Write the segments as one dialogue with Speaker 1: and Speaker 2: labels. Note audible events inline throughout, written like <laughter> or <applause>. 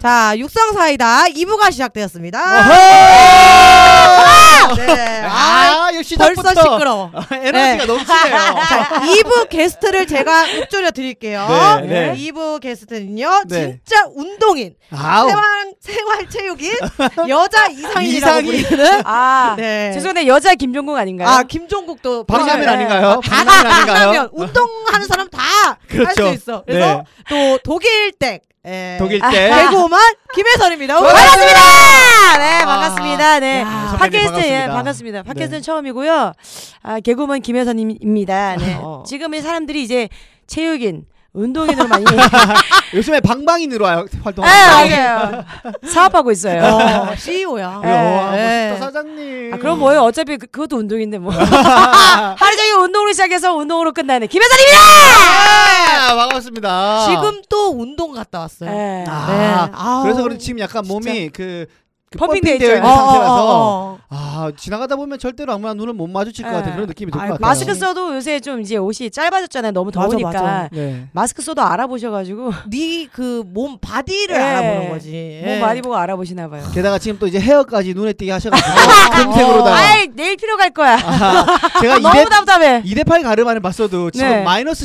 Speaker 1: 자, 육상사이다 2부가 시작되었습니다.
Speaker 2: 어, 어허!
Speaker 1: 네. 아,
Speaker 2: 아, 역시
Speaker 1: 벌써
Speaker 2: 시작부터.
Speaker 1: 시끄러워.
Speaker 2: 아, 에너지가
Speaker 1: 네.
Speaker 2: 넘치네요.
Speaker 1: <laughs> 자, 2부 게스트를 제가 읊조려 드릴게요.
Speaker 2: 네, 네.
Speaker 1: 2부 게스트는요,
Speaker 2: 네.
Speaker 1: 진짜 운동인,
Speaker 2: 아우.
Speaker 1: 생활, 생활체육인, 여자 이상인이라고
Speaker 2: 이상인. <laughs>
Speaker 1: 불리는.
Speaker 3: 아,
Speaker 1: 네.
Speaker 3: 죄송한데 여자 김종국 아닌가요?
Speaker 1: 아, 김종국도.
Speaker 2: 박라면
Speaker 3: 네.
Speaker 2: 아닌가요?
Speaker 1: 다
Speaker 2: 박라면
Speaker 1: 하면
Speaker 2: 아닌가요?
Speaker 1: 운동하는 사람 다 할 수
Speaker 2: 그렇죠.
Speaker 1: 있어. 그래서 또 독일 댁. 예.
Speaker 2: 독일
Speaker 3: 아,
Speaker 2: 때.
Speaker 1: 개그우먼 김혜선입니다.
Speaker 3: 반갑습니다. 네, 반갑습니다. 네.
Speaker 1: 야,
Speaker 2: 아, 선배님
Speaker 3: 팟캐스트 예,
Speaker 2: 반갑습니다.
Speaker 3: 반갑습니다.
Speaker 2: 네.
Speaker 3: 팟캐스트는 처음이고요. 아, 개그맨 김혜선입니다. 네.
Speaker 2: <laughs> 어.
Speaker 3: 지금 이 사람들이 이제 체육인, 운동인으로
Speaker 2: <laughs>
Speaker 3: 많이
Speaker 2: 요즘에 방방인으로 활동.
Speaker 3: 아, 맞아요. 사업하고 있어요.
Speaker 1: 어, CEO야.
Speaker 3: 예.
Speaker 2: 와,
Speaker 1: 네.
Speaker 2: 네. 멋있다 사장님.
Speaker 3: 아, 그럼 뭐예요? 어차피 그, 그것도
Speaker 2: <laughs>
Speaker 3: 운동인데 뭐. 하루 종일 운동으로 시작해서 운동으로 끝나는 김혜선입니다.
Speaker 2: 아, 반갑습니다.
Speaker 1: 지금 또 운동 갔다 왔어요.
Speaker 3: 네.
Speaker 2: 아,
Speaker 1: 네. 아우.
Speaker 2: 그래서 그런지 지금 약간 몸이 그, 그
Speaker 3: 펌핑돼
Speaker 2: 펌핑되어 있는
Speaker 3: 있죠.
Speaker 2: 상태라서
Speaker 1: 어, 어, 어.
Speaker 2: 아 지나가다 보면 절대로 악마 눈을 못 마주칠 것 같은
Speaker 3: 네.
Speaker 2: 그런 느낌이 들 것
Speaker 1: 아이,
Speaker 2: 같아요.
Speaker 3: 마스크 써도 요새 좀 이제 옷이 짧아졌잖아요. 너무
Speaker 1: 맞아,
Speaker 3: 더우니까.
Speaker 1: 맞아.
Speaker 2: 네.
Speaker 3: 마스크 써도 알아보셔가지고
Speaker 1: 네그 몸 바디를
Speaker 3: 예.
Speaker 1: 알아보는 거지.
Speaker 3: 몸 많이 보고 알아보시나 봐요.
Speaker 2: 게다가 지금 또 이제 헤어까지 눈에 띄게 하셔가지고 금색으로다가
Speaker 3: 아이 내일 피로 갈 거야.
Speaker 2: 아, 제가
Speaker 3: 너무
Speaker 2: 2대
Speaker 3: 답답해.
Speaker 2: 2대8 가르마를 봤어도 지금
Speaker 3: 네.
Speaker 2: 마이너스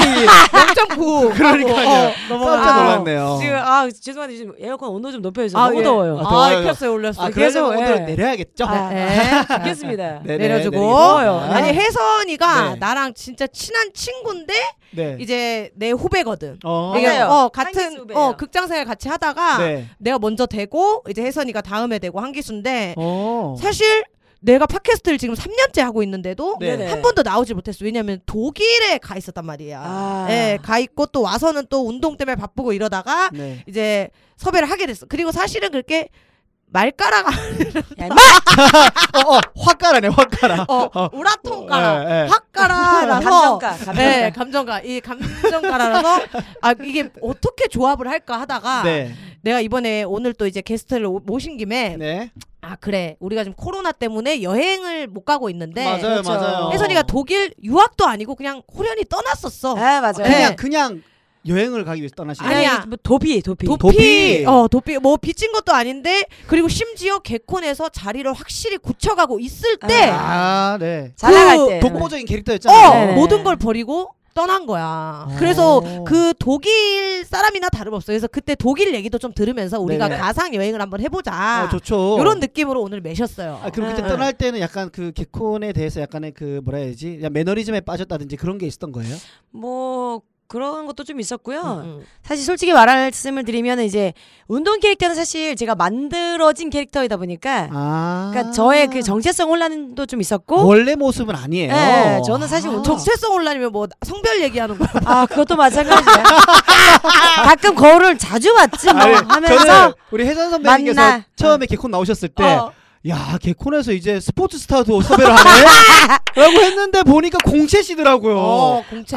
Speaker 1: <laughs>
Speaker 2: 1
Speaker 1: 0.9.
Speaker 2: 그러니까요. 어, 깜짝
Speaker 3: 아,
Speaker 2: 놀랐네요.
Speaker 3: 지금 아 죄송한데 지금 에어컨 온도 좀 높여주세요.
Speaker 1: 아,
Speaker 3: 너무
Speaker 1: 예.
Speaker 3: 더워요.
Speaker 2: 아,
Speaker 1: 아,
Speaker 2: 더워요.
Speaker 1: 켰어요, 올렸어요.
Speaker 2: 아
Speaker 3: 그래서,
Speaker 2: 그래서 오늘은
Speaker 3: 예.
Speaker 2: 내려야겠죠.
Speaker 3: 아,
Speaker 1: 네.
Speaker 3: 알겠습니다.
Speaker 2: 네네,
Speaker 1: 내려주고.
Speaker 2: 내리겠습니다.
Speaker 1: 아니 혜선이가
Speaker 2: 네.
Speaker 1: 나랑 진짜 친한 친구인데
Speaker 2: 네.
Speaker 1: 이제 내 후배거든.
Speaker 2: 어.
Speaker 1: 이게,
Speaker 3: 맞아요.
Speaker 1: 어
Speaker 3: 한기수
Speaker 1: 같은
Speaker 3: 후배예요.
Speaker 1: 어 극장생활 같이 하다가
Speaker 2: 네.
Speaker 1: 내가 먼저 되고 이제 혜선이가 다음에 되고 한기수인데
Speaker 2: 어.
Speaker 1: 사실 내가 팟캐스트를 지금 3년째 하고 있는데도
Speaker 2: 네.
Speaker 3: 네네.
Speaker 1: 한 번도 나오지 못했어. 왜냐면 독일에 가 있었단 말이야.
Speaker 3: 아.
Speaker 1: 예, 가 있고 또 와서는 또 운동 때문에 바쁘고 이러다가
Speaker 2: 네.
Speaker 1: 이제 섭외를 하게 됐어. 그리고 사실은 그렇게 말가락
Speaker 2: <laughs>
Speaker 3: 야, 임마!
Speaker 2: 어, 어, 확 깔아네, 확 깔아.
Speaker 1: 어,
Speaker 2: 어, 예, 예.
Speaker 1: 우라통가락,
Speaker 3: 네.
Speaker 1: 확가라라서
Speaker 3: 감정가. 감정가.
Speaker 1: 예, 감정가. 이 감정가라라서 아 이게 어떻게 조합을 할까 하다가
Speaker 2: 네.
Speaker 1: 내가 이번에 오늘 또 이제 게스트를 오- 모신 김에
Speaker 2: 네.
Speaker 1: 아 그래 우리가 지금 코로나 때문에 여행을 못 가고 있는데
Speaker 2: 맞아요,
Speaker 3: 그렇죠.
Speaker 2: 맞아요.
Speaker 1: 네, 혜선이가 독일 유학도 아니고 그냥 호련히 떠났었어.
Speaker 3: 아 맞아요.
Speaker 1: 네.
Speaker 2: 그냥 그냥 여행을 가기 위해서 떠나신
Speaker 1: 아니,
Speaker 2: 거예요.
Speaker 1: 아니야.
Speaker 3: 뭐 도피 도피.
Speaker 1: 도피,
Speaker 2: 도피.
Speaker 1: 어 도피 뭐 빚진 것도 아닌데 그리고 심지어 개콘에서 자리를 확실히 굳혀가고 있을 때
Speaker 3: 아.
Speaker 2: 아, 네.
Speaker 3: 잘 나갈 때.
Speaker 2: 독보적인
Speaker 1: 어,
Speaker 2: 캐릭터였잖아요. 어.
Speaker 3: 네네.
Speaker 1: 모든 걸 버리고 떠난 거야. 그래서
Speaker 2: 오.
Speaker 1: 그 독일 사람이나 다름없어. 그래서 그때 독일 얘기도 좀 들으면서 우리가
Speaker 2: 네네.
Speaker 1: 가상 여행을 한번 해보자.
Speaker 2: 어, 좋죠.
Speaker 1: 이런 느낌으로 오늘 매셨어요.
Speaker 2: 아, 그럼 그때
Speaker 3: 네.
Speaker 2: 떠날 때는 약간 그 개콘에 대해서 약간의 그 뭐라 해야지 그냥 매너리즘에 빠졌다든지 그런 게 있었던 거예요?
Speaker 3: 뭐 그런 것도 좀 있었고요.
Speaker 1: 음, 음.
Speaker 3: 사실 솔직히 말씀을 드리면 이제 운동 캐릭터는 사실 제가 만들어진 캐릭터이다 보니까
Speaker 2: 아,
Speaker 3: 그러니까 저의 그 정체성 혼란도 좀 있었고.
Speaker 2: 원래 모습은 어, 아니에요.
Speaker 3: 예, 저는 사실 운동
Speaker 1: 정체성 혼란이면 뭐 성별 얘기하는 거야.
Speaker 3: 아
Speaker 2: <laughs>
Speaker 3: 그것도 마찬가지야. 가끔 거울을 자주 봤지 뭐
Speaker 2: 아니, 저는
Speaker 3: 하면서
Speaker 2: 우리 혜선 선배님께서
Speaker 3: 만나.
Speaker 2: 처음에 개콘 나오셨을 때.
Speaker 1: 어.
Speaker 2: 야 개콘에서 이제 스포츠 스타도 섭외를 하네?
Speaker 3: <laughs>
Speaker 2: 라고 했는데 보니까
Speaker 1: <laughs>
Speaker 2: 공채시더라고요
Speaker 1: 어, 공채.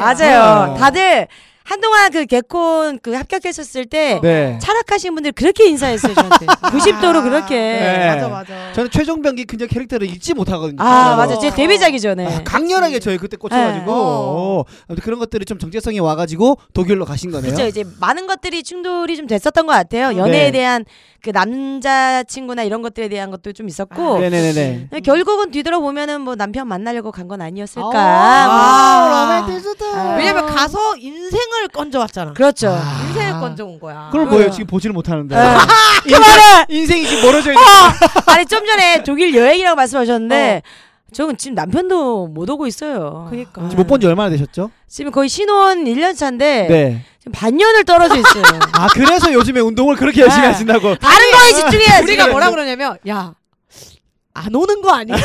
Speaker 2: <laughs>
Speaker 3: 맞아요.
Speaker 2: 네.
Speaker 3: 다들 한동안 그 개콘 그 합격했었을 때
Speaker 2: 네
Speaker 3: 차락하신 분들 그렇게 인사했어요 저한테. 90도로 그렇게.
Speaker 2: 네.
Speaker 1: 맞아 맞아.
Speaker 2: 아. 저는 최종병기 근접 캐릭터를 잊지 못하거든요
Speaker 3: 아
Speaker 2: 진짜로.
Speaker 3: 맞아 제 데뷔작이 전에.
Speaker 2: 아, 강렬하게 저희 그때 꽂혀가지고
Speaker 3: 네.
Speaker 1: 어.
Speaker 2: 어. 아무튼 그런 것들이 좀 정체성이 와가지고 독일로 가신 거네요
Speaker 3: 그렇죠 이제 많은 것들이 충돌이 좀 됐었던 것 같아요. 연애에
Speaker 2: 네.
Speaker 3: 대한 그 남자 친구나 이런 것들에 대한 것도 좀 있었고.
Speaker 2: 아, 네네네네
Speaker 3: 근데 결국은 뒤돌아보면은 뭐 남편 만나려고 간 건 아니었을까. 뭐.
Speaker 1: 아.
Speaker 2: 디지털
Speaker 1: 왜냐면 가서 인생을 건져왔잖아.
Speaker 3: 그렇죠.
Speaker 1: 인생을 건져온 거야.
Speaker 2: 그걸 뭐예요 지금 보지를 못하는데
Speaker 3: 그만해.
Speaker 2: 인생이 지금 멀어져 있는
Speaker 3: 아니 좀 전에 독일 여행이라고 말씀하셨는데 저는 지금 남편도 못 오고 있어요.
Speaker 1: 어. 그니까.
Speaker 3: 아,
Speaker 2: 못본 지 얼마나 되셨죠?
Speaker 3: 지금 거의 신혼 1년 차인데
Speaker 2: 네.
Speaker 3: 지금 반년을 떨어져 있어요.
Speaker 2: 아 그래서 요즘에 운동을 그렇게 열심히
Speaker 3: 네.
Speaker 2: 하신다고.
Speaker 3: 다른 거에 집중해야지.
Speaker 1: 우리가 뭐라 그러냐면 야. 안 오는 거 아니야?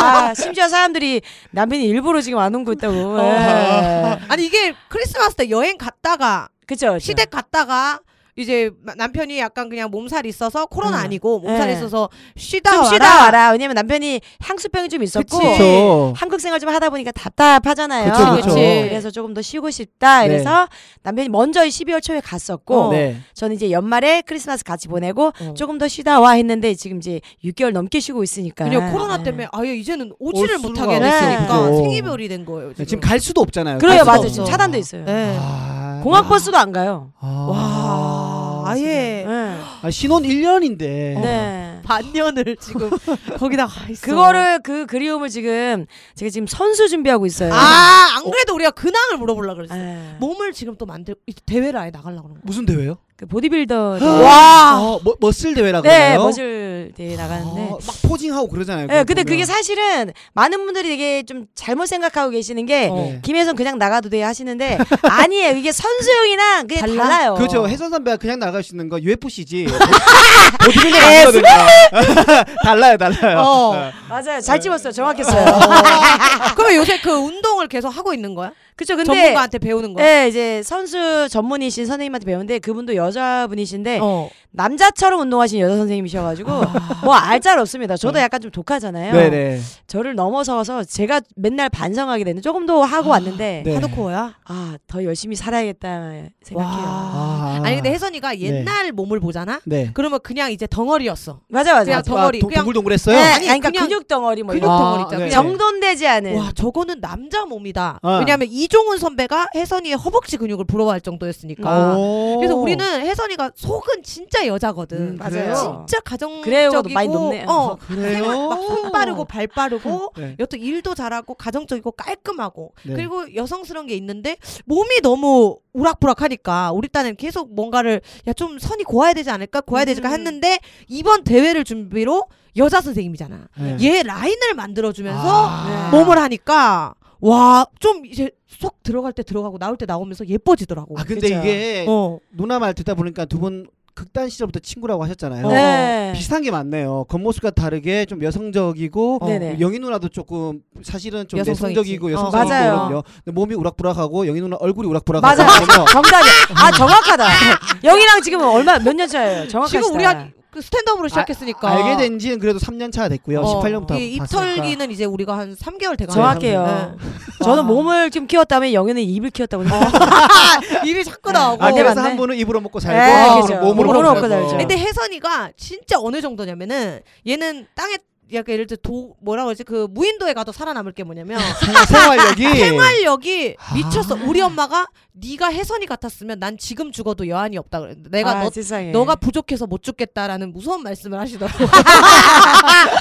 Speaker 3: 아, 심지어 사람들이 남편이 일부러 지금 안 오고 있다고.
Speaker 1: 어.
Speaker 3: 예.
Speaker 1: <laughs> 아니 이게 크리스마스 때 여행 갔다가
Speaker 3: 그쵸. 그쵸.
Speaker 1: 시댁 갔다가 이제 마- 남편이 약간 그냥 몸살 이 있어서 코로나
Speaker 3: 응.
Speaker 1: 아니고 몸살 이
Speaker 3: 예.
Speaker 1: 있어서 쉬다
Speaker 3: 좀
Speaker 1: 와라.
Speaker 3: 쉬다 와라. 왜냐면 남편이 향수병이 좀 있었고.
Speaker 1: 그치.
Speaker 2: 그렇죠.
Speaker 3: 한국 생활 좀 하다 보니까 답답하잖아요.
Speaker 2: 그쵸,
Speaker 1: 그쵸.
Speaker 3: 래서 조금 더 쉬고 싶다.
Speaker 2: 네.
Speaker 3: 이래서 남편이 먼저 12월 초에 갔었고
Speaker 2: 네.
Speaker 3: 저는 이제 연말에 크리스마스 같이 보내고
Speaker 1: 어.
Speaker 3: 조금 더 쉬다 와 했는데 지금 이제 6개월 넘게 쉬고 있으니까.
Speaker 1: 그냥 그러니까 코로나
Speaker 3: 네.
Speaker 1: 때문에 아예 이제는 오지를
Speaker 2: 올 수가
Speaker 1: 못하게
Speaker 3: 없네.
Speaker 1: 됐으니까
Speaker 2: 그죠.
Speaker 1: 생이별이 된 거예요.
Speaker 2: 네,
Speaker 1: 지금. 예.
Speaker 2: 지금 갈 수도 없잖아요. 갈
Speaker 3: 그래요,
Speaker 2: 수도
Speaker 3: 맞아요.
Speaker 2: 없어.
Speaker 3: 지금 차단돼 있어요.
Speaker 1: 네.
Speaker 2: 아,
Speaker 3: 공항 버스도 안 가요.
Speaker 2: 아.
Speaker 1: 와. 아예
Speaker 3: 네.
Speaker 2: 아, 신혼 1년인데.
Speaker 3: 네.
Speaker 1: 반년을 <laughs> 지금 거기다 가 있어.
Speaker 3: 그거를 그 그리움을 지금 제가 지금 선수 준비하고 네. 있어요.
Speaker 1: 아안 뭐 그래도 우리가 근황을 물어보려 그랬어.
Speaker 3: 네.
Speaker 1: 몸을 지금 또 만들 이 대회를 아예 나가려고 그런 거야.
Speaker 2: 무슨 대회요?
Speaker 3: 그 보디빌더
Speaker 1: 뭐 와.
Speaker 2: 어, 머, 멋슬 대회라 그래요?
Speaker 3: 네 머슬 대회 나가는데
Speaker 1: 아,
Speaker 2: 어, 막 포징하고 그러잖아요.
Speaker 3: 네,
Speaker 2: 그거
Speaker 3: 근데
Speaker 2: 보면.
Speaker 3: 그게 사실은 많은 분들이 되게 좀 잘못 생각하고 계시는 게
Speaker 1: 어.
Speaker 2: 네.
Speaker 3: 김혜선 그냥 나가도 돼 하시는데 <laughs> 아니에요. 이게 선수용이랑 그게
Speaker 1: 달라?
Speaker 3: 달라요.
Speaker 2: 그렇죠. 해선 선배가 그냥 나갈 수 있는 거 UFC지. 보디빌딩 아니거든요. 달라요, 달라요.
Speaker 1: 어.
Speaker 2: 네.
Speaker 3: 맞아요. 잘 집었어요. 정확했어요.
Speaker 1: <laughs> 그럼 요새 그 운동을 계속 하고 있는 거야?
Speaker 3: <laughs> 그렇죠. 근데
Speaker 1: 전문가한테 배우는 거야?
Speaker 3: 네, 이제 선수 전문이신 선생님한테 배웠는데 그분도 여자분이신데
Speaker 1: 어.
Speaker 3: 남자처럼 운동하신 여자 선생님이셔가지고 뭐 알짤 없습니다. 저도 약간 좀 독하잖아요.
Speaker 2: 네네.
Speaker 3: 저를 넘어서서 제가 맨날 반성하게 되는 조금 더 하고 왔는데
Speaker 2: 네.
Speaker 1: 하드코어야?
Speaker 3: 아 더 열심히 살아야겠다 생각해요.
Speaker 1: 와. 아니 근데 혜선이가 옛날 몸을 보잖아?
Speaker 2: 네.
Speaker 1: 그러면 그냥 이제 덩어리였어.
Speaker 3: 맞아 맞아.
Speaker 1: 그냥
Speaker 3: 맞아.
Speaker 1: 덩어리.
Speaker 2: 도,
Speaker 1: 그냥
Speaker 2: 동글동글했어요?
Speaker 3: 네,
Speaker 1: 아니,
Speaker 3: 아니, 그러니까
Speaker 1: 그냥
Speaker 3: 근육 덩어리 뭐
Speaker 1: 근육
Speaker 3: 이런.
Speaker 2: 아,
Speaker 1: 덩어리 있잖아.
Speaker 2: 네.
Speaker 1: 그냥
Speaker 3: 정돈되지 않은.
Speaker 1: 와 저거는 남자 몸이다.
Speaker 2: 어.
Speaker 1: 왜냐하면 이종훈 선배가 혜선이의 허벅지 근육을 부러워할 정도였으니까.
Speaker 2: 음. 오.
Speaker 1: 그래서 우리는 혜선이가 속은 진짜 여자거든.
Speaker 2: 음,
Speaker 3: 맞아요.
Speaker 1: 진짜 가정적이고
Speaker 3: 그래요. 많이 높네요.
Speaker 1: 어,
Speaker 2: 아, 그래요.
Speaker 1: 막손 빠르고 발 빠르고
Speaker 2: 네.
Speaker 1: 여튼 일도 잘하고 가정적이고 깔끔하고
Speaker 2: 네.
Speaker 1: 그리고 여성스러운 게 있는데 몸이 너무 우락부락하니까 우리 딸은 계속 뭔가를 야 좀 선이 고와야 되지 않을까 고와야 되지 않을까
Speaker 3: 음.
Speaker 1: 했는데 이번 대회를 준비로 여자 선생님이잖아.
Speaker 2: 네.
Speaker 1: 얘 라인을 만들어주면서
Speaker 3: 네.
Speaker 2: 아.
Speaker 1: 몸을 하니까 와 좀 이제 쏙 들어갈 때 들어가고 나올 때 나오면서 예뻐지더라고.
Speaker 2: 아 근데
Speaker 3: 그죠.
Speaker 2: 이게
Speaker 1: 어.
Speaker 2: 누나 말 듣다 보니까 두 분 극단 시절부터 친구라고 하셨잖아요.
Speaker 1: 네.
Speaker 2: 어, 비슷한 게 많네요. 겉모습과 다르게 좀 여성적이고 뭐
Speaker 1: 어.
Speaker 3: 네네.
Speaker 2: 영희 누나도 조금 사실은 좀
Speaker 1: 여성성
Speaker 2: 내성적이고
Speaker 1: 있지. 어.
Speaker 2: 여성적이거든요.
Speaker 3: 맞아요.
Speaker 2: 근데 몸이 우락부락하고 영희 누나 얼굴이
Speaker 3: 맞아.
Speaker 1: <laughs>
Speaker 2: 우락부락하거든요.
Speaker 3: 정답이. 아 정확하다. 영희랑 지금 얼마 몇 년 차예요? 정확하시다.
Speaker 1: 지금 우리가 그 스탠드업으로 시작했으니까
Speaker 2: 아, 알게 된 지는 그래도 3년 차 됐고요.
Speaker 1: 그러니까. 어,
Speaker 2: 18년부터
Speaker 1: 이
Speaker 2: 봤으니까.
Speaker 1: 입털기는 이제 우리가 한 3개월 네. 돼가는
Speaker 3: 아, 정확해요. 저는 몸을 좀 키웠다면 영희는 입을 키웠다고 생각해요.
Speaker 1: <laughs> 일이 자꾸
Speaker 3: 나오고.
Speaker 2: 아
Speaker 3: 맞네,
Speaker 2: 그래서
Speaker 3: 맞네.
Speaker 2: 한 분은 입으로 먹고
Speaker 3: 네,
Speaker 2: 살고
Speaker 3: 그죠.
Speaker 2: 한 분은 몸으로,
Speaker 3: 몸으로
Speaker 2: 먹고
Speaker 3: 먹고
Speaker 2: 살고.
Speaker 3: 살죠.
Speaker 1: 근데 혜선이가 진짜 어느 정도냐면은 얘는 땅에 약간 예를 들어 도 뭐라고 그러지 그 무인도에 가도 살아남을 게 뭐냐면
Speaker 2: 생-
Speaker 1: <laughs>
Speaker 2: 생활력이
Speaker 1: 생활력이
Speaker 2: 아.
Speaker 1: 미쳤어. 우리 엄마가 네가 혜선이 같았으면 난 지금 죽어도 여한이 없다 그랬는데 내가
Speaker 3: 아,
Speaker 1: 너
Speaker 3: 세상에.
Speaker 1: 너가 부족해서 못 죽겠다라는 무서운 말씀을
Speaker 3: <laughs>
Speaker 1: 하시더라고.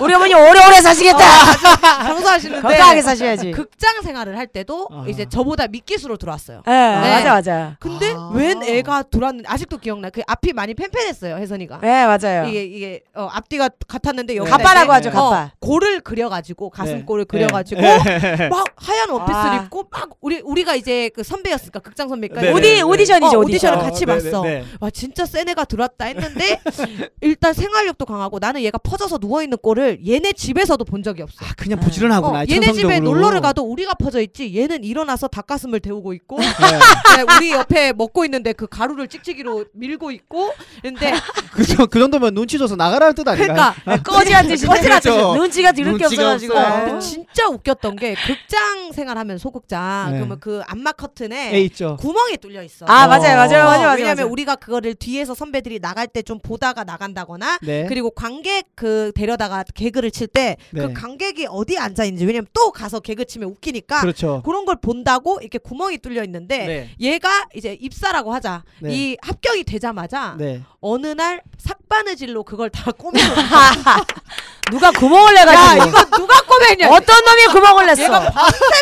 Speaker 3: 우리 어머니 오래오래 사시겠다. 건강하게
Speaker 1: 장사하시는데
Speaker 3: 사셔야지. 그,
Speaker 1: 극장 생활을 할 때도
Speaker 2: 아.
Speaker 1: 이제 저보다 미끼수로 들어왔어요.
Speaker 3: 예,
Speaker 1: 네.
Speaker 3: 맞아 맞아.
Speaker 1: 근데
Speaker 2: 아.
Speaker 1: 웬 애가 들어왔는지 아직도 기억나. 그 앞이 많이 팬팬했어요, 혜선이가.
Speaker 3: 예, 맞아요. 네.
Speaker 1: 이게 이게 어, 앞뒤가 같았는데 여기
Speaker 3: 가빠라고 하죠,
Speaker 1: 어,
Speaker 3: 가빠.
Speaker 1: 골을 그려가지고 가슴골을
Speaker 2: 네.
Speaker 1: 그려가지고 <laughs> 막 하얀 원피스를
Speaker 3: 아.
Speaker 1: 입고 막 우리 우리가 이제 그 선배였으니까 극장 선배니까
Speaker 2: 네,
Speaker 3: 오디
Speaker 2: 네, 네.
Speaker 3: 오디션이죠
Speaker 1: 어,
Speaker 3: 오디션.
Speaker 1: 오디션을 같이
Speaker 2: 네, 네,
Speaker 1: 봤어.
Speaker 2: 네.
Speaker 1: 와 진짜 센 애가 들어왔다 했는데 <laughs> 일단 생활력도 강하고 나는 얘가 퍼져서 누워 있는 꼴을 얘네 집에서도 본 적이 없어.
Speaker 2: 아 그냥 부지런하구나.
Speaker 1: 어, 얘네 집에
Speaker 2: 천성적으로.
Speaker 1: 놀러를 가도 우리가 퍼져 있지 얘는 일어나서 닭가슴을 데우고
Speaker 2: <laughs>
Speaker 1: 있고
Speaker 2: 네.
Speaker 1: 네, 우리 옆에 먹고 있는데 그 가루를 찍찍이로 밀고 있고 근데
Speaker 2: 그, 정- 그 정도면 눈치 줘서 나가라는 뜻 아닌가요?
Speaker 1: 그러니까
Speaker 3: 꺼지 앉듯이
Speaker 2: 꺼지라 그렇죠. 드시네.
Speaker 3: 눈치가 들을 게
Speaker 2: 눈치가
Speaker 3: 없어가지고.
Speaker 2: 없어.
Speaker 1: 근데 진짜 웃겼던 게 극장 생활하면 소극장
Speaker 2: 네.
Speaker 1: 그러면 그 앞마 커튼에
Speaker 2: 에 예, 있죠.
Speaker 1: 구멍이 뚫려 있어.
Speaker 3: 아
Speaker 2: 어.
Speaker 3: 맞아요 맞아요
Speaker 1: 어,
Speaker 3: 맞아요 맞아요.
Speaker 1: 왜냐면
Speaker 3: 맞아요.
Speaker 1: 우리가 그거를 뒤에서 선배들이 나갈 때 좀 보다가 나간다거나
Speaker 2: 네.
Speaker 1: 그리고 관객 그 데려다가 개그를 칠 때 그
Speaker 2: 네.
Speaker 1: 관객이 어디 앉아 있는지 왜냐면 또 가서 개그 치면 웃기니까 그
Speaker 2: 그렇죠.
Speaker 1: 런걸 본다고 이렇게 구멍이 뚫려 있는데
Speaker 2: 네.
Speaker 1: 얘가 이제 입사라고 하자
Speaker 2: 네.
Speaker 1: 이 합격이 되자마자
Speaker 2: 네.
Speaker 1: 어느 날 삭바느질로 그걸 다 꼬매.
Speaker 3: 누가 구멍을
Speaker 1: 아,
Speaker 3: 내가지고.
Speaker 1: 누가 꼬매냐?
Speaker 3: 어떤 놈이 구멍을 냈어?
Speaker 1: 꼬맨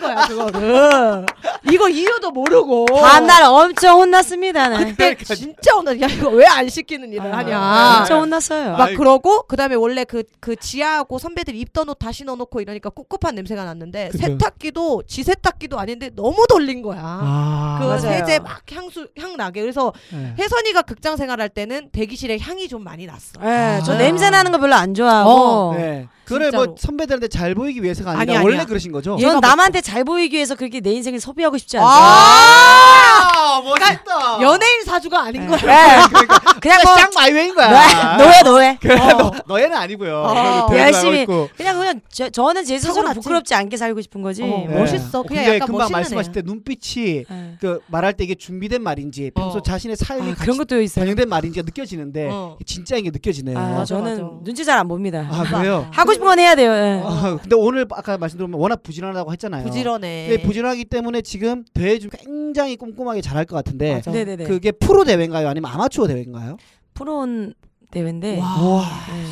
Speaker 1: 거야 그거를. 이거 이유도 모르고.
Speaker 3: 반날 엄청 혼났습니다. 나.
Speaker 1: 그때 진짜 오늘 야 이거 왜 안 시키는 일을
Speaker 3: 아,
Speaker 1: 하냐.
Speaker 3: 엄청 혼났어요.
Speaker 1: 막 그러고 그다음에 원래 그 그 지하하고 선배들이 입던 옷 다시 넣어놓고 이러니까 꿉꿉한 냄새가 났는데
Speaker 2: 그죠.
Speaker 1: 세탁기도 지 세탁기도 아닌데 너무 돌린 거야.
Speaker 2: 아.
Speaker 1: 그
Speaker 3: 맞아요.
Speaker 1: 세제 막 향수 향 나게 그래서
Speaker 2: 네.
Speaker 1: 혜선이가 극장 생활할 때는 대기실에 향이 좀 많이 났어.
Speaker 3: 예, 저
Speaker 2: 아.
Speaker 3: 냄새 나는 거 별로 안 좋아하고.
Speaker 1: 어,
Speaker 2: 네. 그걸 뭐
Speaker 1: 진짜로.
Speaker 2: 선배들한테 잘 보이기 위해서가 아니라
Speaker 1: 아니야, 예.
Speaker 2: 원래
Speaker 1: 아니야.
Speaker 2: 그러신 거죠?
Speaker 1: 얘가
Speaker 3: 전 남한테 잘 보이기 위해서 그렇게 내 인생을 소비하고 싶지 않아요.
Speaker 2: 아, 멋있다.
Speaker 1: 연예인 사주가 아닌 거야.
Speaker 3: 예, 그냥 뭐
Speaker 2: 쌍 마이웨인
Speaker 3: 노예,
Speaker 2: 거야.
Speaker 3: 노예 노예.
Speaker 2: <laughs> 그래,
Speaker 1: 어.
Speaker 2: 너, 너희는 아니고요.
Speaker 1: 어.
Speaker 2: 그래도 데리고
Speaker 3: 열심히.
Speaker 2: 나가고 있고.
Speaker 3: 그냥 그냥 저, 저는 제 스스로
Speaker 1: 타고났지.
Speaker 3: 부끄럽지 않게 살고 싶은 거지.
Speaker 1: 어,
Speaker 3: 뭐.
Speaker 1: 멋있어.
Speaker 2: 네.
Speaker 1: 그냥
Speaker 2: 근데
Speaker 1: 약간
Speaker 2: 금방
Speaker 1: 멋있는
Speaker 2: 말씀하실
Speaker 1: 애야.
Speaker 2: 때 눈빛이
Speaker 3: 예.
Speaker 2: 그 말할 때 이게 준비된 말인지 평소
Speaker 1: 어.
Speaker 2: 자신의 삶이
Speaker 3: 아,
Speaker 2: 같이
Speaker 3: 그런 것도 있어요.
Speaker 2: 반영된 말인지가 느껴지는데
Speaker 1: 어.
Speaker 2: 진짜인 게 느껴지네요.
Speaker 3: 아,
Speaker 1: 맞아,
Speaker 3: 저는
Speaker 1: 맞아. 네.
Speaker 3: 눈치 잘 안 봅니다.
Speaker 2: 아, 그래요?
Speaker 3: 하고 싶은 건 해야 돼요. 예.
Speaker 2: 아, 근데 오늘 아까 말씀드린 워낙 부지런하다고 했잖아요.
Speaker 1: 부지런해.
Speaker 2: 네, 부지런하기 때문에 지금 대회 좀 굉장히 꼼꼼하게 잘할 것 같은데
Speaker 1: 맞아.
Speaker 3: 네네네.
Speaker 2: 그게 프로 대회인가요? 아니면 아마추어 대회인가요?
Speaker 3: 프로온 대회인데.
Speaker 1: 네. 와.
Speaker 2: 와.
Speaker 3: 예.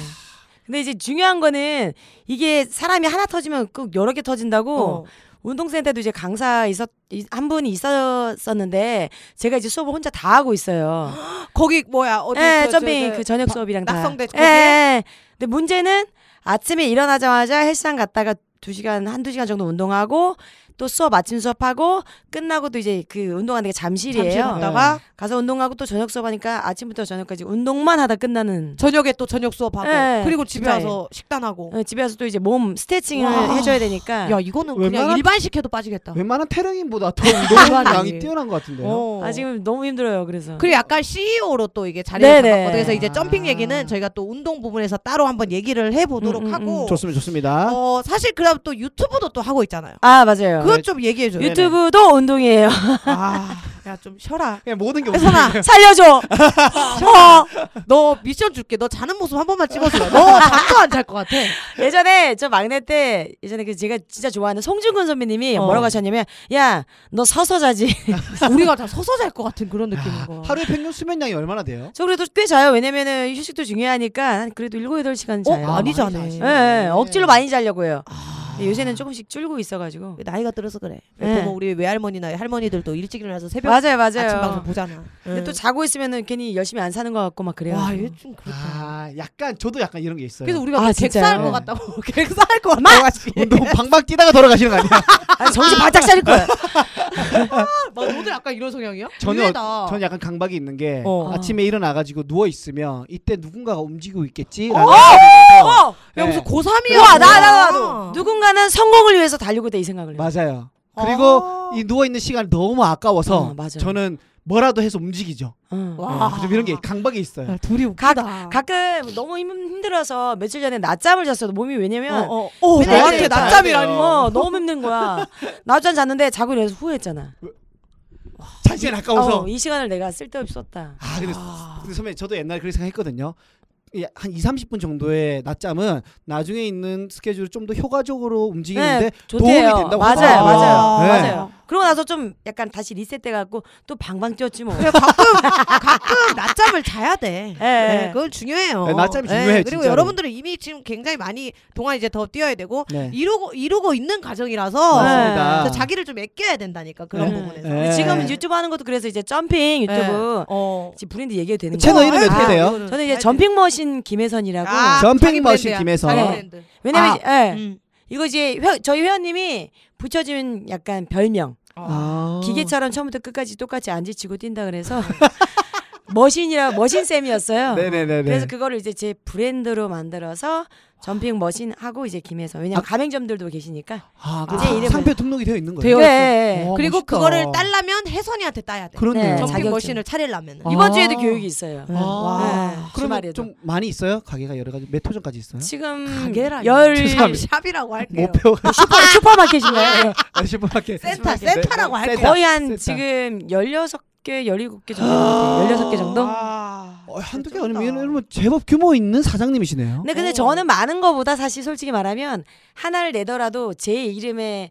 Speaker 3: 근데 이제 중요한 거는 이게 사람이 하나 터지면 꼭 여러 개 터진다고
Speaker 1: 어.
Speaker 3: 운동센터도 이제 강사 있었 이- 한 분이 있었었는데 제가 이제 수업을 혼자 다 하고 있어요.
Speaker 1: 거기 뭐야 <gasps> 어디
Speaker 3: 예,
Speaker 1: 저- 저-
Speaker 3: 점핑
Speaker 1: 저-
Speaker 3: 그 저녁
Speaker 1: 바-
Speaker 3: 수업이랑 다.
Speaker 1: 낙성대
Speaker 3: 예,
Speaker 1: 거기에?
Speaker 3: 예. 근데 문제는 아침에 일어나자마자 헬스장 갔다가 두 시간 한두 시간 정도 운동하고 또 수업 아침 수업하고 끝나고 또 이제 그 운동하는 게 잠실이에요. 예.
Speaker 1: 잠시 갔다가
Speaker 3: 가서 운동하고 또 저녁 수업하니까 아침부터 저녁까지 운동만 하다 끝나는.
Speaker 1: 저녁에 또 저녁 수업하고
Speaker 3: 예,
Speaker 1: 그리고 집에
Speaker 3: 진짜예요.
Speaker 1: 와서 식단하고.
Speaker 3: 어, 집에 와서 또 이제 몸 스트레칭을
Speaker 1: 와.
Speaker 3: 해줘야 되니까.
Speaker 1: 야 이거는 그냥
Speaker 2: 웬만한-
Speaker 1: 일반식해도 빠지겠다.
Speaker 2: 네. 웬만한 테르인보다
Speaker 1: <laughs>
Speaker 2: 더 운동량이
Speaker 1: 아니.
Speaker 2: 뛰어난 것 같은데요.
Speaker 1: 어.
Speaker 3: 아 지금 너무 힘들어요. 그래서.
Speaker 1: 그리고 약간 CEO로 또 이게 자리를
Speaker 3: 네네.
Speaker 1: 잡았거든요. 그래서 이제
Speaker 2: 아.
Speaker 1: 점핑 얘기는 저희가 또 운동 부분에서 따로 한번 얘기를 해보도록
Speaker 3: 음, 음,
Speaker 1: 하고.
Speaker 3: 음.
Speaker 2: 좋습니다, 좋습니다.
Speaker 1: 어 사실 그럼 또 유튜브도 또 하고 있잖아요.
Speaker 3: 아 맞아요.
Speaker 1: 그것 좀 얘기해 줘요.
Speaker 3: 유튜브도 운동이에요.
Speaker 1: 아야좀 쉬어라.
Speaker 3: <laughs>
Speaker 2: 그냥 모든 게
Speaker 1: 혜선아
Speaker 3: 살려줘.
Speaker 1: 어, 너 미션 줄게. 너 자는 모습 한 번만 찍어줘. 너 잠도 안 잘 것 같아.
Speaker 3: 예전에 저 막내 때 예전에 그 제가 진짜 좋아하는 송중근 선배님이
Speaker 1: 어.
Speaker 3: 뭐라고 하셨냐면 야 너 서서 자지. <laughs>
Speaker 1: 우리가 다 서서 잘 것 같은 그런 느낌인 거야.
Speaker 2: 하루에 평균 수면량이 얼마나 돼요?
Speaker 3: 저 그래도 꽤 자요. 왜냐면은 휴식도 중요하니까 한 그래도 7, 8시간
Speaker 1: 어?
Speaker 3: 자요.
Speaker 1: 많이
Speaker 2: 많이
Speaker 1: 자네. 아.
Speaker 2: 자지.
Speaker 3: 예, 예, 억지로 많이 자려고 해요. 근데 요새는 조금씩 줄고 있어가지고.
Speaker 1: 나이가 들어서 그래.
Speaker 3: 네.
Speaker 1: 보면 우리 외할머니나 할머니들도 일찍 일어나서 새벽
Speaker 3: 맞아요, 맞아요.
Speaker 1: 아침 방송 보잖아.
Speaker 3: 근데 또 자고 있으면은 괜히 열심히 안 사는 것 같고 막 그래요.
Speaker 1: 와, 얘좀 그렇다.
Speaker 2: 아, 약간 저도 약간 이런 게 있어요.
Speaker 1: 그래서 우리가
Speaker 3: 아,
Speaker 1: 아, 객사할
Speaker 3: 진짜요?
Speaker 1: 것 같다고 <laughs> 객사할 것 같다고 하시.
Speaker 2: 운동 방방 뛰다가 돌아가시는 거 아니야?
Speaker 3: 아, 정신 바짝 차릴 거야.
Speaker 1: 막 너들 약간 이런 성향이야?
Speaker 2: 저는 어-
Speaker 1: 의외다.
Speaker 2: 전 약간 강박이 있는 게
Speaker 1: 어.
Speaker 2: 아침에 일어나가지고 누워 있으면 이때 누군가가 움직이고 있겠지.
Speaker 3: 어!
Speaker 1: <laughs> 야, 무슨 고3이야.
Speaker 3: 우와, 나, 나, 나도. 누군가는 성공을 위해서 달리고 있다 이 생각을 해요.
Speaker 2: 맞아요. 그리고 이 누워 있는 시간이 너무 아까워서
Speaker 3: 어, 맞아요.
Speaker 2: 저는 뭐라도 해서 움직이죠.
Speaker 3: 어.
Speaker 1: 와.
Speaker 2: 네, 좀 이런 게 강박이 있어요.
Speaker 1: 야, 둘이 웃기다.
Speaker 3: 가끔 너무 힘, 힘들어서 며칠 전에 낮잠을 잤어도 몸이 왜냐면
Speaker 1: 어, 어. 어,
Speaker 3: 맨날
Speaker 1: 나한테
Speaker 3: 이제
Speaker 2: 낮잠.
Speaker 1: 낮잠이라니.
Speaker 3: 어, 너무
Speaker 2: <laughs>
Speaker 3: 힘든 거야. 낮잠 잤는데 자고 일어나서 후회했잖아.
Speaker 2: 사실 아까워서.
Speaker 3: 어, 이 시간을 내가 쓸데없이 썼다.
Speaker 2: 아 근데, 근데 선배님 저도 옛날에 그렇게 생각했거든요. 이- 한 2, 30분 정도의 낮잠은 나중에 있는 스케줄을 좀 더 효과적으로 움직이는데 도움이
Speaker 3: 좋대요.
Speaker 2: 된다고
Speaker 3: 맞아요,
Speaker 2: 하더라고요.
Speaker 3: 맞아요,
Speaker 2: 네.
Speaker 3: 맞아요. 그러고 나서 좀 약간 다시 리셋돼갖고 또 방방 뛰었지
Speaker 2: <laughs>
Speaker 3: 뭐.
Speaker 1: 가끔 낮잠을 자야 돼.
Speaker 3: 예,
Speaker 1: 네,
Speaker 3: 예.
Speaker 1: 그건 중요해요.
Speaker 2: 네, 낮잠이
Speaker 1: 예,
Speaker 2: 중요해,
Speaker 1: 그리고
Speaker 2: 진짜로.
Speaker 1: 여러분들은 이미 지금 굉장히 많이 동안 이제 더 뛰어야 되고
Speaker 2: 네.
Speaker 1: 이루고 이루고 있는 과정이라서
Speaker 3: 네.
Speaker 2: 맞습니다.
Speaker 1: 그래서 자기를 좀 아껴야 된다니까 그런
Speaker 3: 네.
Speaker 1: 부분에서.
Speaker 2: 네.
Speaker 3: 근데 지금
Speaker 2: 예.
Speaker 3: 유튜브 하는 것도 그래서 이제 점핑
Speaker 1: 네.
Speaker 3: 유튜브
Speaker 1: 어.
Speaker 3: 지금 브랜드 얘기해도 되는 거예요?
Speaker 2: 채널 이름이 네, 어떻게
Speaker 3: 아,
Speaker 2: 돼요?
Speaker 1: 이거는
Speaker 3: 저는 이제
Speaker 1: 해야지.
Speaker 3: 점핑 머신 김혜선이라고.
Speaker 1: 아,
Speaker 2: 점핑
Speaker 1: 자기
Speaker 2: 머신
Speaker 1: 브랜드야.
Speaker 2: 김에서.
Speaker 1: 자기
Speaker 3: 네.
Speaker 1: 브랜드.
Speaker 2: 아.
Speaker 3: 왜냐면 예,
Speaker 1: 음.
Speaker 3: 이거 이제 회- 저희 회원님이 붙여준 약간 별명.
Speaker 2: 아.
Speaker 3: 기계처럼 처음부터 끝까지 똑같이 안 지치고 뛴다 그래서 <laughs> 머신이라 머신 쌤이었어요.
Speaker 2: 네네네네.
Speaker 3: 아. 그래서 그거를 이제 제 브랜드로 만들어서 점핑 머신 하고 이제 김해서 왜냐 면 가맹점들도 계시니까
Speaker 2: 아,
Speaker 3: 제
Speaker 2: 그래서
Speaker 3: 이름은-
Speaker 2: 상표 등록이 되어 있는 거예요.
Speaker 1: 되어-
Speaker 3: 네.
Speaker 2: 어,
Speaker 1: 그리고
Speaker 2: 멋있다.
Speaker 1: 그거를 따려면 혜선이한테 따야 돼.
Speaker 2: 그렇네요.
Speaker 3: 네,
Speaker 1: 점핑
Speaker 3: 자격증.
Speaker 1: 머신을 차리려면.
Speaker 2: 아.
Speaker 3: 이번 주에도 교육이 있어요.
Speaker 2: 아.
Speaker 1: 와.
Speaker 3: 네,
Speaker 2: 그러면
Speaker 3: 주말에도.
Speaker 2: 좀 많이 있어요? 가게가 여러 가지 몇 호점까지 있어요?
Speaker 3: 지금
Speaker 1: 가게라니.
Speaker 2: <laughs>
Speaker 3: 열
Speaker 2: 죄송합니다. 네,
Speaker 1: 샵이라고 할게요.
Speaker 2: 목표가 <laughs>
Speaker 3: 슈퍼 슈퍼마켓인가요?
Speaker 2: 10분밖에
Speaker 1: 센터, 센터라고 할게요.
Speaker 3: 거의
Speaker 2: 센터.
Speaker 3: 한 지금 16개
Speaker 2: <gasps>
Speaker 3: 17개 정도 되는 것 같아요. 16개 정도?
Speaker 1: 아.
Speaker 2: 어, 한두 개
Speaker 1: 진짜
Speaker 2: 아니면
Speaker 1: 좁다.
Speaker 2: 이러면 제법 규모 있는 사장님이시네요.
Speaker 3: 근데 근데
Speaker 1: 오.
Speaker 3: 저는 많은 거보다 사실 솔직히 말하면 하나를 내더라도 제 이름에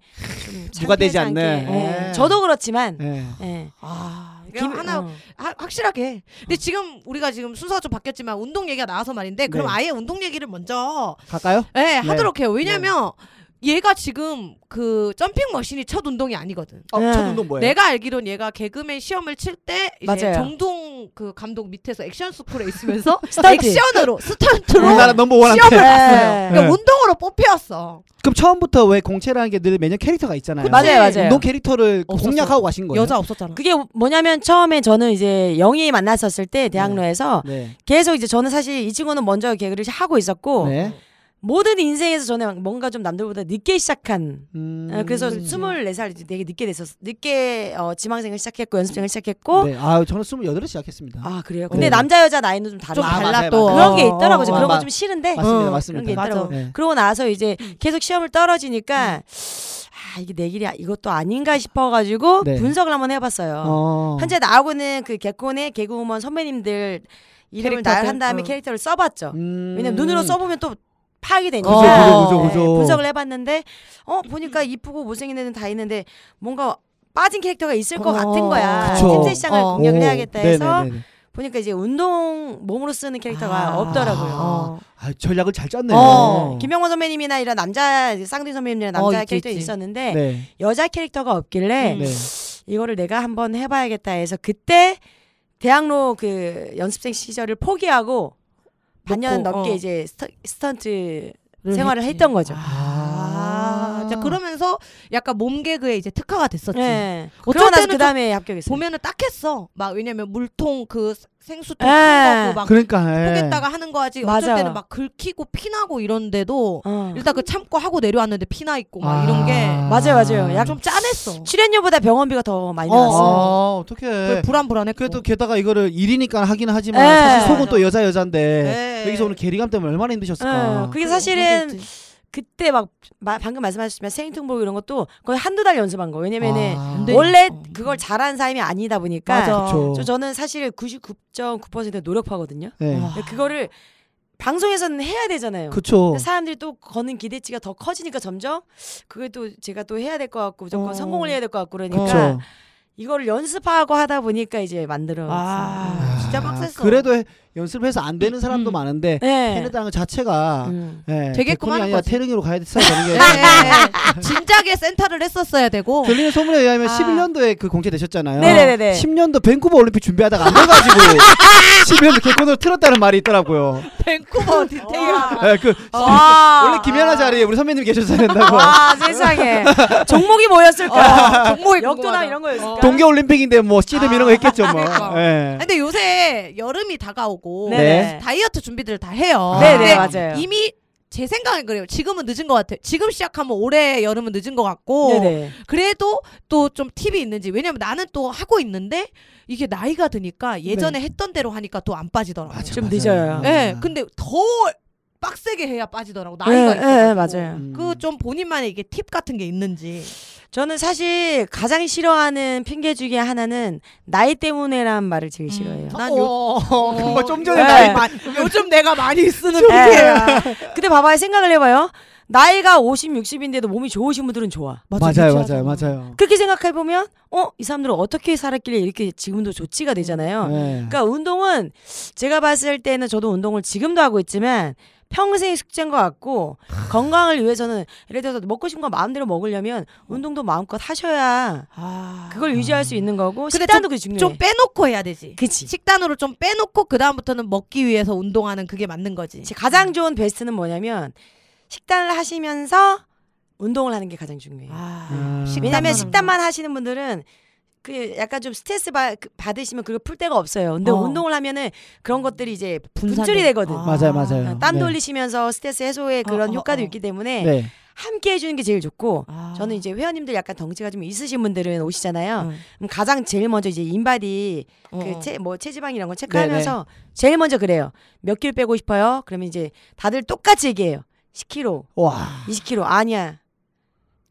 Speaker 3: 좀
Speaker 2: <laughs> 누가 되지
Speaker 3: 창피하지 않게.
Speaker 2: 않는.
Speaker 3: 예.
Speaker 2: 예.
Speaker 3: 저도 그렇지만
Speaker 2: 네.
Speaker 3: 예.
Speaker 1: 아, 그냥
Speaker 3: 김-
Speaker 1: 하나
Speaker 3: 어.
Speaker 1: 하- 확실하게.
Speaker 2: 어.
Speaker 1: 근데 지금 우리가 지금 순서가 좀 바뀌었지만 운동 얘기가 나와서 말인데 그럼
Speaker 2: 네.
Speaker 1: 아예 운동 얘기를 먼저
Speaker 2: 갈까요?
Speaker 1: 예, 하도록 해요. 왜냐면
Speaker 2: 네.
Speaker 1: 얘가 지금 그 점핑 머신이 첫 운동이 아니거든.
Speaker 2: 어,
Speaker 3: 네.
Speaker 2: 첫 운동 뭐예요?
Speaker 1: 내가 알기론 얘가 개그맨 시험을 칠 때 이제
Speaker 3: 맞아요.
Speaker 1: 정동 그 감독 밑에서 액션 스쿨에 있으면서
Speaker 2: <laughs>
Speaker 3: 스턴트.
Speaker 1: 액션으로 스턴트로
Speaker 2: 우리나라 넘버 원한테.
Speaker 1: 시험을 봤어요.
Speaker 3: 네.
Speaker 1: 그러니까
Speaker 2: 네.
Speaker 1: 운동으로 뽑혔어.
Speaker 2: 그럼 처음부터 왜 공채라는 게 늘 매년 캐릭터가 있잖아요.
Speaker 1: 그치?
Speaker 3: 맞아요, 맞아요.
Speaker 2: 운동 캐릭터를
Speaker 1: 없었어요.
Speaker 2: 공략하고 가신 거예요?
Speaker 1: 여자 없었잖아.
Speaker 3: 그게 뭐냐면 처음에 저는 이제 영희 만났었을 때 대학로에서
Speaker 2: 네.
Speaker 3: 계속 이제 저는 사실 이 친구는 먼저 개그를 하고 있었고
Speaker 2: 네.
Speaker 3: 모든 인생에서 저는 뭔가 좀 남들보다 늦게 시작한
Speaker 2: 음.
Speaker 3: 어, 그래서
Speaker 1: 그렇죠.
Speaker 3: 스물네 살 되게 늦게 됐었 늦게 어, 지망생을 시작했고 연습생을 시작했고
Speaker 2: 네. 아, 저는 28에 시작했습니다.
Speaker 3: 어? 아 그래요 근데
Speaker 2: 네.
Speaker 3: 남자 여자 나이는 좀 다르고
Speaker 1: 좀
Speaker 2: 아,
Speaker 1: 달라
Speaker 2: 맞아요,
Speaker 1: 또
Speaker 2: 맞아요.
Speaker 3: 그런 게 있더라고 요
Speaker 2: 어,
Speaker 3: 그런
Speaker 2: 마-
Speaker 3: 건 좀 싫은데
Speaker 2: 맞습니다.
Speaker 1: 어,
Speaker 2: 맞습니다.
Speaker 3: 네. 그런 게 있더라고
Speaker 1: 맞아.
Speaker 2: 네.
Speaker 3: 그러고 나서 이제 계속 시험을
Speaker 2: 음.
Speaker 3: 떨어지니까 아 이게 내 길이 아- 이것도 아닌가 싶어가지고
Speaker 2: 네.
Speaker 3: 분석을 한번 해봤어요
Speaker 2: 어.
Speaker 3: 현재 나오고 있는 그 개콘의 개그우먼 선배님들 이름을
Speaker 1: 캐릭터들?
Speaker 3: 나열한 다음에
Speaker 1: 어.
Speaker 3: 캐릭터를 써봤죠.
Speaker 2: 음.
Speaker 3: 왜냐면 눈으로 써보면 또 파악이 되니까
Speaker 1: 그죠, 그죠,
Speaker 2: 그죠, 그죠.
Speaker 3: 네, 분석을 해봤는데 어 보니까 이쁘고 못생긴 애는 다 있는데 뭔가 빠진 캐릭터가 있을 것
Speaker 1: 어,
Speaker 3: 같은 거야
Speaker 2: 그쵸.
Speaker 3: 팀 세션을
Speaker 1: 어.
Speaker 3: 공략을
Speaker 2: 오,
Speaker 3: 해야겠다 해서
Speaker 2: 네네네네.
Speaker 3: 보니까 이제 운동 몸으로 쓰는 캐릭터가
Speaker 1: 아.
Speaker 3: 없더라고요.
Speaker 1: 어.
Speaker 2: 아, 전략을 잘 짰네요.
Speaker 1: 어,
Speaker 3: 김영원 선배님이나 이런 남자 쌍둥이 선배님이나 남자
Speaker 1: 어, 있지,
Speaker 3: 캐릭터
Speaker 1: 있지.
Speaker 3: 있었는데
Speaker 2: 네.
Speaker 3: 여자 캐릭터가 없길래
Speaker 1: 음.
Speaker 2: 네.
Speaker 3: 이거를 내가 한번 해봐야겠다 해서 그때 대학로 그 연습생 시절을 포기하고 반년
Speaker 1: 놓고,
Speaker 3: 넘게
Speaker 1: 어.
Speaker 3: 이제 스턴- 스턴트
Speaker 1: 를
Speaker 3: 생활을
Speaker 1: 했지.
Speaker 3: 했던 거죠.
Speaker 1: 아, 자, 그러면서 약간 몸개그에 이제 특화가 됐었지.
Speaker 3: 네.
Speaker 1: 어쩔
Speaker 3: 그러고 나서
Speaker 1: 때는
Speaker 3: 그 다음에 합격했어요.
Speaker 1: 보면은 딱했어. 막 왜냐면 물통 그 생수통
Speaker 3: 예.
Speaker 1: 예. 막
Speaker 2: 그러니까 예.
Speaker 1: 포겠다가 하는 거 하지. 어쩔
Speaker 3: 맞아.
Speaker 1: 때는 막 긁히고 피나고 이런데도
Speaker 3: 어.
Speaker 1: 일단 그 참고 하고 내려왔는데 피나 있고 막 이런 게
Speaker 3: 맞아요, 맞아요. 약간
Speaker 1: 좀 짠했어.
Speaker 3: 출연료보다 병원비가 더 많이
Speaker 1: 어.
Speaker 3: 나왔어요.
Speaker 2: 아,
Speaker 1: 그
Speaker 2: 어떻게?
Speaker 1: 불안불안했고.
Speaker 2: 그래도 게다가 이거를 일이니까 하긴 하지만
Speaker 3: 예.
Speaker 2: 사실 속은
Speaker 1: 맞아.
Speaker 2: 또 여자 여자인데
Speaker 1: 네.
Speaker 2: 여기서 오늘 괴리감 때문에 얼마나 힘드셨을까.
Speaker 3: 예, 그게 사실은 그때 막 마- 방금 말씀하셨지만 생뚱복 이런 것도 거의 한두 달 연습한 거예요. 왜냐면은
Speaker 2: 아,
Speaker 1: 근데-
Speaker 3: 원래
Speaker 1: 어.
Speaker 3: 그걸 잘하는 사람이 아니다 보니까
Speaker 1: 맞아.
Speaker 2: 그쵸.
Speaker 3: 저, 저는 사실 99.9% 노력하거든요.
Speaker 2: 네.
Speaker 1: 와.
Speaker 3: 근데 그거를 방송에서는 해야 되잖아요.
Speaker 2: 그쵸.
Speaker 3: 근데 사람들이 또 거는 기대치가 더 커지니까 점점 그게 또 제가 또 해야 될 것 같고 무조건
Speaker 1: 어.
Speaker 3: 성공을 해야 될 것 같고 그러니까
Speaker 2: 그쵸.
Speaker 3: 이거를 연습하고 하다 보니까 이제 만들어.
Speaker 1: 아, 진짜
Speaker 2: 아,
Speaker 1: 빡셌어.
Speaker 2: 그래도 해- 연습해서 안 되는
Speaker 1: 음.
Speaker 2: 사람도 많은데
Speaker 3: 네.
Speaker 2: 해내다는 것 자체가
Speaker 3: 음.
Speaker 2: 예,
Speaker 1: 되게끔
Speaker 2: 개콘이
Speaker 1: 하는
Speaker 2: 아니라
Speaker 1: 거지.
Speaker 2: 태릉으로
Speaker 1: <laughs>
Speaker 2: 가야 됐어야 되는
Speaker 1: 네,
Speaker 2: 게
Speaker 1: 네, 네. 진작에 센터를 했었어야 되고.
Speaker 2: 들리는 소문에 의하면
Speaker 1: 아.
Speaker 2: 11년도에 그 공채되셨잖아요.
Speaker 3: 네네네네.
Speaker 2: 10년도 밴쿠버 올림픽 준비하다가 안 돼가지고
Speaker 1: <laughs>
Speaker 2: 11년도 개콘으로 틀었다는 말이 있더라고요.
Speaker 1: 밴쿠버 디테일.
Speaker 2: 예, 그
Speaker 3: 와.
Speaker 2: <laughs> 원래 김연아 자리에 우리 선배님 계셨어야 된다고.
Speaker 1: 아,
Speaker 3: 와 세상에 종목이 뭐였을까?
Speaker 1: 어, 종목이
Speaker 3: 역도나
Speaker 1: 궁금하다.
Speaker 3: 이런 거였을까?
Speaker 1: 어.
Speaker 2: 동계 올림픽인데 뭐 시드미 이런 거 했겠죠 뭐.
Speaker 1: 그러니까.
Speaker 2: 예.
Speaker 1: 근데 요새 여름이 다가오고
Speaker 2: 네.
Speaker 1: 다이어트 준비들을 다 해요.
Speaker 2: 네,
Speaker 1: 근데
Speaker 3: 네네 맞아요.
Speaker 1: 이미 제 생각엔 그래요. 지금은 늦은 것 같아요. 지금 시작하면 올해 여름은 늦은 것 같고
Speaker 3: 네네.
Speaker 1: 그래도 또 좀 팁이 있는지 왜냐면 나는 또 하고 있는데 이게 나이가 드니까 예전에 했던 대로 하니까 또 안 빠지더라고요.
Speaker 2: 맞아,
Speaker 3: 좀
Speaker 2: 맞아.
Speaker 3: 늦어요.
Speaker 1: 예,
Speaker 2: 음.
Speaker 1: 근데 더 빡세게 해야 빠지더라고 나이가
Speaker 3: 예,
Speaker 1: 있어.
Speaker 3: 예, 예, 맞아요.
Speaker 2: 음.
Speaker 1: 그 좀 본인만의 이게 팁 같은 게 있는지.
Speaker 3: 저는 사실 가장 싫어하는 핑계 중에 하나는 나이 때문에라는 말을 제일 싫어해요.
Speaker 1: 음.
Speaker 2: 난
Speaker 1: 난 요-
Speaker 2: 요... 그거 좀 전에
Speaker 3: 네.
Speaker 2: 나이
Speaker 1: 마- <laughs> 요즘 내가 많이 쓰는 팁이에요.
Speaker 3: 예. 근데 봐봐요. 생각을 해봐요. 나이가 50, 60인데도 몸이 좋으신 분들은 좋아.
Speaker 2: 맞아요, 맞아요, 맞아요.
Speaker 3: 그렇게 생각해보면, 어, 이 사람들은 어떻게 살았길래 이렇게 지금도 조치가 되잖아요.
Speaker 2: 네.
Speaker 3: 그러니까 운동은 제가 봤을 때는 저도 운동을 지금도 하고 있지만 평생 숙제인 것 같고 건강을 위해서는 예를 들어서 먹고 싶은 거 마음대로 먹으려면 운동도 마음껏
Speaker 1: 어.
Speaker 3: 하셔야
Speaker 1: 아,
Speaker 3: 그걸 유지할 수 있는 거고
Speaker 1: 근데
Speaker 3: 식단도 그게 중요해.
Speaker 1: 좀 빼놓고 해야 되지.
Speaker 3: 그치.
Speaker 1: 식단으로 좀 빼놓고 그 다음부터는 먹기 위해서 운동하는 그게 맞는 거지.
Speaker 3: 제 가장 좋은 베스트는 뭐냐면 식단을 하시면서 운동을 하는 게 가장 중요해요.
Speaker 1: 아,
Speaker 2: 음.
Speaker 1: 식단만
Speaker 3: 왜냐하면
Speaker 1: 하는
Speaker 3: 식단만 하시는 분들은 그 약간 좀 스트레스 받, 그- 받으시면 그걸 풀 데가 없어요. 근데
Speaker 1: 어.
Speaker 3: 운동을 하면은 그런 것들이 이제
Speaker 1: 분산돼.
Speaker 3: 분출이 되거든.
Speaker 1: 아.
Speaker 2: 맞아요, 맞아요.
Speaker 3: 땀
Speaker 2: 네.
Speaker 3: 돌리시면서 스트레스 해소에 그런
Speaker 1: 어, 어,
Speaker 3: 효과도
Speaker 1: 어.
Speaker 3: 있기 때문에
Speaker 2: 네.
Speaker 3: 함께 해주는 게 제일 좋고
Speaker 1: 거. 아.
Speaker 3: 저는 이제 회원님들 약간 덩치가 좀 있으신 분들은 오시잖아요.
Speaker 1: 응.
Speaker 3: 그럼 가장 제일 먼저 이제 인바디
Speaker 1: 어, 어.
Speaker 3: 그 체 뭐 체지방 이런 걸 체크하면서 제일 먼저 그래요. 몇 킬로 빼고 싶어요? 그러면 이제 다들 똑같이 얘기해요. 10킬로,
Speaker 2: 와.
Speaker 3: 20킬로 아니야.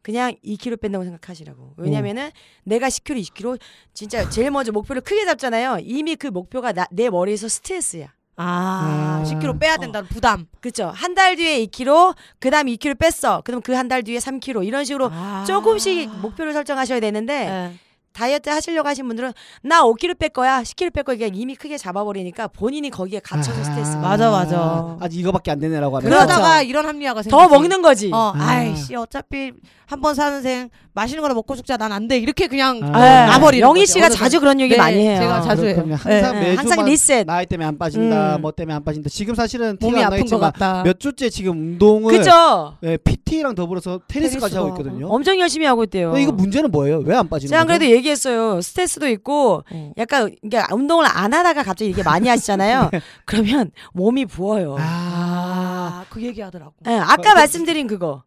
Speaker 3: 그냥 2킬로 뺀다고 생각하시라고. 왜냐면은 내가 10킬로, 20킬로 진짜 제일 먼저 목표를 크게 잡잖아요. 이미 그 목표가 나- 내 머리에서 스트레스야.
Speaker 1: 아,
Speaker 2: 음.
Speaker 1: 10kg 빼야 된다는 부담.
Speaker 3: 그쵸? 한 달 뒤에 2킬로, 그다음 2킬로 뺐어. 그럼 그 한 달 뒤에 3킬로 이런 식으로
Speaker 1: 아.
Speaker 3: 조금씩 목표를 설정하셔야 되는데
Speaker 1: 네.
Speaker 3: 다이어트 하시려고 하신 분들은 나 5kg 뺄 거야, 10kg 뺄 거야 그냥 이미 크게 잡아버리니까 본인이 거기에 갇혀서 스트레스. 받-
Speaker 1: 맞아, 맞아.
Speaker 2: 아직 이거밖에 안 되네라고 하면.
Speaker 1: 그러다가
Speaker 3: 그렇죠.
Speaker 1: 이런 합리화가 생겨.
Speaker 3: 더 먹는 거지.
Speaker 1: 어,
Speaker 2: 아.
Speaker 1: 아이씨, 어차피 한 번 사는 생 맛있는 거나 먹고 죽자 난 안 돼. 이렇게 그냥
Speaker 2: 아.
Speaker 3: 예.
Speaker 1: 나버리는
Speaker 3: 영희
Speaker 1: 거지.
Speaker 3: 씨가
Speaker 1: 어느
Speaker 3: 자주 그런 얘기
Speaker 1: 네,
Speaker 3: 많이 해요.
Speaker 1: 제가 자주 해요. 네,
Speaker 2: 그럼요. 항상
Speaker 3: 예,
Speaker 2: 매주
Speaker 3: 항상 리셋.
Speaker 2: 나이 때문에 안 빠진다,
Speaker 3: 음.
Speaker 2: 뭐 때문에 안 빠진다. 지금 사실은 티가
Speaker 1: 몸이
Speaker 2: 안
Speaker 1: 아픈 것
Speaker 2: 나겠지만
Speaker 1: 같다.
Speaker 2: 몇 주째 지금 운동을
Speaker 3: 그죠?
Speaker 2: 예, PT랑 더불어서 테니스까지
Speaker 1: 테니스도
Speaker 2: 하고
Speaker 1: 하고.
Speaker 2: 있거든요.
Speaker 3: 엄청 열심히 하고 있대요.
Speaker 1: 어,
Speaker 2: 근데 이거 문제는 뭐예요? 왜 안 빠지는
Speaker 3: 제가
Speaker 2: 거죠?
Speaker 3: 안 그래도 얘기했어요. 스트레스도 있고
Speaker 1: 어.
Speaker 3: 약간 이게 운동을 안 하다가 갑자기 이게 많이 하시잖아요.
Speaker 1: <laughs> 네.
Speaker 3: 그러면 몸이 부어요.
Speaker 2: 아.
Speaker 1: 아, 그 얘기하더라고.
Speaker 3: 예, 아까 말씀드린 그거.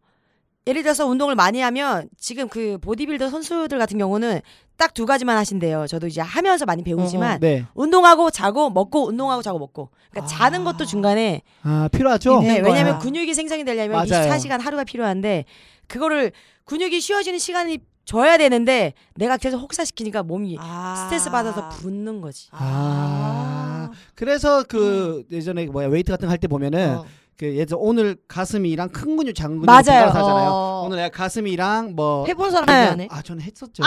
Speaker 3: 예를 들어서 운동을 많이 하면 지금 그 보디빌더 선수들 같은 경우는 딱 두 가지만 하신대요. 저도 이제 하면서 많이 배우지만
Speaker 2: 네.
Speaker 3: 운동하고 자고 먹고 운동하고 자고 먹고. 그러니까
Speaker 1: 아.
Speaker 3: 자는 것도 중간에
Speaker 2: 아, 필요하죠?
Speaker 1: 있는
Speaker 3: 네,
Speaker 1: 거야. 아.
Speaker 3: 왜냐하면 근육이 생성이 되려면
Speaker 2: 맞아요.
Speaker 3: 24시간 하루가 필요한데 그거를 근육이 쉬어지는 시간이 줘야 되는데 내가 계속 혹사시키니까 몸이 스트레스 받아서 붓는 거지.
Speaker 2: 아. 그래서 그 예전에 뭐야 웨이트 같은 거 할 때 보면은
Speaker 1: 어.
Speaker 2: 그 예를 들어 오늘 가슴이랑 큰 근육 작은 근육
Speaker 3: 맞아요.
Speaker 2: 따라서 하잖아요.
Speaker 1: 어.
Speaker 2: 오늘 내가 가슴이랑 뭐
Speaker 1: 해본 사람 얘기 안 해?
Speaker 2: 아 저는 했었죠.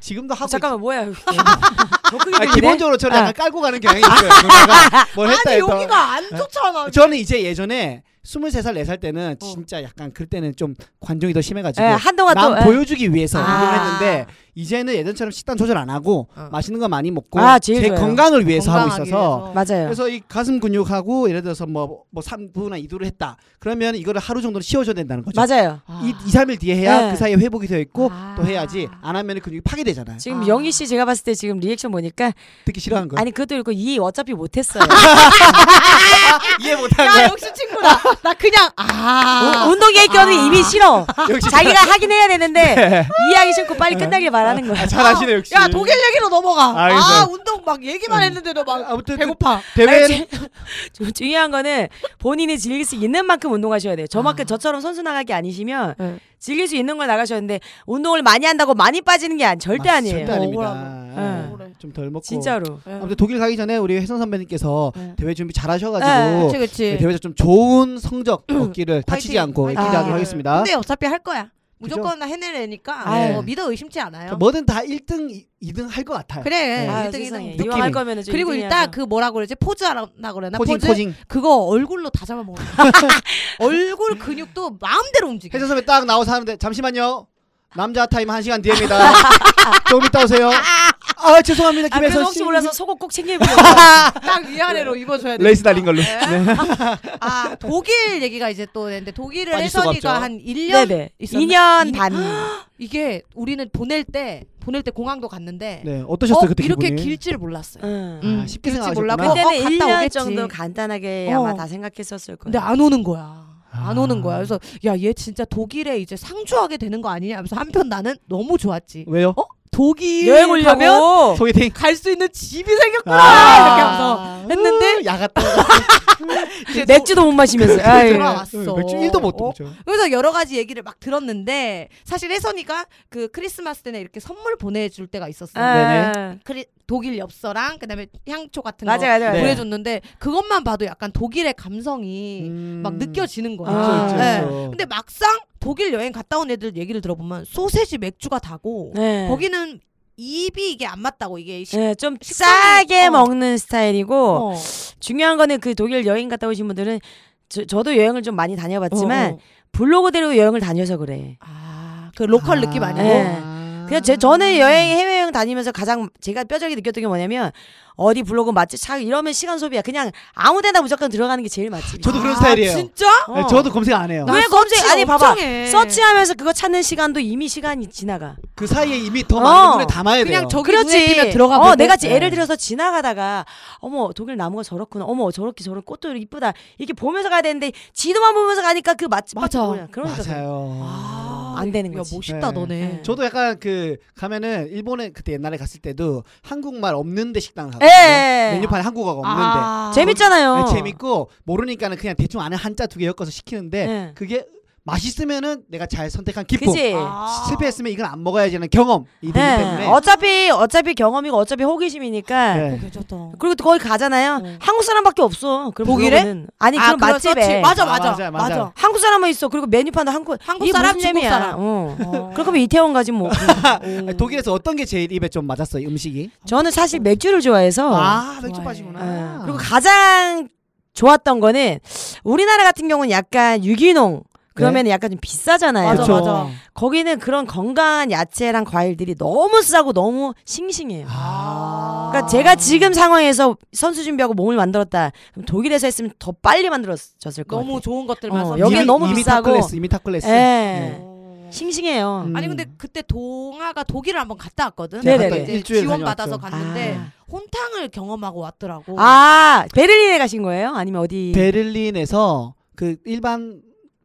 Speaker 2: 지금도 하고
Speaker 3: 아, 잠깐만 뭐야? 이거. <laughs> 저 크게
Speaker 2: 있... 아,
Speaker 3: 들리네?
Speaker 2: 기본적으로 저는 약간
Speaker 3: 아.
Speaker 2: 깔고 가는 경향이 있어요. 누나가 뭘 했다
Speaker 1: 아니
Speaker 2: 했다.
Speaker 1: 여기가 안 좋잖아.
Speaker 2: 저는 이제 예전에 23살 4살 때는 진짜 약간 그럴 때는 좀 관종이 더 심해가지고
Speaker 3: 예, 한동안
Speaker 2: 남
Speaker 3: 또 예.
Speaker 2: 보여주기 위해서
Speaker 3: 아.
Speaker 2: 운동을 했는데 이제는 예전처럼 식단 조절 안 하고
Speaker 1: 어.
Speaker 2: 맛있는 거 많이 먹고
Speaker 3: 아,
Speaker 2: 제
Speaker 3: 제일 좋아요.
Speaker 2: 건강을 위해서 하고
Speaker 1: 건강하기
Speaker 2: 있어서
Speaker 1: 위해서.
Speaker 3: 예. 맞아요.
Speaker 2: 그래서 이 가슴 근육하고 예를 들어서 뭐뭐 3부나 2두를 했다. 그러면 이거를 하루 정도는 쉬어줘야 된다는 거죠.
Speaker 3: 맞아요.
Speaker 1: 아.
Speaker 2: 이, 2, 3일 뒤에 해야
Speaker 3: 네.
Speaker 2: 그 사이에 회복이 되어 있고
Speaker 1: 아.
Speaker 2: 또 해야지 안 하면 근육이 파괴되잖아요.
Speaker 3: 지금
Speaker 1: 아.
Speaker 3: 영희 씨 제가 봤을 때 지금 리액션 보니까
Speaker 2: 듣기 싫어하는 거예요.
Speaker 3: 아니 그것도 그렇고 이 어차피 못했어요.
Speaker 2: 이해 못하는
Speaker 1: 야
Speaker 2: 거예요.
Speaker 1: 역시 친구다. 네. <laughs> 나 그냥 아.
Speaker 3: 우- 운동 얘기하는 이미 싫어.
Speaker 2: 역시
Speaker 3: 자기가 하긴 해야 되는데 이해하기 싫고 빨리 끝나길 바라는 거야.
Speaker 2: 잘하시네 역시.
Speaker 1: 야 독일 얘기로 넘어가.
Speaker 2: 알겠어요.
Speaker 1: 아 운동 막 얘기만
Speaker 2: 음.
Speaker 1: 했는데도 막
Speaker 2: 아무튼 그
Speaker 1: 배고파.
Speaker 2: 대회
Speaker 3: 아니, <laughs> 주- 중요한 거는 본인이 즐길 수 있는 만큼 운동하셔야 돼요. 저만큼 저처럼 선수 나가기 아니시면
Speaker 1: 네.
Speaker 3: 즐길 수 있는 걸 나가셔야 되는데 운동을 많이 한다고 많이 빠지는 게 아니, 절대
Speaker 2: 아,
Speaker 3: 아니에요.
Speaker 2: 절대
Speaker 1: 억울한
Speaker 2: 아닙니다.
Speaker 1: 거. 네.
Speaker 2: 좀 덜 먹고.
Speaker 3: 진짜로.
Speaker 2: 그 아무튼 독일 가기 전에 우리 혜선 선배님께서
Speaker 3: 네.
Speaker 2: 대회 준비
Speaker 3: 네,
Speaker 2: 잘하셔가지고
Speaker 1: 그치 그치.
Speaker 2: 대회에서 좀 좋은 성적 얻기를 뭐 다치지 않고
Speaker 1: 화이팅.
Speaker 2: 기대하도록
Speaker 3: 아.
Speaker 2: 하겠습니다.
Speaker 1: 근데 어차피 할 거야.
Speaker 2: 그죠?
Speaker 1: 무조건 해내려니까
Speaker 2: 아유. 네.
Speaker 1: 어, 믿어 의심치 않아요.
Speaker 2: 뭐든 다 1등, 2등 할 것 같아요.
Speaker 1: 그래.
Speaker 2: 네.
Speaker 3: 아유,
Speaker 1: 1등
Speaker 3: 세상에.
Speaker 1: 1등.
Speaker 2: 느낌이.
Speaker 3: 이왕 할 거면
Speaker 1: 그리고 일단 그 뭐라 그러지? 포즈 하나 그러나
Speaker 2: 포징
Speaker 1: 포즈?
Speaker 2: 포징.
Speaker 1: 그거 얼굴로 다
Speaker 2: <laughs>
Speaker 1: 잡아먹어. 얼굴 근육도 마음대로 움직여.
Speaker 2: 혜선 선배 딱 나와서 하는데 잠시만요. 남자 타임 1시간 뒤입니다. 조금 이따 오세요. 아 죄송합니다.
Speaker 3: 아, 그래서
Speaker 2: 김혜선
Speaker 3: 혹시
Speaker 2: 씨.
Speaker 3: 몰라서 속옷 꼭 챙겨입으려고.
Speaker 1: 딱 위아래로 입어줘야 돼.
Speaker 2: 네. 레이스 달린 걸로.
Speaker 1: 네. 아 독일 얘기가 이제 또 했는데 독일을
Speaker 2: 빠질 수가
Speaker 1: 혜선이가
Speaker 2: 없죠.
Speaker 1: 한 1년
Speaker 3: 네네.
Speaker 1: 있었나?
Speaker 3: 2년
Speaker 1: 이-
Speaker 3: 반.
Speaker 1: 이게 우리는 보낼 때 보낼 때 공항도 갔는데
Speaker 2: 네. 어떠셨어요
Speaker 1: 어,
Speaker 2: 그때
Speaker 1: 이렇게
Speaker 2: 기분이?
Speaker 1: 길지를 몰랐어요.
Speaker 3: 응.
Speaker 1: 음,
Speaker 2: 아, 쉽게
Speaker 1: 길지
Speaker 2: 생각하셨구나.
Speaker 1: 몰랐고
Speaker 3: 그때는
Speaker 1: 어, 갔다
Speaker 3: 1년
Speaker 1: 오겠지.
Speaker 3: 정도 간단하게
Speaker 1: 어.
Speaker 3: 아마 다 생각했었을 거예요.
Speaker 1: 근데 안 오는 거야. 안
Speaker 2: 아.
Speaker 1: 오는 거야. 그래서 야 얘 진짜 독일에 이제 상주하게 되는 거 아니냐 하면서 한편 나는 너무 좋았지.
Speaker 2: 왜요?
Speaker 1: 어? 독일
Speaker 3: 여행
Speaker 1: 가면
Speaker 3: 오려고
Speaker 2: 소개팅.
Speaker 1: 갈수 있는 집이 생겼구나
Speaker 2: 아.
Speaker 1: 이렇게 하면서
Speaker 3: 음.
Speaker 1: 했는데
Speaker 2: 야 같다.
Speaker 1: 이제
Speaker 3: 맥주도 못 마시면서. 아유.
Speaker 1: 돌아왔어.
Speaker 2: 맥주 1도 못
Speaker 1: 어?
Speaker 2: 먹죠.
Speaker 1: 그래서 여러 가지 얘기를 막 들었는데 사실 혜선이가 그 크리스마스 때는 이렇게 선물 보내줄 때가 있었어.
Speaker 3: 아,
Speaker 2: 네네.
Speaker 1: 크리, 독일 엽서랑 그다음에 향초 같은 거
Speaker 3: 맞아 맞아. 맞아.
Speaker 2: 네.
Speaker 1: 보내줬는데 그것만 봐도 약간 독일의 감성이
Speaker 3: 음.
Speaker 1: 막 느껴지는 거야.
Speaker 3: 아.
Speaker 2: 음. 그렇죠,
Speaker 1: 네.
Speaker 2: 그렇죠.
Speaker 1: 근데 막상 독일 여행 갔다 온 애들 얘기를 들어보면 소세지 맥주가 다고
Speaker 3: 네.
Speaker 1: 거기는 입이 이게 안 맞다고 이게 식-
Speaker 3: 네, 좀
Speaker 1: 식성이-
Speaker 3: 싸게
Speaker 1: 어.
Speaker 3: 먹는 스타일이고
Speaker 1: 어.
Speaker 3: 중요한 거는 그 독일 여행 갔다 오신 분들은 저, 저도 여행을 좀 많이 다녀봤지만
Speaker 1: 어, 어.
Speaker 3: 블로그대로 여행을 다녀서 그래.
Speaker 1: 아그 로컬 느낌 아니고
Speaker 3: 네. 그냥 제, 저는 여행 해외여행 다니면서 가장 제가 뼈저리게 느꼈던 게 뭐냐면 어디 블로그 맛집 차 이러면 시간 소비야. 그냥 아무데나 무조건 들어가는 게 제일 어. 맛집.
Speaker 2: 저도 그런
Speaker 1: 아,
Speaker 2: 스타일이에요.
Speaker 1: 진짜?
Speaker 2: 네, 저도 검색 안 해요.
Speaker 3: 왜 검색 아니 봐봐.
Speaker 1: 엄청해.
Speaker 3: 서치하면서 그거 찾는 시간도 이미 시간이 지나가.
Speaker 2: 그 사이에 이미 더 많은
Speaker 3: 어.
Speaker 2: 분에 담아야 돼요.
Speaker 1: 그냥 저기 눈에 띄면
Speaker 3: 그렇지.
Speaker 1: 들어가
Speaker 3: 어,
Speaker 1: 보고
Speaker 3: 내가 지-
Speaker 2: 네.
Speaker 3: 예를 들어서 지나가다가 어머 독일 나무가 저렇구나. 어머 저렇게 저런 꽃도 이렇게 이쁘다. 이렇게 보면서 가야 되는데 지도만 보면서 가니까 그 맛집밖에
Speaker 1: 맞아.
Speaker 3: 몰라. 그러니까
Speaker 2: 맞아요.
Speaker 1: 아,
Speaker 3: 안 되는 거지.
Speaker 1: 야 멋있다
Speaker 2: 네.
Speaker 1: 너네.
Speaker 2: 저도 약간 그 가면은 일본에 그때 옛날에 갔을 때도 한국말 없는데 식당을
Speaker 3: 예,
Speaker 2: 가거든요.
Speaker 3: 예. 예.
Speaker 2: 메뉴판에 한국어가 없는데
Speaker 1: 아.
Speaker 3: 재밌잖아요.
Speaker 2: 네, 재밌고 모르니까는 그냥 대충 아는 한자 두 개 엮어서 시키는데
Speaker 1: 예.
Speaker 3: 네.
Speaker 2: 그게 맛있으면은 내가 잘 선택한 기쁨
Speaker 3: 그치.
Speaker 1: 아.
Speaker 2: 실패했으면 이건 안 먹어야지는 경험이 되기
Speaker 3: 예.
Speaker 2: 때문에
Speaker 3: 어차피 어차피 경험이고 어차피 호기심이니까.
Speaker 2: 네.
Speaker 1: 어, 괜찮다.
Speaker 3: 그리고 또 거기 가잖아요.
Speaker 1: 네.
Speaker 3: 한국 사람밖에 없어. 그럼
Speaker 1: 독일에?
Speaker 3: 그거는. 아니
Speaker 1: 아,
Speaker 3: 그럼
Speaker 1: 그런
Speaker 3: 맛집에.
Speaker 1: 서치. 맞아
Speaker 2: 아,
Speaker 1: 맞아 맞아.
Speaker 2: 맞아요, 맞아요.
Speaker 3: 한국 사람만 있어. 그리고 메뉴판도 한국.
Speaker 1: 한국
Speaker 3: 이게
Speaker 1: 사람
Speaker 3: 무슨
Speaker 1: 중국
Speaker 3: 재미야.
Speaker 1: 사람.
Speaker 3: 어.
Speaker 1: 어.
Speaker 3: 그럴 거면 이태원 가지 뭐.
Speaker 2: 음. 아니, 독일에서 어떤 게 제일 입에 좀 맞았어요 음식이?
Speaker 3: 저는 사실 맥주를 어. 좋아해서.
Speaker 2: 아 맥주
Speaker 1: 좋아해.
Speaker 2: 빠지구나.
Speaker 3: 예. 그리고 가장 좋았던 거는 우리나라 같은 경우는 약간 유기농. 그러면 약간 좀 비싸잖아요.
Speaker 1: 맞아,
Speaker 2: 그쵸.
Speaker 1: 맞아.
Speaker 3: 거기는 그런 건강한 야채랑 과일들이 너무 싸고 너무 싱싱해요.
Speaker 2: 아.
Speaker 3: 그러니까 제가 지금 상황에서 선수 준비하고 몸을 만들었다. 그럼 독일에서 했으면 더 빨리 만들었을 거예요.
Speaker 1: 너무 좋은 것들만
Speaker 3: 어,
Speaker 1: 어,
Speaker 3: 여긴
Speaker 2: 이미-
Speaker 3: 너무
Speaker 2: 이미
Speaker 3: 비싸고.
Speaker 2: 탑 클래스, 이미 탑 클래스.
Speaker 1: 네.
Speaker 3: 예. 싱싱해요.
Speaker 2: 음.
Speaker 1: 아니 근데 그때 동아가 독일을 한번 갔다 왔거든.
Speaker 3: 제가 갔다
Speaker 1: 근데 이제
Speaker 2: 일주일
Speaker 1: 지원 받아서
Speaker 2: 다녀왔죠.
Speaker 1: 갔는데
Speaker 3: 아.
Speaker 1: 혼탕을 경험하고 왔더라고.
Speaker 3: 아 베를린에 가신 거예요? 아니면 어디?
Speaker 1: 네.
Speaker 2: 베를린에서 그 일반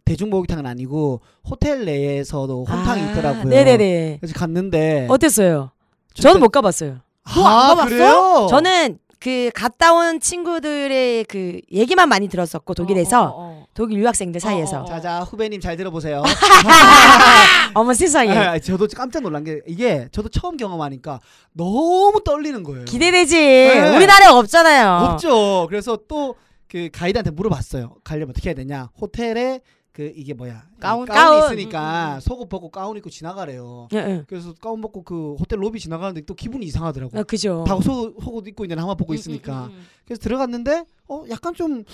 Speaker 2: 대중목욕탕은 아니고 호텔 내에서도 혼탕이
Speaker 3: 아,
Speaker 2: 있더라고요.
Speaker 3: 네네네.
Speaker 2: 그래서 갔는데 아,
Speaker 3: 어땠어요? 저는 못 가봤어요.
Speaker 1: 안 가봤어요?
Speaker 2: 그래요?
Speaker 3: 저는 그 갔다 온 친구들의 그 얘기만 많이 들었었고 독일에서
Speaker 1: 어, 어, 어.
Speaker 3: 독일 유학생들 사이에서
Speaker 1: 어, 어.
Speaker 2: 자자 후배님 잘
Speaker 3: <laughs>
Speaker 2: 들어보세요.
Speaker 3: 어머 세상에
Speaker 2: 아, 저도 깜짝 놀란 게 이게 저도 처음 경험하니까 너무 떨리는 거예요.
Speaker 3: 기대되지.
Speaker 2: 네.
Speaker 3: 우리나라에 없잖아요.
Speaker 2: 없죠. 그래서 또 그 가이드한테 물어봤어요. 가려면 어떻게 해야 되냐? 호텔에 그 이게 뭐야? 이
Speaker 1: 가운,
Speaker 2: 가운이
Speaker 3: 가운.
Speaker 2: 있으니까
Speaker 1: 음, 음.
Speaker 2: 속옷 벗고 가운 입고 지나가래요.
Speaker 3: 예, 예.
Speaker 2: 그래서 가운 벗고 그 호텔 로비 지나가는데 또 기분이 이상하더라고.
Speaker 3: 아, 그죠.
Speaker 2: 다 속옷, 속옷 입고 있는 하마 보고
Speaker 3: 음,
Speaker 2: 있으니까.
Speaker 1: 음,
Speaker 2: 그래서 들어갔는데 어 약간 좀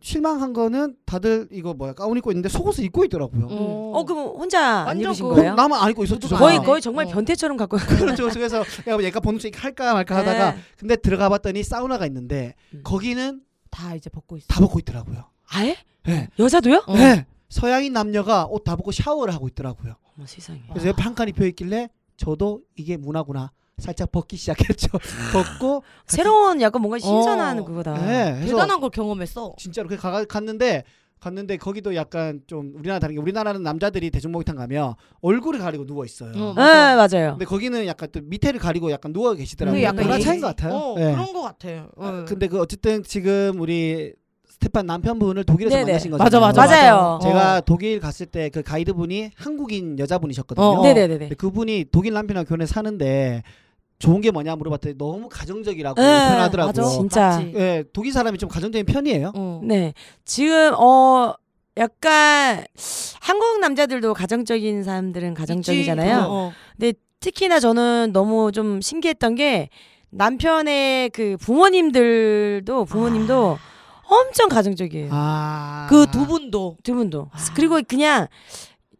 Speaker 2: 실망한 거는 다들 이거 뭐야 가운 입고 있는데 속옷을 입고 있더라고요.
Speaker 1: 음.
Speaker 3: 어, 그럼 혼자 안
Speaker 1: 완전
Speaker 3: 입으신
Speaker 1: 그-
Speaker 3: 거예요?
Speaker 2: 그럼 나만 안 입고 있었죠.
Speaker 1: 모두가.
Speaker 3: 거의
Speaker 2: 저는.
Speaker 1: 아.
Speaker 3: 거의 정말
Speaker 1: 어.
Speaker 3: 변태처럼 갖고
Speaker 2: 그렇죠. 그래서 야 얘가 보는 책 할까 말까 하다가
Speaker 3: 예.
Speaker 2: 근데 들어가 봤더니 사우나가 있는데
Speaker 3: 음.
Speaker 2: 거기는
Speaker 1: 다 이제 벗고 있어.
Speaker 2: 다 벗고 있더라고요.
Speaker 3: 아예?
Speaker 2: 예.
Speaker 3: 여자도요?
Speaker 1: 어.
Speaker 2: 네. 서양인 남녀가 옷 다 벗고 샤워를 하고 있더라고요.
Speaker 3: 어머 세상에.
Speaker 2: 그래서 옆에 한칸 입혀 있길래 저도 이게 문화구나 살짝 벗기 시작했죠. <laughs> 벗고
Speaker 3: 새로운 약간 뭔가 신선한
Speaker 1: 어.
Speaker 3: 그거다.
Speaker 2: 네. 그래서
Speaker 1: 대단한 걸 경험했어.
Speaker 2: 진짜로 그 가, 갔는데 갔는데 거기도 약간 좀 우리나라 다른 게 우리나라는 남자들이 대중목욕탕 가면 얼굴을 가리고 누워 있어요.
Speaker 1: 어.
Speaker 3: 네, 맞아요.
Speaker 2: 근데 거기는 약간 또 밑에를 가리고 약간 누워 계시더라고요.
Speaker 1: 그게 약간
Speaker 2: 문화 뭐 차이인
Speaker 1: 예지-
Speaker 2: 것 같아요.
Speaker 1: 어,
Speaker 2: 예.
Speaker 1: 그런 것 같아. 어.
Speaker 2: 아, 근데 그 어쨌든 지금 우리 스테판 남편분을 독일에서
Speaker 3: 네네.
Speaker 2: 만나신 거잖아요.
Speaker 1: 맞아 맞아 어.
Speaker 3: 맞아요.
Speaker 2: 제가 독일 갔을 때 그 가이드분이 한국인 여자분이셨거든요.
Speaker 1: 어, 어.
Speaker 3: 네, 네, 네, 네.
Speaker 2: 근데 그분이 독일 남편이랑 결혼해 사는데 좋은 게 뭐냐 물어봤더니 너무 가정적이라고
Speaker 3: 네,
Speaker 2: 편하더라고.
Speaker 1: 맞아.
Speaker 2: 요
Speaker 3: 진짜.
Speaker 1: 맞지.
Speaker 2: 예, 독일 사람이 좀 가정적인 편이에요.
Speaker 1: 어.
Speaker 3: 네. 지금 어 약간 한국 남자들도 가정적인 사람들은
Speaker 1: 있지.
Speaker 3: 가정적이잖아요.
Speaker 1: 어.
Speaker 3: 특히나 저는 너무 좀 신기했던 게 남편의 그 부모님들도 부모님도 엄청 가정적이에요.
Speaker 2: 아.
Speaker 1: 그 두 분도
Speaker 3: 네. 두 분도.
Speaker 1: 아.
Speaker 3: 그리고 그냥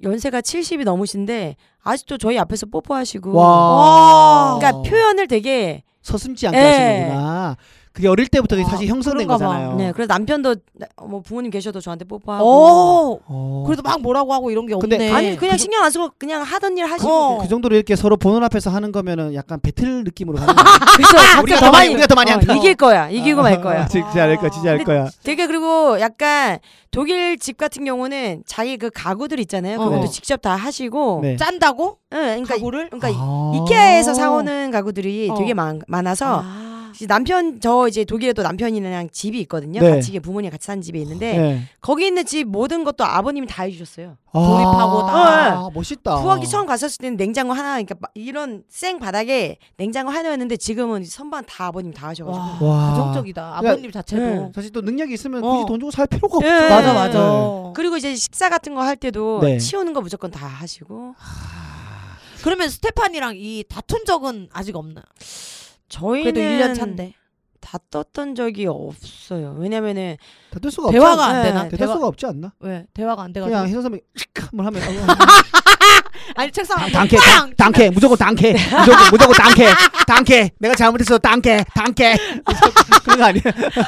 Speaker 3: 연세가 70이 넘으신데 아직도 저희 앞에서 뽀뽀하시고
Speaker 2: 와. 아.
Speaker 3: 그러니까 표현을 되게
Speaker 2: 어, 서슴지 않게
Speaker 3: 예.
Speaker 2: 하시는구나. 그게 어릴 때부터
Speaker 1: 아,
Speaker 2: 사실 형성된
Speaker 1: 그런가 봐.
Speaker 2: 거잖아요.
Speaker 3: 네, 그래서 남편도 나- 뭐 부모님 계셔도 저한테 뽀뽀하고
Speaker 1: 어.
Speaker 2: 어.
Speaker 1: 그래도 막 뭐라고 하고 이런 게
Speaker 2: 근데
Speaker 1: 없네.
Speaker 3: 아니 그냥
Speaker 2: 그-
Speaker 3: 신경 안 쓰고 그냥 하던 일 하시고
Speaker 1: 어.
Speaker 2: 그 정도로 이렇게 서로 보는 앞에서 하는 거면은 약간 배틀 느낌으로 가는 거예요.
Speaker 3: 그래서 <laughs>
Speaker 2: 우리가
Speaker 3: 각자
Speaker 2: 더
Speaker 3: 더
Speaker 2: 많이
Speaker 3: 많이
Speaker 2: 우리가 더 많이 아,
Speaker 3: 어,
Speaker 2: 한다.
Speaker 3: 이길 거야 이기고 말
Speaker 2: <laughs>
Speaker 3: 거야
Speaker 2: 진짜 알 거야. 진짜 알 거야.
Speaker 3: 되게 그리고 약간 독일 집 같은 경우는 자기 그 가구들 있잖아요
Speaker 1: 어.
Speaker 3: 그것도
Speaker 2: 네.
Speaker 3: 직접 다 하시고
Speaker 2: 네.
Speaker 1: 짠다고?
Speaker 3: 응, 그러니까
Speaker 1: 가구를?
Speaker 3: 어, 그러니까
Speaker 2: 아.
Speaker 3: 이케아에서 사오는 가구들이
Speaker 1: 어.
Speaker 3: 되게 많, 많아서
Speaker 1: 아.
Speaker 3: 이제 남편 저 이제 독일에도 남편이랑 집이 있거든요
Speaker 2: 네.
Speaker 3: 같이 이게 부모님 같이 사는 집이 있는데
Speaker 2: 네.
Speaker 3: 거기 있는 집 모든 것도 아버님이 다 해주셨어요
Speaker 1: 조립하고 다.
Speaker 2: 아, 멋있다.
Speaker 3: 부엌이 처음 갔었을 때는 냉장고 하나 그러니까 막 이런 생 바닥에 냉장고 하나였는데 지금은 선반 다 아버님 다 하셔가지고
Speaker 1: 와.
Speaker 2: 와.
Speaker 1: 그 가정적이다. 아버님 자체도.
Speaker 3: 네.
Speaker 2: 사실 또 능력이 있으면
Speaker 1: 어.
Speaker 2: 굳이 돈 주고 살 필요가 네. 없죠.
Speaker 3: 예.
Speaker 1: 맞아 어. 맞아.
Speaker 3: 그리고 이제 식사 같은 거 할 때도
Speaker 2: 네.
Speaker 3: 치우는 거 무조건 다 하시고
Speaker 1: 그, 러면 스테판이랑 이 다툰 적은 아직 없나?
Speaker 3: 저희는
Speaker 1: 그래도 1년 차인데.
Speaker 3: 다 떴던 적이 없어요. 왜냐면은
Speaker 2: 다들 수가 없지.
Speaker 1: 대화가
Speaker 3: 없죠.
Speaker 1: 안 되나?
Speaker 3: 네,
Speaker 2: 그 대화
Speaker 1: 대화
Speaker 2: 수가 없지 않나?
Speaker 1: 왜 대화가 안 돼가지고
Speaker 2: 그냥 해선 선배 한번 하면 어,
Speaker 1: 아니 책상
Speaker 2: 당-
Speaker 1: 앞에
Speaker 2: 당캐
Speaker 1: 빵!
Speaker 2: 당- 당캐 무조건 당캐 무조건 무조건 당캐 당캐 내가 잘못했어 당캐 당캐 <laughs> 그런 거 아니에요?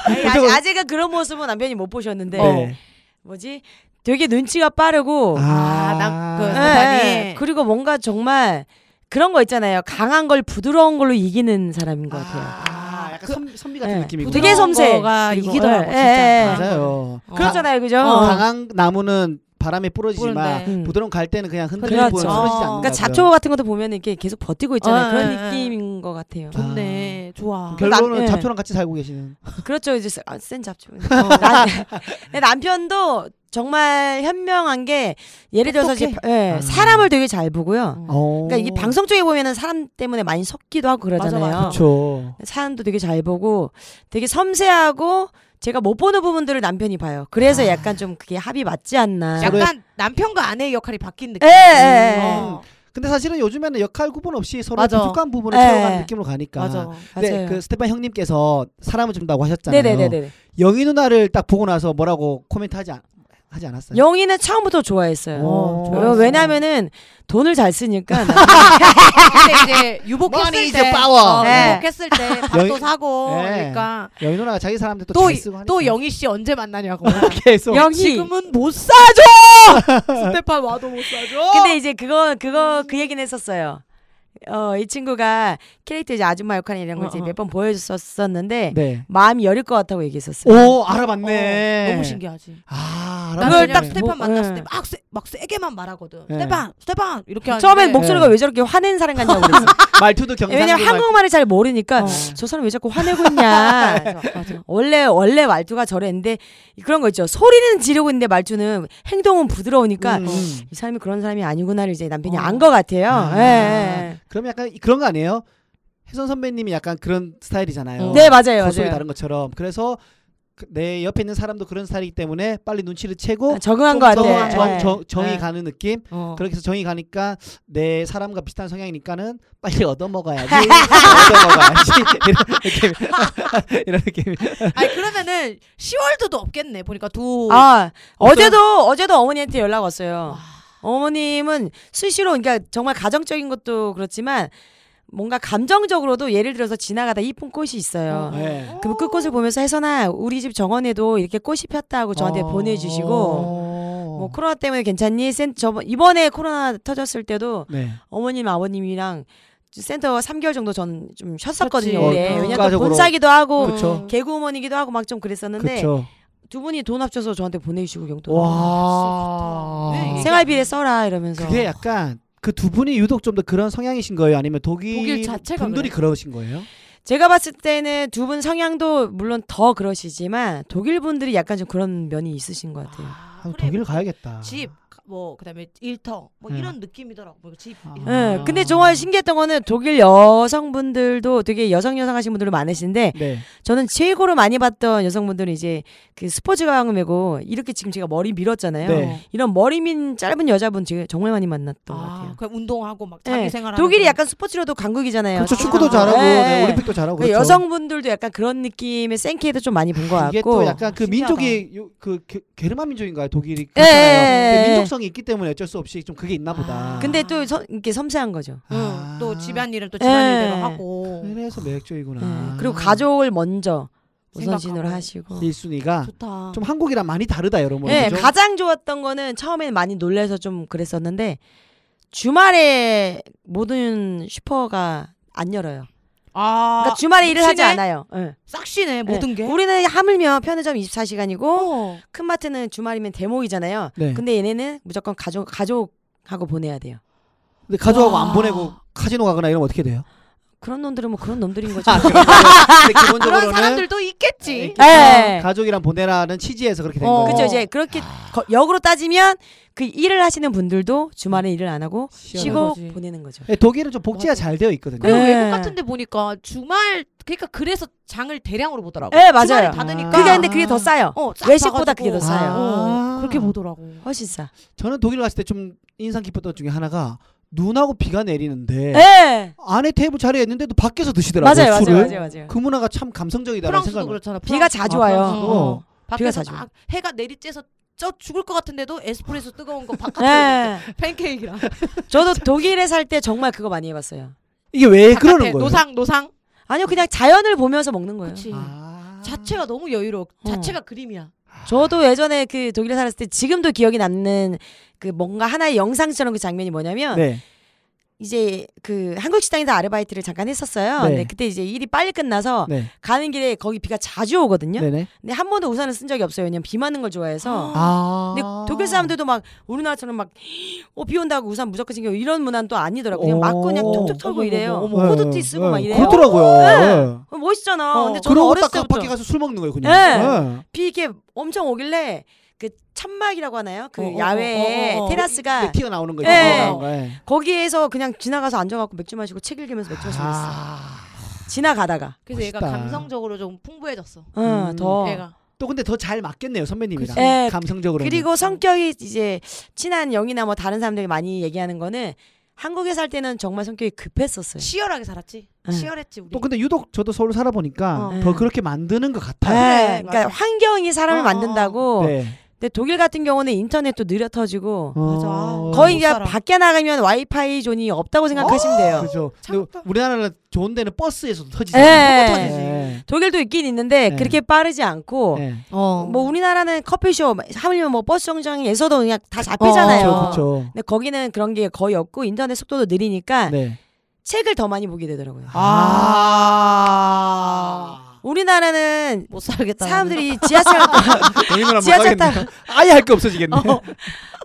Speaker 3: 아니,
Speaker 2: 무조건-
Speaker 3: 아직, 은 그런 모습은 남편이 못 보셨는데
Speaker 2: 네.
Speaker 3: 뭐지 되게 눈치가 빠르고
Speaker 1: 아, 난 그-
Speaker 3: 예,
Speaker 1: 세상에.
Speaker 3: 예. 그리고 뭔가 정말 그런 거 있잖아요. 강한 걸 부드러운 걸로 이기는 사람인 것 같아요.
Speaker 2: 아, 약간
Speaker 1: 그-
Speaker 2: 섬, 선비 같은
Speaker 3: 예.
Speaker 2: 느낌이고.
Speaker 3: 되게
Speaker 1: 부드러운
Speaker 3: 섬세.
Speaker 1: 거가
Speaker 3: 그리고,
Speaker 1: 이기더라고
Speaker 3: 예,
Speaker 1: 진짜.
Speaker 3: 예.
Speaker 2: 네. 맞아요.
Speaker 1: 어.
Speaker 3: 그렇잖아요, 그죠?
Speaker 1: 어.
Speaker 3: 어.
Speaker 2: 강한 나무는 바람에 부러지지만
Speaker 1: 그런데.
Speaker 3: 음.
Speaker 2: 부드러운 갈대는 그냥 흔들리고
Speaker 3: 그렇죠.
Speaker 2: 쓰러지지 않는
Speaker 3: 그러니까 자초 같은 것도 보면 이렇게 계속 버티고 있잖아요.
Speaker 1: 어, 예,
Speaker 3: 그런
Speaker 1: 예.
Speaker 3: 느낌인 것 같아요.
Speaker 1: 좋네. 좋아.
Speaker 2: 결론은
Speaker 3: 남- 예.
Speaker 2: 잡초랑 같이 살고 계시는.
Speaker 3: 그렇죠. 이제 세- 아, 센 잡초. <laughs> 남, 내 남편도 정말 현명한 게 예를 들어서 이제 예,
Speaker 2: 아.
Speaker 3: 사람을 되게 잘 보고요.
Speaker 2: 어.
Speaker 3: 그러니까 이 방송 쪽에 보면은 사람 때문에 많이 섞기도 하고 그러잖아요.
Speaker 1: 맞아, 맞아.
Speaker 2: 그렇죠.
Speaker 3: 사람도 되게 잘 보고 되게 섬세하고 제가 못 보는 부분들을 남편이 봐요. 그래서
Speaker 2: 아.
Speaker 3: 약간 좀 그게 합이 맞지 않나.
Speaker 2: 자-
Speaker 1: 약간 남편과 아내의 역할이 바뀐 느낌.
Speaker 3: 예, 예, 예.
Speaker 1: 어.
Speaker 2: 근데 사실은 요즘에는 역할 구분 없이 서로
Speaker 1: 맞아.
Speaker 2: 부족한 부분을
Speaker 3: 예.
Speaker 2: 채워가는 느낌으로 가니까.
Speaker 1: 맞아. <laughs>
Speaker 2: 근데
Speaker 3: 맞아요.
Speaker 2: 그 스테판 형님께서 사람을 준다고 하셨잖아요.
Speaker 3: 네네네네.
Speaker 2: 영희 누나를 딱 보고 나서 뭐라고 코멘트 하지 않, 하지 않았어요?
Speaker 3: 영희는 처음부터 좋아했어요.
Speaker 2: 네. 오.
Speaker 3: 어, 왜냐면은 돈을 잘 쓰니까 나중에
Speaker 1: 근데 이제
Speaker 2: Money
Speaker 1: 유복했을
Speaker 2: is
Speaker 1: 때,
Speaker 2: a power.
Speaker 1: 어,
Speaker 3: 네.
Speaker 1: 유복했을 때 밥도
Speaker 2: 여기-
Speaker 1: 사고
Speaker 2: 네.
Speaker 1: 그러니까
Speaker 2: 영희 누나가 자기 사람들 또
Speaker 1: 또
Speaker 2: 잘
Speaker 1: 이-
Speaker 2: 쓰고 하니까.
Speaker 1: 또 영희 씨 언제 만나냐고.
Speaker 2: 계속.
Speaker 3: 영희
Speaker 1: 지금은 못 사줘. 스테판 와도 못 사줘.
Speaker 3: 근데 이제 그거 그거 그 얘기는 했었어요. 어 이 친구가 캐릭터 이제 아줌마 역할 이런 걸 이제
Speaker 1: 어, 어.
Speaker 3: 몇 번 보여줬었는데
Speaker 2: 네.
Speaker 3: 마음이 여릴 것 같다고 얘기했었어요.
Speaker 2: 오 알아봤네.
Speaker 1: 어, 너무 신기하지.
Speaker 2: 아
Speaker 1: 나
Speaker 3: 그걸
Speaker 2: 알아봤네.
Speaker 1: 그냥
Speaker 3: 딱
Speaker 1: 스테판
Speaker 3: 뭐,
Speaker 1: 만났을
Speaker 3: 예.
Speaker 1: 때 막 세, 막 세게만 말하거든.
Speaker 2: 예.
Speaker 1: 스테판, 스테판 이렇게 하는데
Speaker 3: 처음엔 뭐- 목소리가
Speaker 2: 네.
Speaker 3: 왜 저렇게 화낸 사람 같냐고 그랬어요.
Speaker 2: 아, 말투도 경상도
Speaker 3: 예, 왜냐면
Speaker 2: 말-
Speaker 3: 한국말을 잘 모르니까
Speaker 1: 어.
Speaker 3: 저 사람 왜 자꾸 화내고 있냐. 그래서
Speaker 1: 맞아.
Speaker 3: 원래 원래 말투가 저랬는데 그런 거 있죠. 소리는 지르고 있는데 말투는 행동은 부드러우니까
Speaker 2: 음, 음.
Speaker 3: 이 사람이 그런 사람이 아니구나를 이제 남편이
Speaker 1: 어.
Speaker 3: 안 것 같아요.
Speaker 2: 아.
Speaker 3: 예, 예.
Speaker 2: 그럼 약간 이- 그런 거 아니에요? 혜선 선배님이 약간 그런 스타일이잖아요.
Speaker 1: 어.
Speaker 3: 네 맞아요
Speaker 2: 거소이
Speaker 3: 맞아요.
Speaker 2: 다른 것처럼. 그래서 그- 내 옆에 있는 사람도 그런 스타일이기 때문에 빨리 눈치를 채고
Speaker 3: 아, 적응한
Speaker 2: 좀
Speaker 3: 거 같아.
Speaker 2: 더 정,
Speaker 3: 예.
Speaker 2: 정, 정이
Speaker 3: 예.
Speaker 2: 가는 느낌.
Speaker 3: 어.
Speaker 2: 그렇게 해서 정이 가니까 내 사람과 비슷한 성향이니까는 빨리 얻어
Speaker 3: <laughs>
Speaker 2: 먹어야지. 얻어 먹어야지. 이런 <laughs> 느낌. 이런 느낌.
Speaker 1: 아니 그러면은 10월도도 없겠네 보니까 두
Speaker 3: 아 어제도 어제도 어머니한테 연락 왔어요. 어머님은 수시로 그러니까 정말 가정적인 것도 그렇지만 뭔가 감정적으로도 예를 들어서 지나가다 이쁜 꽃이 있어요.
Speaker 2: 어. 예.
Speaker 3: 그럼 그 꽃을 보면서 해서나 우리 집 정원에도 이렇게 꽃이 폈다고 저한테
Speaker 2: 어.
Speaker 3: 보내주시고 뭐 코로나 때문에 괜찮니? 센 저번 이번에 코로나 터졌을 때도
Speaker 2: 네.
Speaker 3: 어머님 아버님이랑 센터 3개월 정도 전 좀
Speaker 1: 그렇지.
Speaker 3: 쉬었었거든요. 올해.
Speaker 1: 어,
Speaker 3: 왜냐면 또
Speaker 2: 국가적으로.
Speaker 3: 본사기도
Speaker 1: 음.
Speaker 3: 하고
Speaker 2: 그쵸.
Speaker 3: 개그우먼이기도 하고 막 좀 그랬었는데
Speaker 2: 그렇죠.
Speaker 3: 두 분이 돈 합쳐서 저한테 보내주시고 경돈
Speaker 1: 진짜 좋다.
Speaker 2: 와.
Speaker 1: 네, 이게-
Speaker 3: 생활비에 써라 이러면서
Speaker 2: 그게 약간 그 두 분이 유독 좀 더 그런 성향이신 거예요? 아니면 독일,
Speaker 1: 독일 자체가
Speaker 2: 분들이 그러신 거예요?
Speaker 3: 제가 봤을 때는 두 분 성향도 물론 더 그러시지만 독일 분들이 약간 좀 그런 면이 있으신 것 같아요.
Speaker 1: 아,
Speaker 2: 아,
Speaker 1: 그래.
Speaker 2: 독일 가야겠다.
Speaker 1: 집 뭐 그다음에 일터 뭐
Speaker 2: 음.
Speaker 1: 이런 느낌이더라고 뭐집
Speaker 2: 아.
Speaker 1: 일터.
Speaker 3: 예, 근데 정말 신기했던 거는 독일 여성분들도 되게 여성 여성하신 분들도 많으신데
Speaker 2: 네.
Speaker 3: 저는 최고로 많이 봤던 여성분들은 이제 그 스포츠 가방 메고 이렇게 지금 제가 머리 밀었잖아요.
Speaker 2: 네.
Speaker 3: 이런 머리 민 짧은 여자분 제가 정말 많이 만났던 것
Speaker 1: 아,
Speaker 3: 같아요.
Speaker 1: 그냥 운동하고 막 자기
Speaker 3: 예,
Speaker 1: 생활하는
Speaker 3: 독일이
Speaker 1: 거.
Speaker 3: 약간 스포츠로도 강국이잖아요.
Speaker 2: 그렇죠.
Speaker 1: 아,
Speaker 2: 축구도
Speaker 1: 아,
Speaker 2: 잘하고
Speaker 3: 예,
Speaker 2: 네,
Speaker 3: 예.
Speaker 2: 올림픽도 잘하고
Speaker 3: 그러니까
Speaker 2: 그렇죠.
Speaker 3: 여성분들도 약간 그런 느낌의 생케이도 좀 많이 본 것
Speaker 2: 이게 또
Speaker 3: 같고
Speaker 2: 약간 그
Speaker 1: 신기하다.
Speaker 2: 민족이 요- 그 게- 게르만 민족인가요? 독일이
Speaker 3: 예,
Speaker 2: 그렇잖아요.
Speaker 3: 예, 예.
Speaker 2: 근데 민족성이 있기 때문에 어쩔 수 없이 좀 그게 있나 보다.
Speaker 1: 아.
Speaker 3: 근데 또 섬- 이렇게 섬세한 거죠.
Speaker 1: 응,
Speaker 2: 아,
Speaker 1: 또 집안일은 또
Speaker 3: 예.
Speaker 1: 집안일대로 하고
Speaker 3: 그러니까
Speaker 2: 그래서 매력적이구나.
Speaker 3: 예, 그리고 가족을 먼저 우선순위로
Speaker 1: 생각하고.
Speaker 3: 하시고
Speaker 2: 1순위가
Speaker 1: 좋다.
Speaker 2: 좀 한국이랑 많이 다르다 여러분.
Speaker 3: 네,
Speaker 2: 그죠?
Speaker 3: 가장 좋았던 거는 처음에는 많이 놀래서 좀 그랬었는데 주말에 모든 슈퍼가 안 열어요.
Speaker 1: 아,
Speaker 3: 그러니까 주말에 일을 하지
Speaker 1: 묻히네?
Speaker 3: 않아요. 예.
Speaker 1: 싹시네
Speaker 3: 예.
Speaker 1: 모든 게.
Speaker 3: 우리는 하물며 편의점 24시간이고
Speaker 1: 어.
Speaker 3: 큰 마트는 주말이면 대목이잖아요.
Speaker 2: 네.
Speaker 3: 근데 얘네는 무조건 가족 가족하고 보내야 돼요.
Speaker 2: 근데 가족하고
Speaker 1: 와.
Speaker 2: 안 보내고 카지노 가거나 이러면 어떻게 돼요?
Speaker 3: 그런 놈들은 뭐 그런 놈들인 거죠.
Speaker 2: 아, 그런 거는- 근데
Speaker 1: 그런
Speaker 2: 기본적으로는
Speaker 3: 네,
Speaker 1: 사람들도 있겠지.
Speaker 3: 예.
Speaker 2: 가족이랑 아. 보내라는 취지에서 그렇게 된
Speaker 1: 어.
Speaker 2: 거예요.
Speaker 3: 그렇죠. 이제 그렇게 거- 역으로 따지면 그 일을 하시는 분들도 주말에 일을 안 하고
Speaker 2: 시원한
Speaker 3: 쉬고
Speaker 1: 거지.
Speaker 3: 보내는 거죠.
Speaker 2: 네, 독일은 좀 복지가
Speaker 1: 맞아.
Speaker 2: 잘 되어 있거든요.
Speaker 1: 그리고
Speaker 3: 네.
Speaker 1: 외국 같은데 보니까 주말 그러니까 그래서 장을 대량으로 보더라고.
Speaker 2: 네.
Speaker 3: 예, 맞아요.
Speaker 1: 주말에 닫으니까.
Speaker 3: 그게 근데 그게 더 싸요.
Speaker 1: 어, 싹
Speaker 3: 외식보다
Speaker 1: 봐가지고.
Speaker 3: 그게 더 싸요.
Speaker 1: 어,
Speaker 2: 아.
Speaker 1: 그렇게 보더라고.
Speaker 3: 훨씬 싸.
Speaker 2: 저는 독일 갔을 때 좀 인상 깊었던 중에 하나가 눈하고 비가 내리는데
Speaker 3: 예.
Speaker 2: 안에 테이블 자리에 있는데도 밖에서 드시더라고요.
Speaker 3: 맞아요, 맞아요,
Speaker 2: 네. 술을.
Speaker 3: 맞아요, 맞아요.
Speaker 2: 그 문화가 참 감성적이다라는
Speaker 1: 프랑스도
Speaker 2: 생각을
Speaker 1: 그렇잖아.
Speaker 3: 비가
Speaker 1: 프랑스.
Speaker 3: 자주
Speaker 2: 아,
Speaker 3: 와요.
Speaker 2: 프랑스도.
Speaker 1: 어.
Speaker 3: 비가
Speaker 1: 밖에서
Speaker 3: 자주
Speaker 1: 막 해가 내리쬐서 쪄 죽을 것 같은데도 에스프레소 뜨거운 거
Speaker 2: 어.
Speaker 1: 바깥에
Speaker 2: 네.
Speaker 3: 예.
Speaker 1: <laughs> 팬케이크랑
Speaker 3: 저도 독일에 살 때 정말 그거 많이 해봤어요.
Speaker 2: 이게 왜
Speaker 1: 바깥에
Speaker 2: 그러는 거예요?
Speaker 1: 노상 노상.
Speaker 3: 아니요, 그냥 자연을 보면서 먹는 거예요.
Speaker 1: 그렇지.
Speaker 2: 아.
Speaker 1: 자체가 너무 여유로워.
Speaker 3: 어.
Speaker 1: 자체가 그림이야.
Speaker 3: 저도 예전에 그 독일에 살았을 때 지금도 기억이 남는 그 뭔가 하나의 영상처럼 그 장면이 뭐냐면
Speaker 2: 네.
Speaker 3: 이제 그 한국 식당에서 아르바이트를 잠깐 했었어요.
Speaker 2: 네.
Speaker 3: 근데 그때 이제 일이 빨리 끝나서
Speaker 2: 네.
Speaker 3: 가는 길에 거기 비가 자주 오거든요.
Speaker 2: 네네.
Speaker 3: 근데 한 번도 우산을 쓴 적이 없어요. 왜냐면 비 맞는 걸 좋아해서.
Speaker 2: 아.
Speaker 3: 어. 근데 독일 사람들도 막 우리나라처럼 막어비 온다고 우산 무조건 챙겨 이런 문화는 또 아니더라고. 그냥 맞고 그냥
Speaker 2: 오.
Speaker 3: 툭툭 털고
Speaker 1: 어머,
Speaker 3: 이래요.
Speaker 1: 어머,
Speaker 2: 네, 네,
Speaker 3: 코드티 쓰고
Speaker 2: 네.
Speaker 3: 뭐 막 이래요.
Speaker 2: 그렇더라고요. 네.
Speaker 3: 어, 멋있잖아.
Speaker 1: 어.
Speaker 3: 근데 저는
Speaker 2: 그러고 딱
Speaker 3: 어렸을
Speaker 2: 그
Speaker 3: 때부터
Speaker 2: 밖에 가서 술 먹는 거예요, 그냥.
Speaker 3: 네.
Speaker 2: 네.
Speaker 3: 비 이렇게 엄청 오길래 그 천막이라고 하나요? 그
Speaker 1: 어, 어,
Speaker 3: 야외에
Speaker 1: 어, 어, 어.
Speaker 3: 테라스가
Speaker 2: 튀어 나오는 거예요.
Speaker 3: 네.
Speaker 2: 튀어나오는 거, 네.
Speaker 3: 거기에서 그냥 지나가서 앉아갖고 맥주 마시고 책 읽으면서 맥주 마시고 있어.
Speaker 2: 아.
Speaker 3: 지나가다가
Speaker 1: 그래서 얘가
Speaker 2: 멋있다.
Speaker 1: 감성적으로 좀 풍부해졌어.
Speaker 3: 어,
Speaker 2: 음.
Speaker 3: 더
Speaker 1: 얘가
Speaker 2: 또 근데 더 잘 맞겠네요, 선배님이랑.
Speaker 3: 그치. 네.
Speaker 2: 감성적으로.
Speaker 3: 그리고
Speaker 1: 그러니까.
Speaker 3: 성격이 이제 친한 영이나 뭐 다른 사람들이 많이 얘기하는 거는 한국에 살 때는 정말 성격이 급했었어요.
Speaker 1: 치열하게 살았지.
Speaker 3: 응.
Speaker 1: 치열했지 우리.
Speaker 2: 네. 또그 근데 유독 저도 서울 살아보니까
Speaker 1: 어.
Speaker 2: 더 그렇게 만드는 것
Speaker 3: 네,
Speaker 2: 같아요.
Speaker 3: 그러니까
Speaker 1: 맞아.
Speaker 3: 환경이 사람을
Speaker 1: 어,
Speaker 3: 만든다고.
Speaker 2: 네.
Speaker 3: 근데 독일 같은 경우는 인터넷도 느려 터지고
Speaker 1: 맞아.
Speaker 2: 어.
Speaker 1: 못
Speaker 3: 거의 그냥
Speaker 1: 살아. 어.
Speaker 3: 밖에 나가면 와이파이 존이 없다고 생각하시면 돼요.
Speaker 2: 그죠. 근데
Speaker 1: 차갑다.
Speaker 2: 우리나라는 좋은 데는 버스에서도 터지잖아요.
Speaker 1: 터지지.
Speaker 3: 예.
Speaker 2: 네.
Speaker 3: 독일도 있긴 있는데
Speaker 2: 네.
Speaker 3: 그렇게 빠르지 않고
Speaker 2: 네.
Speaker 1: 어.
Speaker 3: 뭐 우리나라는 커피숍 하물며 뭐 버스 정류장에서도 그냥 다
Speaker 2: 그렇죠,
Speaker 3: 잡히잖아요.
Speaker 2: 그렇죠.
Speaker 3: 근데 거기는 그런 게 거의 없고 인터넷 속도도 느리니까
Speaker 2: 네.
Speaker 3: 책을 더 많이 보게 되더라고요.
Speaker 1: 아.
Speaker 2: 아.
Speaker 3: 우리나라는
Speaker 1: 못 살겠다.
Speaker 3: 사람들이
Speaker 1: <laughs>
Speaker 3: 지하철 <laughs> 아, 지하철 타
Speaker 2: 아예 할 게 없어지겠네.
Speaker 3: 어.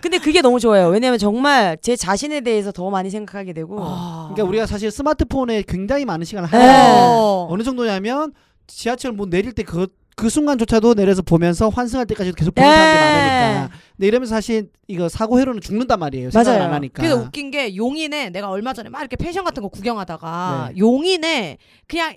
Speaker 3: 근데 그게 너무 좋아요. 왜냐면 정말 제 자신에 대해서 더 많이 생각하게 되고
Speaker 1: 아. 어.
Speaker 2: 그러니까 우리가 사실 스마트폰에 굉장히 많은 시간을
Speaker 3: 네.
Speaker 2: 하요 어느 정도냐면 지하철 뭐 내릴 때 그 그 순간조차도 내려서 보면서 환승할 때까지도 계속 보는 사람들이
Speaker 3: 네.
Speaker 2: 많으니까. 근데 이러면서 사실 이거 사고 회로는 죽는단 말이에요. 생각을
Speaker 3: 맞아요.
Speaker 2: 안 하니까.
Speaker 1: 그래서 웃긴 게 용인에 내가 얼마 전에 막 이렇게 펜션 같은 거 구경하다가 용인에 그냥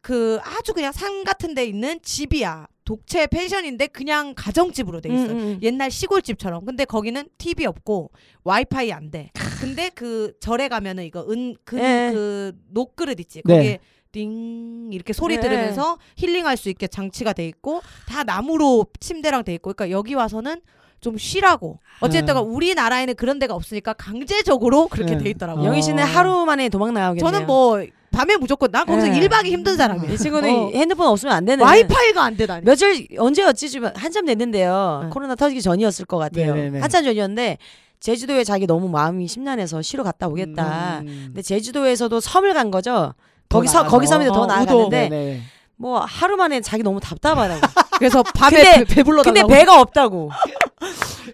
Speaker 1: 그 아주 그냥 산 같은 데 있는 집이야. 독채 펜션인데 그냥 가정집으로 돼
Speaker 3: 음,
Speaker 1: 있어요.
Speaker 3: 음.
Speaker 1: 옛날 시골집처럼. 근데 거기는 TV 없고 와이파이 안 돼. 근데 그 절에 가면은 이거
Speaker 3: 예.
Speaker 1: 은그그 녹그릇 있지.
Speaker 2: 네.
Speaker 1: 거기에 띵 이렇게 소리
Speaker 3: 예.
Speaker 1: 들으면서 힐링할 수 있게 장치가 돼 있고 다 나무로 침대랑 돼 있고 그러니까 여기 와서는 좀 쉬라고. 어쨌든
Speaker 3: 네.
Speaker 2: 예.
Speaker 1: 우리나라에는 그런 데가 없으니까 강제적으로 그렇게
Speaker 2: 예.
Speaker 1: 돼 있더라고요.
Speaker 3: 영희 씨는
Speaker 2: 어.
Speaker 3: 네. 하루 만에 도망 나오겠네요.
Speaker 1: 아. 저는 뭐 밤에 무조건 난 거기서
Speaker 3: 예.
Speaker 1: 일 1박이 힘든 사람이에요.
Speaker 3: 이 친구는
Speaker 1: 어.
Speaker 3: 핸드폰 없으면 안 되는
Speaker 1: 와이파이가 안 되다니.
Speaker 3: 며칠 언제였지 지금 한참 됐는데요.
Speaker 1: 네.
Speaker 3: 코로나 터지기 전이었을 것 같아요.
Speaker 2: 네네네.
Speaker 3: 한참 전이었는데 제주도에 자기 너무 마음이 심란해서 쉬러 갔다 오겠다.
Speaker 2: 음.
Speaker 3: 근데 제주도에서도 섬을 간 거죠.
Speaker 2: 더
Speaker 3: 거기 서
Speaker 2: 나가서.
Speaker 3: 거기 섬이 더
Speaker 1: 어,
Speaker 3: 나아갔는데
Speaker 2: 네네.
Speaker 3: 뭐 하루 만에 자기 너무
Speaker 2: <laughs>
Speaker 3: 답답하다고.
Speaker 1: 그래서 밤에
Speaker 3: 근데-
Speaker 1: 배, 불러
Speaker 3: 근데
Speaker 1: 달라고.
Speaker 3: 배가 없다고.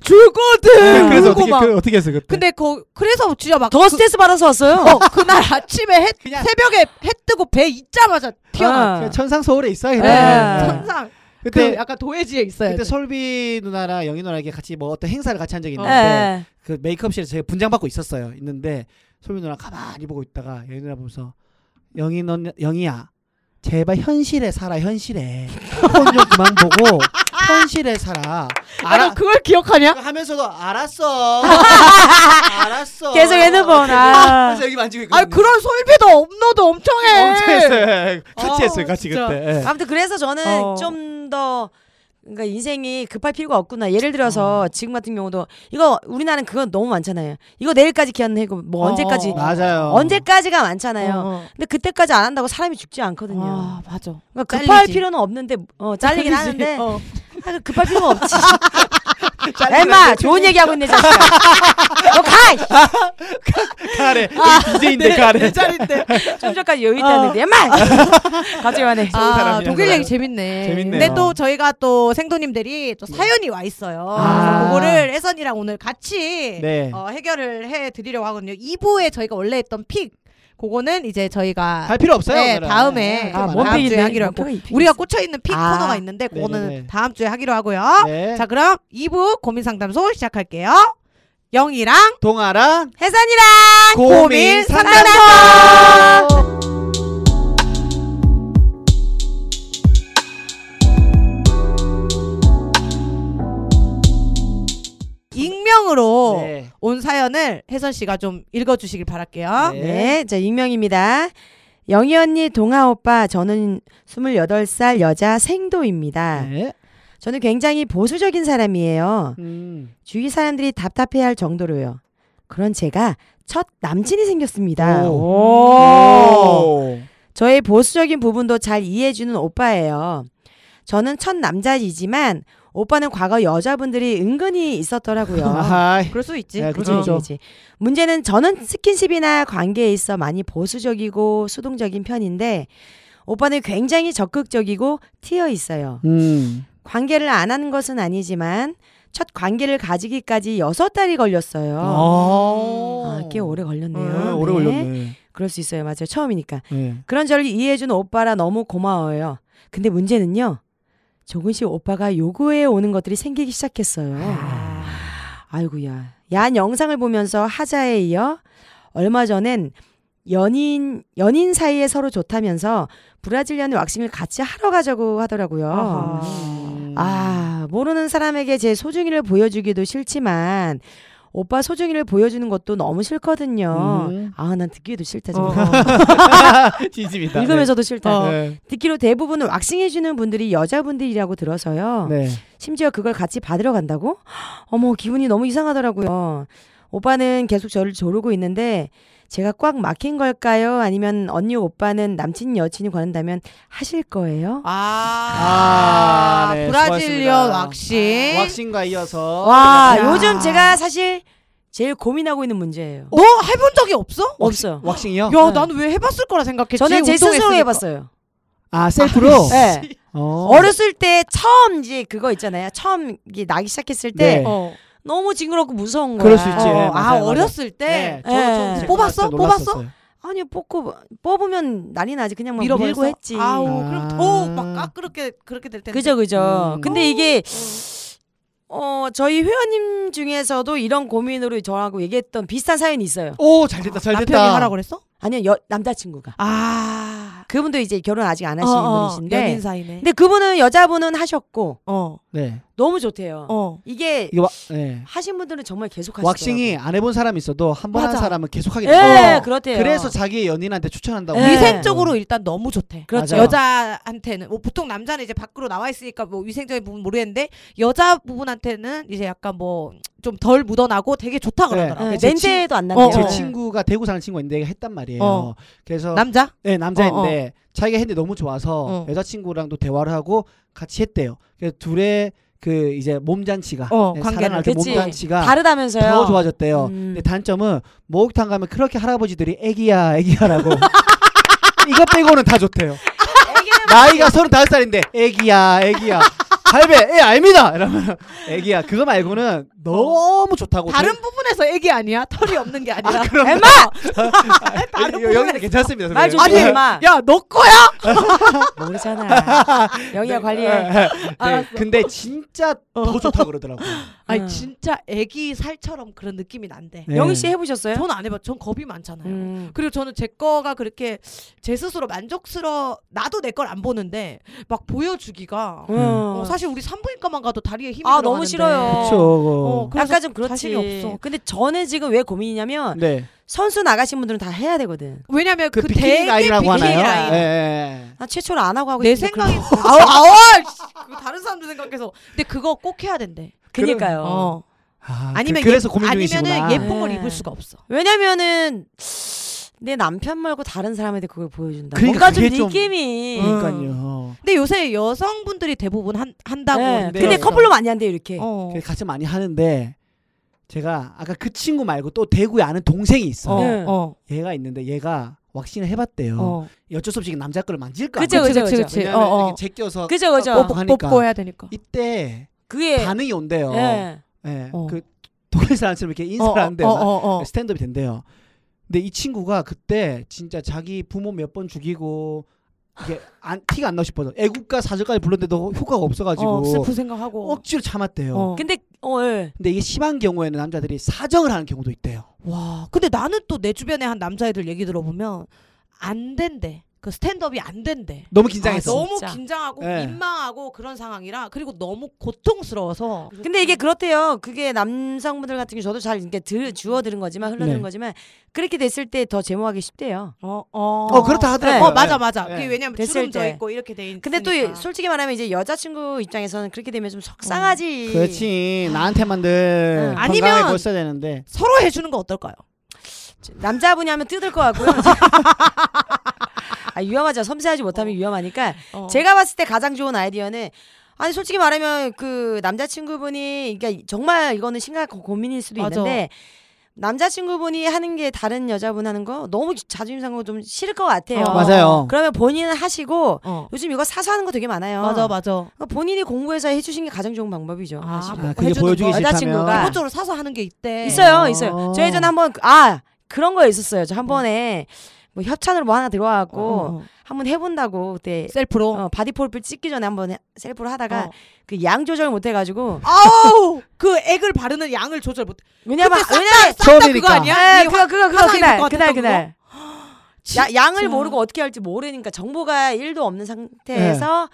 Speaker 1: 죽거든.
Speaker 2: <laughs> 그래서 어떻게
Speaker 1: 울고 막.
Speaker 2: 그, 어떻게 했어 그때?
Speaker 1: 근데 거 그래서 진짜 막
Speaker 3: 더 스트레스 받아서 왔어요.
Speaker 1: 어, 그날 <laughs> 아침에 해,
Speaker 2: 그냥-
Speaker 1: 새벽에 해 뜨고 배 있자마자 튀어나.
Speaker 3: 아.
Speaker 2: 그냥 천상 서울에 있어 그냥.
Speaker 3: 네.
Speaker 2: 네.
Speaker 1: 천상.
Speaker 2: 그때
Speaker 1: 그 약간 도해지에 있어요.
Speaker 2: 그때 설비 누나랑 영희 누나랑 이렇게 같이 뭐 어떤 행사를 같이 한 적이
Speaker 3: 예.
Speaker 2: 있는데 그 메이크업실에서 제가 분장 받고 있었어요. 있는데 소민 누나 가만히 보고 있다가 영희 누나 보면서 영희 넌 영희야 제발 현실에 살아 현실에 폰좀 그만 보고 현실에 살아
Speaker 1: 아, 너
Speaker 2: 알아
Speaker 1: 그걸 기억하냐?
Speaker 2: 하면서도 알았어 알았어
Speaker 3: 계속 핸드폰 아.
Speaker 2: 그래서 여기 만지고 있거든요.
Speaker 1: 아, 그런 솔비도 업로도 엄청 해.
Speaker 2: 엄청 했어요. 같이
Speaker 1: 어,
Speaker 2: 했어요. 같이
Speaker 1: 진짜.
Speaker 2: 그때. 예.
Speaker 3: 아무튼 그래서 저는
Speaker 1: 어.
Speaker 3: 좀 더 그러니까 인생이 급할 필요가 없구나. 예를 들어서 지금 같은 경우도 이거 우리나라는 그건 너무 많잖아요. 이거 내일까지 기한 해고 뭐
Speaker 1: 어,
Speaker 3: 언제까지
Speaker 1: 어,
Speaker 2: 맞아요.
Speaker 3: 언제까지가 많잖아요.
Speaker 1: 어.
Speaker 3: 근데 그때까지 안 한다고 사람이 죽지 않거든요.
Speaker 1: 아, 맞아.
Speaker 3: 그러니까 급할
Speaker 1: 잘리지.
Speaker 3: 필요는 없는데
Speaker 1: <laughs>
Speaker 3: 어 잘리긴
Speaker 1: 그치?
Speaker 3: 하는데
Speaker 1: 어.
Speaker 3: 아, 급할
Speaker 1: <laughs>
Speaker 3: 필요가 없지.
Speaker 1: 그,
Speaker 3: 엠마 좋은 얘기 하고 있네 자식아. 너 가.
Speaker 2: 카레.
Speaker 1: 아, 네.
Speaker 2: DJ인데 카레.
Speaker 1: 짜릿대.
Speaker 3: 좀 전까지 여유
Speaker 1: 어.
Speaker 3: 있다는데 엠마. <laughs> 갑자기
Speaker 2: <laughs>
Speaker 3: 와네.
Speaker 2: 좋은
Speaker 1: 아,
Speaker 2: 사람이야,
Speaker 1: 독일
Speaker 2: 그래.
Speaker 1: 얘기 재밌네.
Speaker 2: 재밌네요. 네.
Speaker 1: 근데 또 저희가 또 생도님들이 또 사연이 와 있어요.
Speaker 2: 아.
Speaker 1: 그래서 그거를 혜선이랑 오늘 같이
Speaker 2: 네.
Speaker 1: 어, 해결을 해 드리려고 하거든요. 2부에 저희가 원래 했던 픽 그거는 이제 저희가
Speaker 2: 할 필요 없어요.
Speaker 1: 네,
Speaker 2: 오늘은.
Speaker 1: 다음에.
Speaker 2: 네,
Speaker 1: 아,
Speaker 2: 좀
Speaker 1: 뭔
Speaker 2: 알아요.
Speaker 1: 페이지? 하기로 하고. 우리가 꽂혀 있는 픽
Speaker 3: 아.
Speaker 1: 코너가 있는데 그거는
Speaker 2: 네네네.
Speaker 1: 다음 주에 하기로 하고요.
Speaker 2: 네.
Speaker 1: 자, 그럼 2부 고민 상담소 시작할게요. 영이랑
Speaker 2: 동아랑
Speaker 3: 해산이랑
Speaker 1: 고민
Speaker 2: 상담소.
Speaker 1: 상담소. 익명으로
Speaker 2: 네.
Speaker 1: 온 사연을 혜선 씨가 좀 읽어 주시길 바랄게요.
Speaker 2: 네.
Speaker 3: 네, 저 익명입니다. 영희 언니, 동아 오빠, 저는 28살 여자 생도입니다.
Speaker 2: 네.
Speaker 3: 저는 굉장히 보수적인 사람이에요.
Speaker 2: 음.
Speaker 3: 주위 사람들이 답답해할 정도로요. 그런 제가 첫 남친이 생겼습니다.
Speaker 2: 오.
Speaker 3: 저의 보수적인 부분도 잘 이해해주는 오빠예요. 저는 첫 남자이지만 오빠는 과거 여자분들이 은근히 있었더라고요.
Speaker 2: <laughs> 아하이.
Speaker 1: 그럴 수 있지.
Speaker 2: 네,
Speaker 3: 그치, 그치,
Speaker 2: 그죠.
Speaker 3: 그치. 문제는 저는 스킨십이나 관계에 있어 많이 보수적이고 수동적인 편인데 오빠는 굉장히 적극적이고 튀어 있어요.
Speaker 2: 음.
Speaker 3: 관계를 안 하는 것은 아니지만 첫 관계를 가지기까지 여섯 달이
Speaker 2: 아.
Speaker 3: 걸렸어요. 아, 꽤 오래 걸렸네요.
Speaker 2: 네, 오래
Speaker 3: 네.
Speaker 2: 걸렸네.
Speaker 3: 그럴 수 있어요. 맞아요. 처음이니까.
Speaker 2: 네.
Speaker 3: 그런 저를 이해해준 오빠라 너무 고마워요. 근데 문제는요. 조금씩 오빠가 요구해 오는 것들이 생기기 시작했어요. 아. 아이고야. 야한 영상을 보면서 하자에 이어 얼마 전엔 연인 연인 사이에 서로 좋다면서 브라질리안 왁싱을 같이 하러 가자고 하더라고요.
Speaker 1: 아하.
Speaker 2: 음.
Speaker 3: 아, 모르는 사람에게 제 소중이를 보여주기도 싫지만 오빠 소중이를 보여주는 것도 너무 싫거든요.
Speaker 2: 음. <laughs>
Speaker 3: 아, 난 듣기도 싫다
Speaker 1: 어,
Speaker 3: 정말.
Speaker 2: 네.
Speaker 1: 어.
Speaker 2: 진심이다.
Speaker 3: 읽으면서도 싫다.
Speaker 1: 어.
Speaker 2: 네.
Speaker 3: 듣기로 대부분은 왁싱해주는 분들이 여자분들이라고 들어서요.
Speaker 2: 네.
Speaker 3: 심지어 그걸 같이 받으러 간다고? 어머, 기분이 너무 이상하더라고요. 오빠는 계속 저를 조르고 있는데 제가 꽉 막힌 걸까요? 아니면 언니 오빠는 남친 여친이 관한다면 하실
Speaker 1: <laughs>
Speaker 3: 거예요?
Speaker 1: 아,
Speaker 2: 아, 네,
Speaker 1: 브라질리언
Speaker 2: 수고하셨습니다. 네,
Speaker 1: 왁싱.
Speaker 2: 왁싱과 이어서
Speaker 3: 네. 와,
Speaker 1: 야.
Speaker 3: 아, 요즘 제가 사실 제일 고민하고 있는 문제예요.
Speaker 1: 너 해본 적이 없어?
Speaker 3: 없어요.
Speaker 2: 왁싱이요? 네.
Speaker 1: 야, 나는 왜 해봤을 거라 생각했지?
Speaker 3: 저는 제
Speaker 1: 운동했으니까.
Speaker 3: 스스로 해봤어요.
Speaker 2: 아 셀프로.
Speaker 3: 네.
Speaker 1: <laughs>
Speaker 2: 어.
Speaker 3: 어렸을 때 처음 이제 그거 있잖아요. 처음 이게 나기 시작했을 때
Speaker 2: 네.
Speaker 1: 어.
Speaker 3: 너무 징그럽고 무서운 거야.
Speaker 2: 그럴 수 있지.
Speaker 1: 어,
Speaker 2: 예,
Speaker 1: 아
Speaker 2: 맞아요, 맞아요.
Speaker 1: 어렸을 때
Speaker 2: 네. 저도 처음
Speaker 3: 예.
Speaker 2: 셀프
Speaker 1: 뽑았어?
Speaker 2: 봤을 때 놀랐었어요.
Speaker 1: 뽑았어?
Speaker 3: 아니 뽑고 뽑으면 난리 나지 그냥 막
Speaker 1: 밀어버렸어.
Speaker 3: 밀고 했지.
Speaker 1: 아우
Speaker 2: 아.
Speaker 1: 그럼 더막 까그렇게 그렇게 될 텐데.
Speaker 3: 그죠 그죠.
Speaker 2: 음.
Speaker 3: 근데 이게 어 저희 회원님 중에서도 이런 고민으로 저하고 얘기했던 비슷한 사연이 있어요.
Speaker 2: 오 잘됐다
Speaker 1: 남편이
Speaker 2: 잘됐다.
Speaker 1: 하라 그랬어?
Speaker 3: 아니요 여, 남자친구가
Speaker 1: 아
Speaker 3: 그분도 이제 결혼 아직 안 하신 분이신데
Speaker 1: 어, 연인 사이네.
Speaker 3: 근데 그분은 여자분은 하셨고
Speaker 1: 어,
Speaker 2: 네.
Speaker 3: 너무 좋대요.
Speaker 1: 어.
Speaker 3: 이게
Speaker 2: 이거 와, 네.
Speaker 3: 하신 분들은 정말 계속 하시더라고.
Speaker 2: 왁싱이 안 해본 사람이 있어도 한 번 한
Speaker 1: 맞아.
Speaker 2: 사람은 계속 하게
Speaker 3: 예,
Speaker 2: 돼요.
Speaker 1: 어.
Speaker 3: 그렇대요.
Speaker 2: 그래서 자기 연인한테 추천한다고.
Speaker 3: 네.
Speaker 1: 위생적으로 일단 너무 좋대.
Speaker 3: 그렇죠.
Speaker 2: 맞아요.
Speaker 1: 여자한테는 뭐 보통 남자는 이제 밖으로 나와 있으니까 뭐 위생적인 부분 모르겠는데 여자 부분한테는 이제 약간 뭐 좀 덜 묻어나고 되게 좋다 그러더라.
Speaker 3: 예,
Speaker 2: 제 친-
Speaker 3: 냄새도 안
Speaker 1: 어,
Speaker 3: 난대요.
Speaker 2: 제
Speaker 1: 어.
Speaker 2: 친구가 대구 사는 친구가 있는데 얘가 했단 말이에요.
Speaker 1: 어.
Speaker 2: 그래서
Speaker 1: 남자?
Speaker 2: 네, 남자인데 자기가 했는데 너무 좋아서
Speaker 1: 어.
Speaker 2: 여자친구랑도 대화를 하고 같이 했대요. 그래서 둘의 그 이제 몸잔치가
Speaker 1: 어,
Speaker 2: 네,
Speaker 1: 관계는.
Speaker 2: 사랑할 때
Speaker 3: 그치.
Speaker 2: 몸잔치가
Speaker 3: 다르다면서요.
Speaker 2: 더 좋아졌대요.
Speaker 3: 음.
Speaker 2: 근데 단점은 목욕탕 가면 그렇게 할아버지들이 애기야
Speaker 1: <laughs>
Speaker 2: 애기야라고 이거 빼고는 다 좋대요. 나이가 서른다섯 살인데 애기야 애기야 할배 애 알니다 이러면 애기야 그거 말고는 너무 좋다고
Speaker 1: 다른 부분에서 애기 아니야? 털이 없는 게뭐 네. 아니라. <laughs> 아,
Speaker 3: 엠마
Speaker 1: 다른
Speaker 2: 여기는 괜찮습니다.
Speaker 3: 말
Speaker 2: 선배님.
Speaker 3: 조심해 엠마.
Speaker 1: 야, 너 거야?
Speaker 2: <laughs>
Speaker 3: 모르잖아. 영희야
Speaker 2: 네,
Speaker 3: 관리해.
Speaker 2: 네,
Speaker 1: 알았어. 어.
Speaker 2: 근데 진짜 더 좋다 그러더라고.
Speaker 1: <laughs> 아니
Speaker 3: 음.
Speaker 1: 진짜 애기 살처럼 그런 느낌이 난대.
Speaker 2: 네?
Speaker 3: 영희 씨 해보셨어요?
Speaker 1: 전 안 해봐. 전 겁이 많잖아요.
Speaker 3: 음.
Speaker 1: 그리고 저는 제 거가 그렇게 제 스스로 만족스러 나도 내 걸 안 보는데 막
Speaker 2: 음.
Speaker 1: 보여주기가 어, 사실 우리 산부인과만 가도 다리에 힘이
Speaker 3: 아,
Speaker 1: 들어가는데
Speaker 3: 너무 싫어요.
Speaker 2: 그렇죠.
Speaker 1: 어, 그래서
Speaker 3: 약간 좀 그렇지.
Speaker 1: 자신이 없어.
Speaker 3: 근데 저는 지금 왜 고민이냐면
Speaker 2: 네.
Speaker 3: 선수 나가신 분들은 다 해야 되거든.
Speaker 1: 왜냐면
Speaker 2: 그
Speaker 1: 그,
Speaker 2: 비키니
Speaker 1: 되게
Speaker 2: 라인이라고
Speaker 1: 비키니
Speaker 2: 하나요?
Speaker 1: 라인.
Speaker 2: 예, 예, 예.
Speaker 3: 나 아, 최초로 안 하고 하고
Speaker 1: 내
Speaker 3: 싶은데
Speaker 1: 생각이
Speaker 3: 그런 거.
Speaker 1: 아우 아우 씨, <laughs> 그거 다른 사람들 생각해서 근데 그거 꼭 해야 된대.
Speaker 3: 그니까요.
Speaker 1: 어.
Speaker 2: 아,
Speaker 1: 아니면
Speaker 2: 그, 래서
Speaker 1: 예-
Speaker 2: 고민 중이시구나.
Speaker 1: 아니면은 예쁜 걸
Speaker 3: 네.
Speaker 1: 입을 수가 없어.
Speaker 3: 왜냐면은 내 남편 말고 다른 사람한테 그걸 보여준다.
Speaker 2: 그러니까
Speaker 3: 뭔가 좀
Speaker 2: 그게 좀- 어.
Speaker 3: 느낌이.
Speaker 1: 음.
Speaker 2: 그러니까요.
Speaker 1: 근데 요새 여성분들이 대부분 한, 한다고.
Speaker 3: 네.
Speaker 1: 했는데.
Speaker 3: 근데
Speaker 2: 그래요.
Speaker 3: 커플로 많이 한대 요 이렇게.
Speaker 1: 어.
Speaker 2: 네. 그래서 같이 많이 하는데 제가 아까 그 친구 말고 또 대구에 아는 동생이 있어.
Speaker 1: 어.
Speaker 2: 요
Speaker 3: 네.
Speaker 1: 어.
Speaker 2: 얘가 있는데 얘가 왁싱을 해봤대요.
Speaker 1: 어.
Speaker 2: 어쩔 수 없이 남자 거를 만질 거
Speaker 3: 그죠
Speaker 2: 아니야.
Speaker 3: 그죠
Speaker 1: 그치,
Speaker 3: 그죠.
Speaker 1: 그치. 어,
Speaker 2: 왜냐면
Speaker 1: 어.
Speaker 2: 이렇게 제껴서
Speaker 3: 그죠 그죠.
Speaker 2: 어,
Speaker 1: 뽀뽀,
Speaker 2: 하니까.
Speaker 1: 뽀뽀해야 되니까.
Speaker 2: 이때
Speaker 3: 그게
Speaker 2: 반응이 온대요. 예.
Speaker 3: 예.
Speaker 1: 어.
Speaker 2: 그 독일 사람처럼 이렇게 인사를 하는데
Speaker 1: 어,
Speaker 2: 막
Speaker 1: 어, 어.
Speaker 2: 스탠드업이 된대요. 근데 이 친구가 그때 진짜 자기 부모 몇 번 죽이고 이게 안, 티가 안 나고 싶어서 애국가 사절까지 불렀는데도 효과가
Speaker 1: 어,
Speaker 2: 없어가지고
Speaker 1: 슬픈 생각하고.
Speaker 2: 억지로 참았대요.
Speaker 1: 어.
Speaker 3: 근데 어 예.
Speaker 2: 근데 이게 심한 경우에는 남자들이 사정을 하는 경우도 있대요.
Speaker 1: 와, 근데 나는 또 내 주변에 한 남자애들 얘기 들어보면 안 된대. 그 스탠드업이 안 된대.
Speaker 2: 너무 긴장해서.
Speaker 3: 아, 너무
Speaker 1: 너무
Speaker 3: 진짜.
Speaker 1: 긴장하고
Speaker 2: 예.
Speaker 1: 민망하고 그런 상황이라 그리고 너무 고통스러워서
Speaker 3: 근데 이게 그렇대요. 그게 남성분들 같은 경우 저도 잘 이렇게 들 주워 들은 거지만 흘러 들은
Speaker 2: 네.
Speaker 3: 거지만 그렇게 됐을 때 더 제모하기 쉽대요.
Speaker 1: 어,
Speaker 2: 어 그렇다 하더라고요.
Speaker 1: 어, 맞아 맞아.
Speaker 2: 예.
Speaker 1: 그게 왜냐면
Speaker 3: 됐을
Speaker 1: 주름 져
Speaker 3: 때.
Speaker 1: 있고 이렇게 돼 있으니까.
Speaker 3: 근데 또 솔직히 말하면 이제 여자친구 입장에서는 그렇게 되면 좀
Speaker 2: 예.
Speaker 3: 속상하지.
Speaker 2: 그렇지. 나한테만 늘
Speaker 3: 응.
Speaker 2: 건강해
Speaker 1: 네. 아니면-
Speaker 2: 보였어야 되는데.
Speaker 1: 서로 해 주는 거 어떨까요?
Speaker 3: 남자분이 하면 뜯을 것 같고요. <laughs> 아, 위험하죠. 섬세하지 못하면
Speaker 1: 어.
Speaker 3: 위험하니까
Speaker 1: 어.
Speaker 3: 제가 봤을 때 가장 좋은 아이디어는 아니 솔직히 말하면 그 남자친구분이 그러니까 정말 이거는 심각한 고- 고민일 수도
Speaker 1: 맞아.
Speaker 3: 있는데 남자친구분이 하는 게 다른 여자분 하는 거 너무 자존심 상하고 좀 싫을 것 같아요.
Speaker 1: 어.
Speaker 2: 맞아요.
Speaker 3: 그러면 본인은 하시고
Speaker 1: 어.
Speaker 3: 요즘 이거 사서 하는 거 되게 많아요.
Speaker 1: 맞아 맞아.
Speaker 3: 그러니까 본인이 공부해서 해주신 게 가장 좋은 방법이죠.
Speaker 1: 아, 네.
Speaker 3: 사실.
Speaker 1: 뭐
Speaker 2: 아, 그게
Speaker 1: 해주는
Speaker 2: 보여주기
Speaker 1: 거.
Speaker 3: 여자친구가-
Speaker 2: 싫다면.
Speaker 1: 기본적으로 사서 하는 게 아. 있대.
Speaker 3: 있어요,
Speaker 2: 어.
Speaker 3: 있어요. 저 예전에 한번 그- 아 그런 거 있었어요. 저 한 번에 뭐 협찬으로 뭐 하나
Speaker 1: 어, 어,
Speaker 3: 들어와갖고
Speaker 1: 어.
Speaker 3: 한번 해본다고 그때
Speaker 1: 셀프로.
Speaker 3: 어, 바디 프로필 찍기 전에 한번 해- 셀프로 하다가
Speaker 1: 어.
Speaker 3: 그 양 조절 못 해가지고
Speaker 1: 아우 그 액을 바르는 양을 조절 못.
Speaker 3: 왜냐면
Speaker 1: 그때
Speaker 3: 왜냐면
Speaker 1: 싹다 그거
Speaker 2: 처음이니까.
Speaker 1: 아니야?
Speaker 3: 예,
Speaker 1: 이
Speaker 3: 그거 그거 그거
Speaker 1: 화상 입을
Speaker 3: 그날
Speaker 1: 것
Speaker 3: 그날
Speaker 1: 같았던
Speaker 3: 그날
Speaker 1: 진짜.
Speaker 3: 야, 양을 모르고 어떻게 할지 모르니까 정보가 1도 없는 상태에서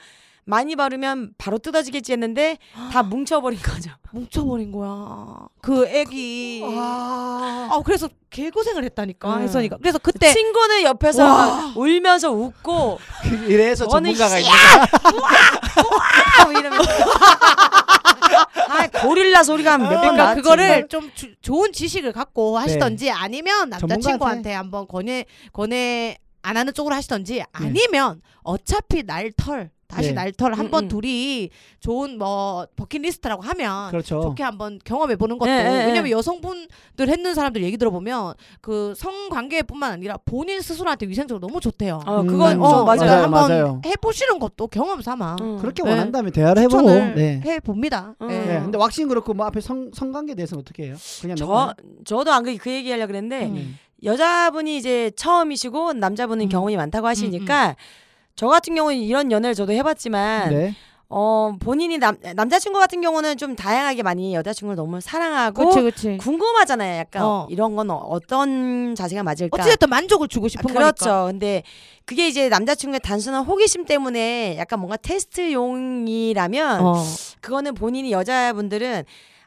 Speaker 3: 많이 바르면 바로 뜯어지겠지 했는데
Speaker 1: <gasps>
Speaker 3: 다 뭉쳐버린 거죠.
Speaker 1: 뭉쳐버린 거야. 그 애기. 아, 그래서 개고생을 했다니까,
Speaker 3: 음.
Speaker 1: 혜선이가. 그래서 그때.
Speaker 3: 친구는 옆에서 막 울면서 웃고
Speaker 2: <laughs> 이래서
Speaker 3: 저는
Speaker 2: 전문가가 있는
Speaker 1: <laughs>
Speaker 3: 아, 이러면서 아 고릴라 소리가 몇 번
Speaker 1: 그러니까
Speaker 3: 음, 나왔지.
Speaker 1: 그거를 좀 주- 좋은 지식을 갖고 하시던지 아니면 남자친구한테
Speaker 2: 전문가한테.
Speaker 1: 한번 권해, 권해 안 하는 쪽으로 하시던지 아니면 어차피 날 털, 다시
Speaker 2: 네.
Speaker 1: 날 털 한번
Speaker 3: 음, 음.
Speaker 1: 둘이 좋은 뭐 버킷리스트라고 하면
Speaker 2: 그렇죠.
Speaker 1: 좋게 한번 경험해 보는 것도
Speaker 3: 예, 예, 예.
Speaker 1: 왜냐면 여성분들 했는 사람들 얘기 들어보면 그 성관계뿐만 아니라 본인 스스로한테 위생적으로 너무 좋대요.
Speaker 3: 어,
Speaker 2: 음,
Speaker 3: 그건
Speaker 2: 음, 맞아요.
Speaker 3: 어,
Speaker 1: 그러니까
Speaker 3: 맞아요.
Speaker 1: 한번
Speaker 2: 맞아요.
Speaker 1: 해보시는 것도 경험 삼아
Speaker 3: 음.
Speaker 2: 그렇게
Speaker 1: 네.
Speaker 2: 원한다면 대화를 해보고.
Speaker 1: 추천을
Speaker 2: 네.
Speaker 1: 해 봅니다. 예.
Speaker 3: 음.
Speaker 2: 네,
Speaker 3: 음.
Speaker 2: 근데 왁싱 그렇고 뭐 앞에 성 성관계 대해서는 어떻게 해요? 그냥
Speaker 3: 저
Speaker 2: 넘어가요?
Speaker 3: 저도 안 그 그 얘기하려 그랬는데
Speaker 1: 음.
Speaker 3: 여자분이 이제 처음이시고 남자분은
Speaker 1: 음.
Speaker 3: 경험이 많다고 하시니까 저 같은 경우는 이런 연애를 저도 해봤지만
Speaker 2: 네.
Speaker 3: 어, 본인이 남, 남자친구 같은 경우는 좀 다양하게 많이 여자친구를 너무 사랑하고
Speaker 1: 그치 그치.
Speaker 3: 궁금하잖아요. 약간
Speaker 1: 어.
Speaker 3: 이런 건 어- 어떤 자세가 맞을까?
Speaker 1: 어찌됐든 만족을 주고 싶은
Speaker 3: 아, 그렇죠.
Speaker 1: 거니까.
Speaker 3: 근데 그게 이제 남자친구의 단순한 호기심 때문에 약간 뭔가 테스트용이라면
Speaker 1: 어.
Speaker 3: 그거는 본인이 여자분들은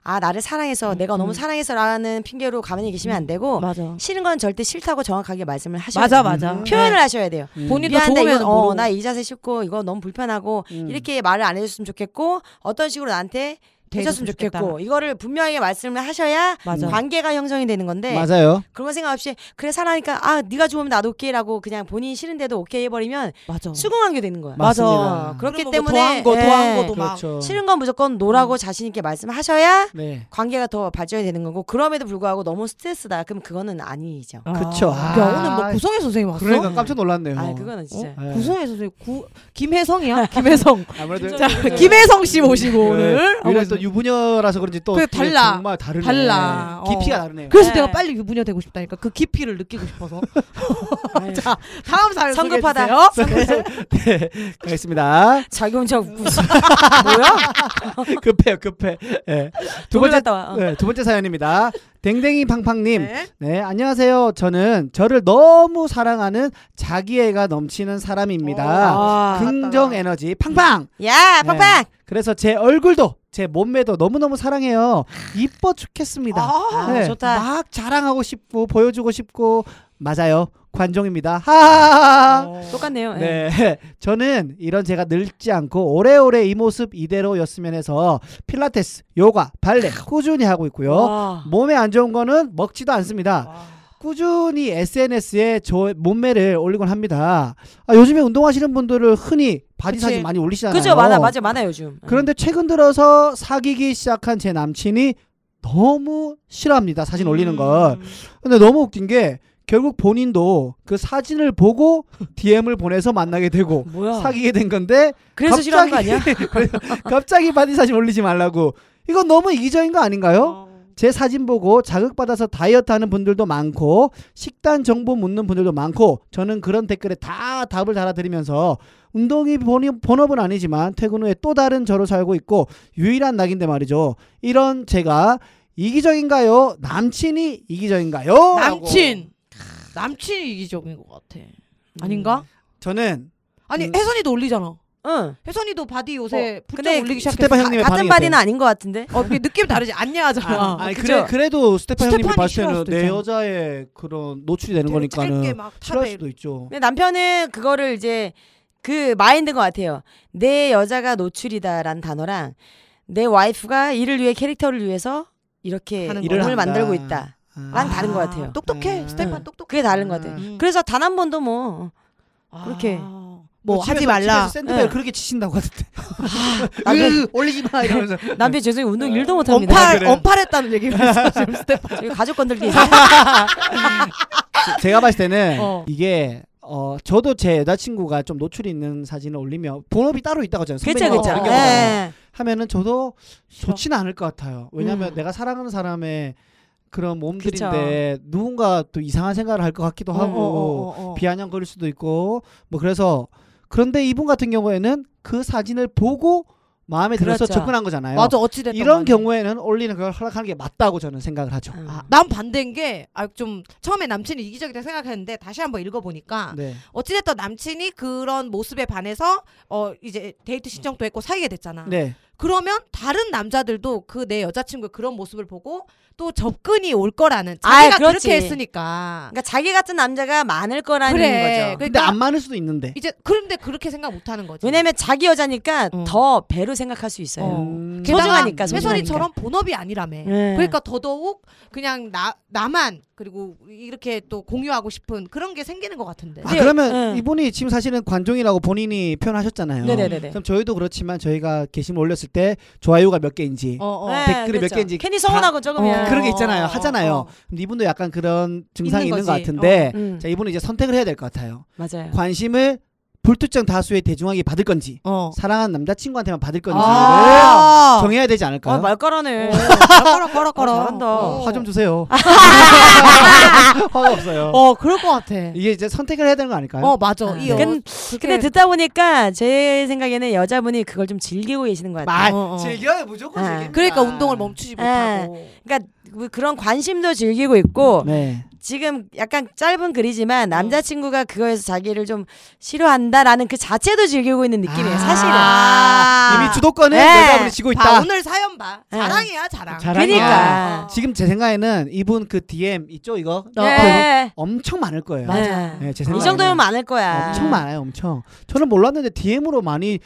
Speaker 3: 아 나를 사랑해서
Speaker 1: 음,
Speaker 3: 내가 너무
Speaker 1: 음.
Speaker 3: 사랑해서라는 핑계로 가만히 계시면 안 되고
Speaker 1: 맞아.
Speaker 3: 싫은 건 절대 싫다고 정확하게 말씀을 하셔야
Speaker 1: 맞아
Speaker 3: 돼요.
Speaker 1: 맞아.
Speaker 2: 음.
Speaker 3: 표현을 하셔야 돼요.
Speaker 2: 음.
Speaker 1: 본인도
Speaker 3: 미안한데
Speaker 1: 좋으면
Speaker 3: 이건
Speaker 1: 모르고.
Speaker 3: 어나이 자세 싫고 이거 너무 불편하고
Speaker 2: 음.
Speaker 3: 이렇게 말을 안 해줬으면 좋겠고 어떤 식으로 나한테 해줬으면 좋겠고 이거를 분명히 말씀을 하셔야
Speaker 1: 맞아.
Speaker 3: 관계가 형성이 되는 건데
Speaker 2: 네. 맞아요.
Speaker 3: 그런 거 생각 없이 그래 사랑하니까 아 네가 좋으면 나도 오케이라고 그냥 본인이 싫은데도 오케이 해버리면
Speaker 1: 음. 맞아.
Speaker 3: 수긍관계 되는 거야.
Speaker 2: 맞- 맞습니다.
Speaker 1: 맞아. 그러면
Speaker 3: 그렇기
Speaker 1: 뭐
Speaker 3: 때문에
Speaker 1: 더한 거
Speaker 3: 예.
Speaker 1: 더한 거도 뭐 막
Speaker 2: 그렇죠.
Speaker 3: 싫은 건 무조건 노라고 자신 있게 말씀하셔야
Speaker 2: 네.
Speaker 3: 관계가 더 발전이 되는 거고 그럼에도 불구하고 너무 스트레스다 그럼 그거는 아니죠.
Speaker 2: 그쵸.
Speaker 1: 아, 야
Speaker 2: 아.
Speaker 1: 오늘 뭐 구성혜 선생님 왔어?
Speaker 2: 그러니까 깜짝 놀랐네요.
Speaker 3: 아 그거는 진짜
Speaker 2: 네.
Speaker 1: 어? 구성혜 선생님 구 김혜성이야? 김혜성.
Speaker 2: 아무래도
Speaker 1: 자 김혜성 씨 모시고
Speaker 2: 네.
Speaker 1: 오늘.
Speaker 2: 오히려
Speaker 1: 아무튼.
Speaker 2: 또 유부녀라서 그런지 또
Speaker 1: 그래,
Speaker 2: 이게
Speaker 1: 달라.
Speaker 2: 정말 다르네.
Speaker 1: 달라. 어.
Speaker 2: 깊이가 다르네요.
Speaker 1: 그래서
Speaker 3: 네.
Speaker 1: 내가 빨리 유부녀 되고 싶다니까 그 깊이를 느끼고 싶어서.
Speaker 3: 아유,
Speaker 1: 자 다음 사연
Speaker 3: 성급하다.
Speaker 1: 소개해주세요.
Speaker 2: 네, 가겠습니다. <laughs>
Speaker 3: 자기 혼자 웃고 있어. 뭐야?
Speaker 2: 급해요, 급해. 예. 두
Speaker 3: 놀
Speaker 2: 번째
Speaker 3: 갔다 와. 어.
Speaker 2: 네, 두 번째 사연입니다. 댕댕이 팡팡님. 네.
Speaker 1: 네.
Speaker 2: 안녕하세요. 저는 저를 너무 사랑하는 자기애가 넘치는 사람입니다.
Speaker 1: 아,
Speaker 2: 긍정
Speaker 1: 맞다.
Speaker 2: 에너지 팡팡.
Speaker 3: 야 팍팍.
Speaker 2: 그래서 제 얼굴도 제 몸매도 너무너무 사랑해요. 이뻐 죽겠습니다.
Speaker 1: 아,
Speaker 3: 네. 좋다.
Speaker 2: 막 자랑하고 싶고 보여주고 싶고 맞아요. 관종입니다. 하하하.
Speaker 1: 어.
Speaker 3: 똑같네요. 예.
Speaker 2: 네. <laughs> 저는 이런 제가 늙지 않고 오래오래 이 모습 이대로였으면 해서 필라테스, 요가, 발레 꾸준히 하고 있고요.
Speaker 3: 와.
Speaker 2: 몸에 안 좋은 거는 먹지도 않습니다. 꾸준히 SNS에 저 몸매를 올리곤 합니다. 아, 요즘에 운동하시는 분들을 흔히 바디
Speaker 1: 그치.
Speaker 2: 사진 많이 올리시잖아요.
Speaker 3: 그죠 많아 맞아 많아 요즘.
Speaker 2: 어? 그런데 최근 들어서 사귀기 시작한 제 남친이 너무 싫어합니다. 사진 올리는 걸. 근데 너무 웃긴 게 결국 본인도 그 사진을 보고 <laughs> DM을 보내서 만나게 되고
Speaker 3: 음. 뭐야?
Speaker 2: 사귀게 된 건데
Speaker 3: 그래서 싫어하는
Speaker 2: <laughs>
Speaker 3: 거 아니야?
Speaker 2: 갑자기 바디 사진 올리지 말라고 이건 너무 이기적인 거 아닌가요? 제 사진 보고 자극받아서 다이어트 하는 분들도 많고 식단 정보 묻는 분들도 많고 저는 그런 댓글에 다 답을 달아드리면서 운동이 본인 본업은 아니지만 퇴근 후에 또 다른 저로 살고 있고 유일한 낙인데 말이죠. 이런 제가 이기적인가요? 남친이 이기적인가요? 라고.
Speaker 1: 남친. 남친이 이기적인 것 같아. 아닌가?
Speaker 2: 저는
Speaker 1: 아니
Speaker 2: 음.
Speaker 1: 혜선이도 올리잖아.
Speaker 3: 응.
Speaker 1: 혜선이도 바디 요새 풀점
Speaker 3: 근데
Speaker 1: 올리기 시작했어.
Speaker 2: 스테파 형님의
Speaker 3: 같은
Speaker 2: 네, 반응이
Speaker 3: 바디는
Speaker 2: 어때요?
Speaker 3: 아닌 것 같은데.
Speaker 1: 어, 근데 느낌 다르지 안녕하잖아.
Speaker 2: 아니
Speaker 3: 그죠?
Speaker 2: 그래 그래도 스테파 형님이
Speaker 1: 스테판이
Speaker 2: 봤을
Speaker 1: 싫어할
Speaker 2: 때는
Speaker 1: 수도
Speaker 2: 내
Speaker 1: 있잖아.
Speaker 2: 여자의 그런 노출이 되는 거니까는
Speaker 1: 짧게 막
Speaker 2: 싫어할
Speaker 1: 탑에
Speaker 2: 수도 있죠.
Speaker 3: 근데 남편은 그거를 이제 그 마인드인 것 같아요. 내 여자가 노출이다라는 단어랑 내 와이프가 이를 위해 캐릭터를 위해서 이렇게
Speaker 1: 하는
Speaker 2: 일을
Speaker 3: 몸을
Speaker 2: 한다.
Speaker 3: 만들고 있다. 랑 다른 것 같아요.
Speaker 1: 똑똑해
Speaker 2: 아.
Speaker 1: 스테판 똑똑.
Speaker 3: 그게 다른 것 같아요.
Speaker 1: 음.
Speaker 3: 그래서 단 한 번도 뭐 그렇게.
Speaker 1: 아. 뭐
Speaker 2: 집에서-
Speaker 1: 하지 말라.
Speaker 2: 집에서 샌드백
Speaker 3: 응.
Speaker 2: 그렇게 치신다고 하던데.
Speaker 3: 남편
Speaker 2: 으, 올리지 마 이러면서.
Speaker 3: 남편 죄송해요 운동 일도 못합니다.
Speaker 2: 아,
Speaker 1: 언팔
Speaker 2: 그래요?
Speaker 1: 언팔했다는 네. 얘기가
Speaker 3: <laughs>
Speaker 1: 있어 지금 스테판.
Speaker 3: 저희 가족 건들기
Speaker 2: 제가 봤을 때는
Speaker 1: 어.
Speaker 2: 이게 어 저도 제 여자친구가 좀 노출이 있는 사진을 올리면 본업이 따로 있다고 하잖아요.
Speaker 3: 그쵸
Speaker 2: 선배님하고
Speaker 3: 그쵸.
Speaker 1: 어,
Speaker 2: 다른 경우가 많아요.
Speaker 3: 예.
Speaker 2: 하면은 저도
Speaker 1: 싫어.
Speaker 2: 좋지는 않을 것 같아요. 왜냐하면
Speaker 3: 음.
Speaker 2: 내가 사랑하는 사람의 그런 몸들인데 누군가 또 이상한 생각을 할 것 같기도
Speaker 1: 어,
Speaker 2: 하고
Speaker 1: 어, 어, 어, 어.
Speaker 2: 비아냥거릴 수도 있고 뭐 그래서 그런데 이분 같은 경우에는 그 사진을 보고 마음에 들어서
Speaker 3: 그렇죠.
Speaker 2: 접근한 거잖아요.
Speaker 1: 맞아 어찌됐든
Speaker 2: 이런
Speaker 1: 간에.
Speaker 2: 경우에는 올리는 걸 허락하는 게 맞다고 저는 생각을 하죠.
Speaker 3: 음.
Speaker 1: 아, 난 반대인 게좀 처음에 남친이 이기적이다 생각했는데 다시 한번 읽어보니까
Speaker 2: 네.
Speaker 1: 어찌됐든 남친이 그런 모습에 반해서 어 이제 데이트 신청도 했고 사귀게 됐잖아.
Speaker 2: 네.
Speaker 1: 그러면 다른 남자들도 그 내 여자친구의 그런 모습을 보고 또 접근이 올 거라는
Speaker 3: 아이,
Speaker 1: 자기가
Speaker 3: 그렇지.
Speaker 1: 그렇게 했으니까.
Speaker 3: 그러니까 자기 같은 남자가 많을 거라는
Speaker 1: 그래.
Speaker 3: 거죠.
Speaker 2: 근데
Speaker 1: 그러니까
Speaker 2: 안 많을 수도 있는데.
Speaker 1: 이제 그런데 그렇게 생각 못 하는 거지.
Speaker 3: 왜냐면 자기 여자니까
Speaker 1: 어.
Speaker 3: 더 배로 생각할 수 있어요.
Speaker 1: 어.
Speaker 2: 음.
Speaker 1: 게다가
Speaker 3: 소중하니까, 소중하니까.
Speaker 1: 회선이처럼 본업이 아니라며.
Speaker 3: 예.
Speaker 1: 그러니까 더더욱 그냥 나 나만 그리고 이렇게 또 공유하고 싶은 그런 게 생기는 것 같은데.
Speaker 2: 아,
Speaker 3: 네,
Speaker 2: 그러면
Speaker 3: 네.
Speaker 2: 이분이 지금 사실은 관종이라고 본인이 표현하셨잖아요.
Speaker 3: 네네네네.
Speaker 2: 그럼 저희도 그렇지만 저희가 게시물 올렸을 때 좋아요가 몇 개인지
Speaker 1: 어, 어.
Speaker 3: 네,
Speaker 2: 댓글이 몇
Speaker 3: 그렇죠.
Speaker 2: 개인지
Speaker 3: 괜히 서운하고
Speaker 1: 어.
Speaker 3: 조금이야. 네.
Speaker 2: 그런 게 있잖아요.
Speaker 1: 어, 어,
Speaker 2: 하잖아요.
Speaker 1: 어.
Speaker 2: 근데 이분도 약간 그런 증상이
Speaker 1: 있는
Speaker 2: 있는, 것
Speaker 1: 거지. 어, 네.
Speaker 2: 같은데
Speaker 3: 음,
Speaker 2: 자 이분은 이제 선택을 해야 될 것 같아요.
Speaker 3: 맞아요.
Speaker 2: 관심을 불특정 다수의 대중에게 받을 건지
Speaker 1: 어.
Speaker 2: 사랑하는 남자친구한테만 받을 건지를
Speaker 1: 아.
Speaker 2: 정해야 되지 않을까요?
Speaker 3: 아, 말가라네.
Speaker 1: 꺼라 꺼라 꺼라.
Speaker 3: 아, 잘한다.
Speaker 1: 어.
Speaker 2: 화 좀 <laughs> 주세요. 화가 없어요.
Speaker 1: 어 그럴 것 같아.
Speaker 2: 이게 이제 선택을 해야 되는 거 아닐까요?
Speaker 1: 어 맞아. 이
Speaker 2: 네.
Speaker 1: 어,
Speaker 3: 근- 근데 듣다 보니까 제 생각에는 여자분이 그걸 좀 즐기고 계시는 것 같아요.
Speaker 2: 말
Speaker 1: 어, 어.
Speaker 2: 즐겨요 무조건
Speaker 3: 아.
Speaker 2: 즐깁니다.
Speaker 1: 그러니까 운동을 멈추지
Speaker 3: 아.
Speaker 1: 못하고.
Speaker 3: 그러니까 뭐 그런 관심도 즐기고 있고
Speaker 2: 네.
Speaker 3: 지금 약간 짧은 글이지만 남자친구가 그거에서 자기를 좀 싫어한다라는 그 자체도 즐기고 있는 느낌이에요.
Speaker 2: 아.
Speaker 3: 사실은.
Speaker 1: 아.
Speaker 2: 이미 주도권은
Speaker 3: 네.
Speaker 2: 여자분이 지고
Speaker 1: 봐
Speaker 2: 있다.
Speaker 1: 오늘 사연 봐.
Speaker 3: 네.
Speaker 1: 자랑이야 자랑.
Speaker 2: 자랑이야.
Speaker 3: 그러니까.
Speaker 1: 어.
Speaker 2: 지금 제 생각에는 이분 그 DM 있죠 이거
Speaker 1: 어.
Speaker 3: 네.
Speaker 2: 엄청 많을 거예요.
Speaker 3: 맞아.
Speaker 2: 네, 제
Speaker 3: 이
Speaker 2: 생각에는
Speaker 3: 정도면 많을 거야.
Speaker 2: 엄청 많아요, 엄청. 저는 몰랐는데 DM으로 많이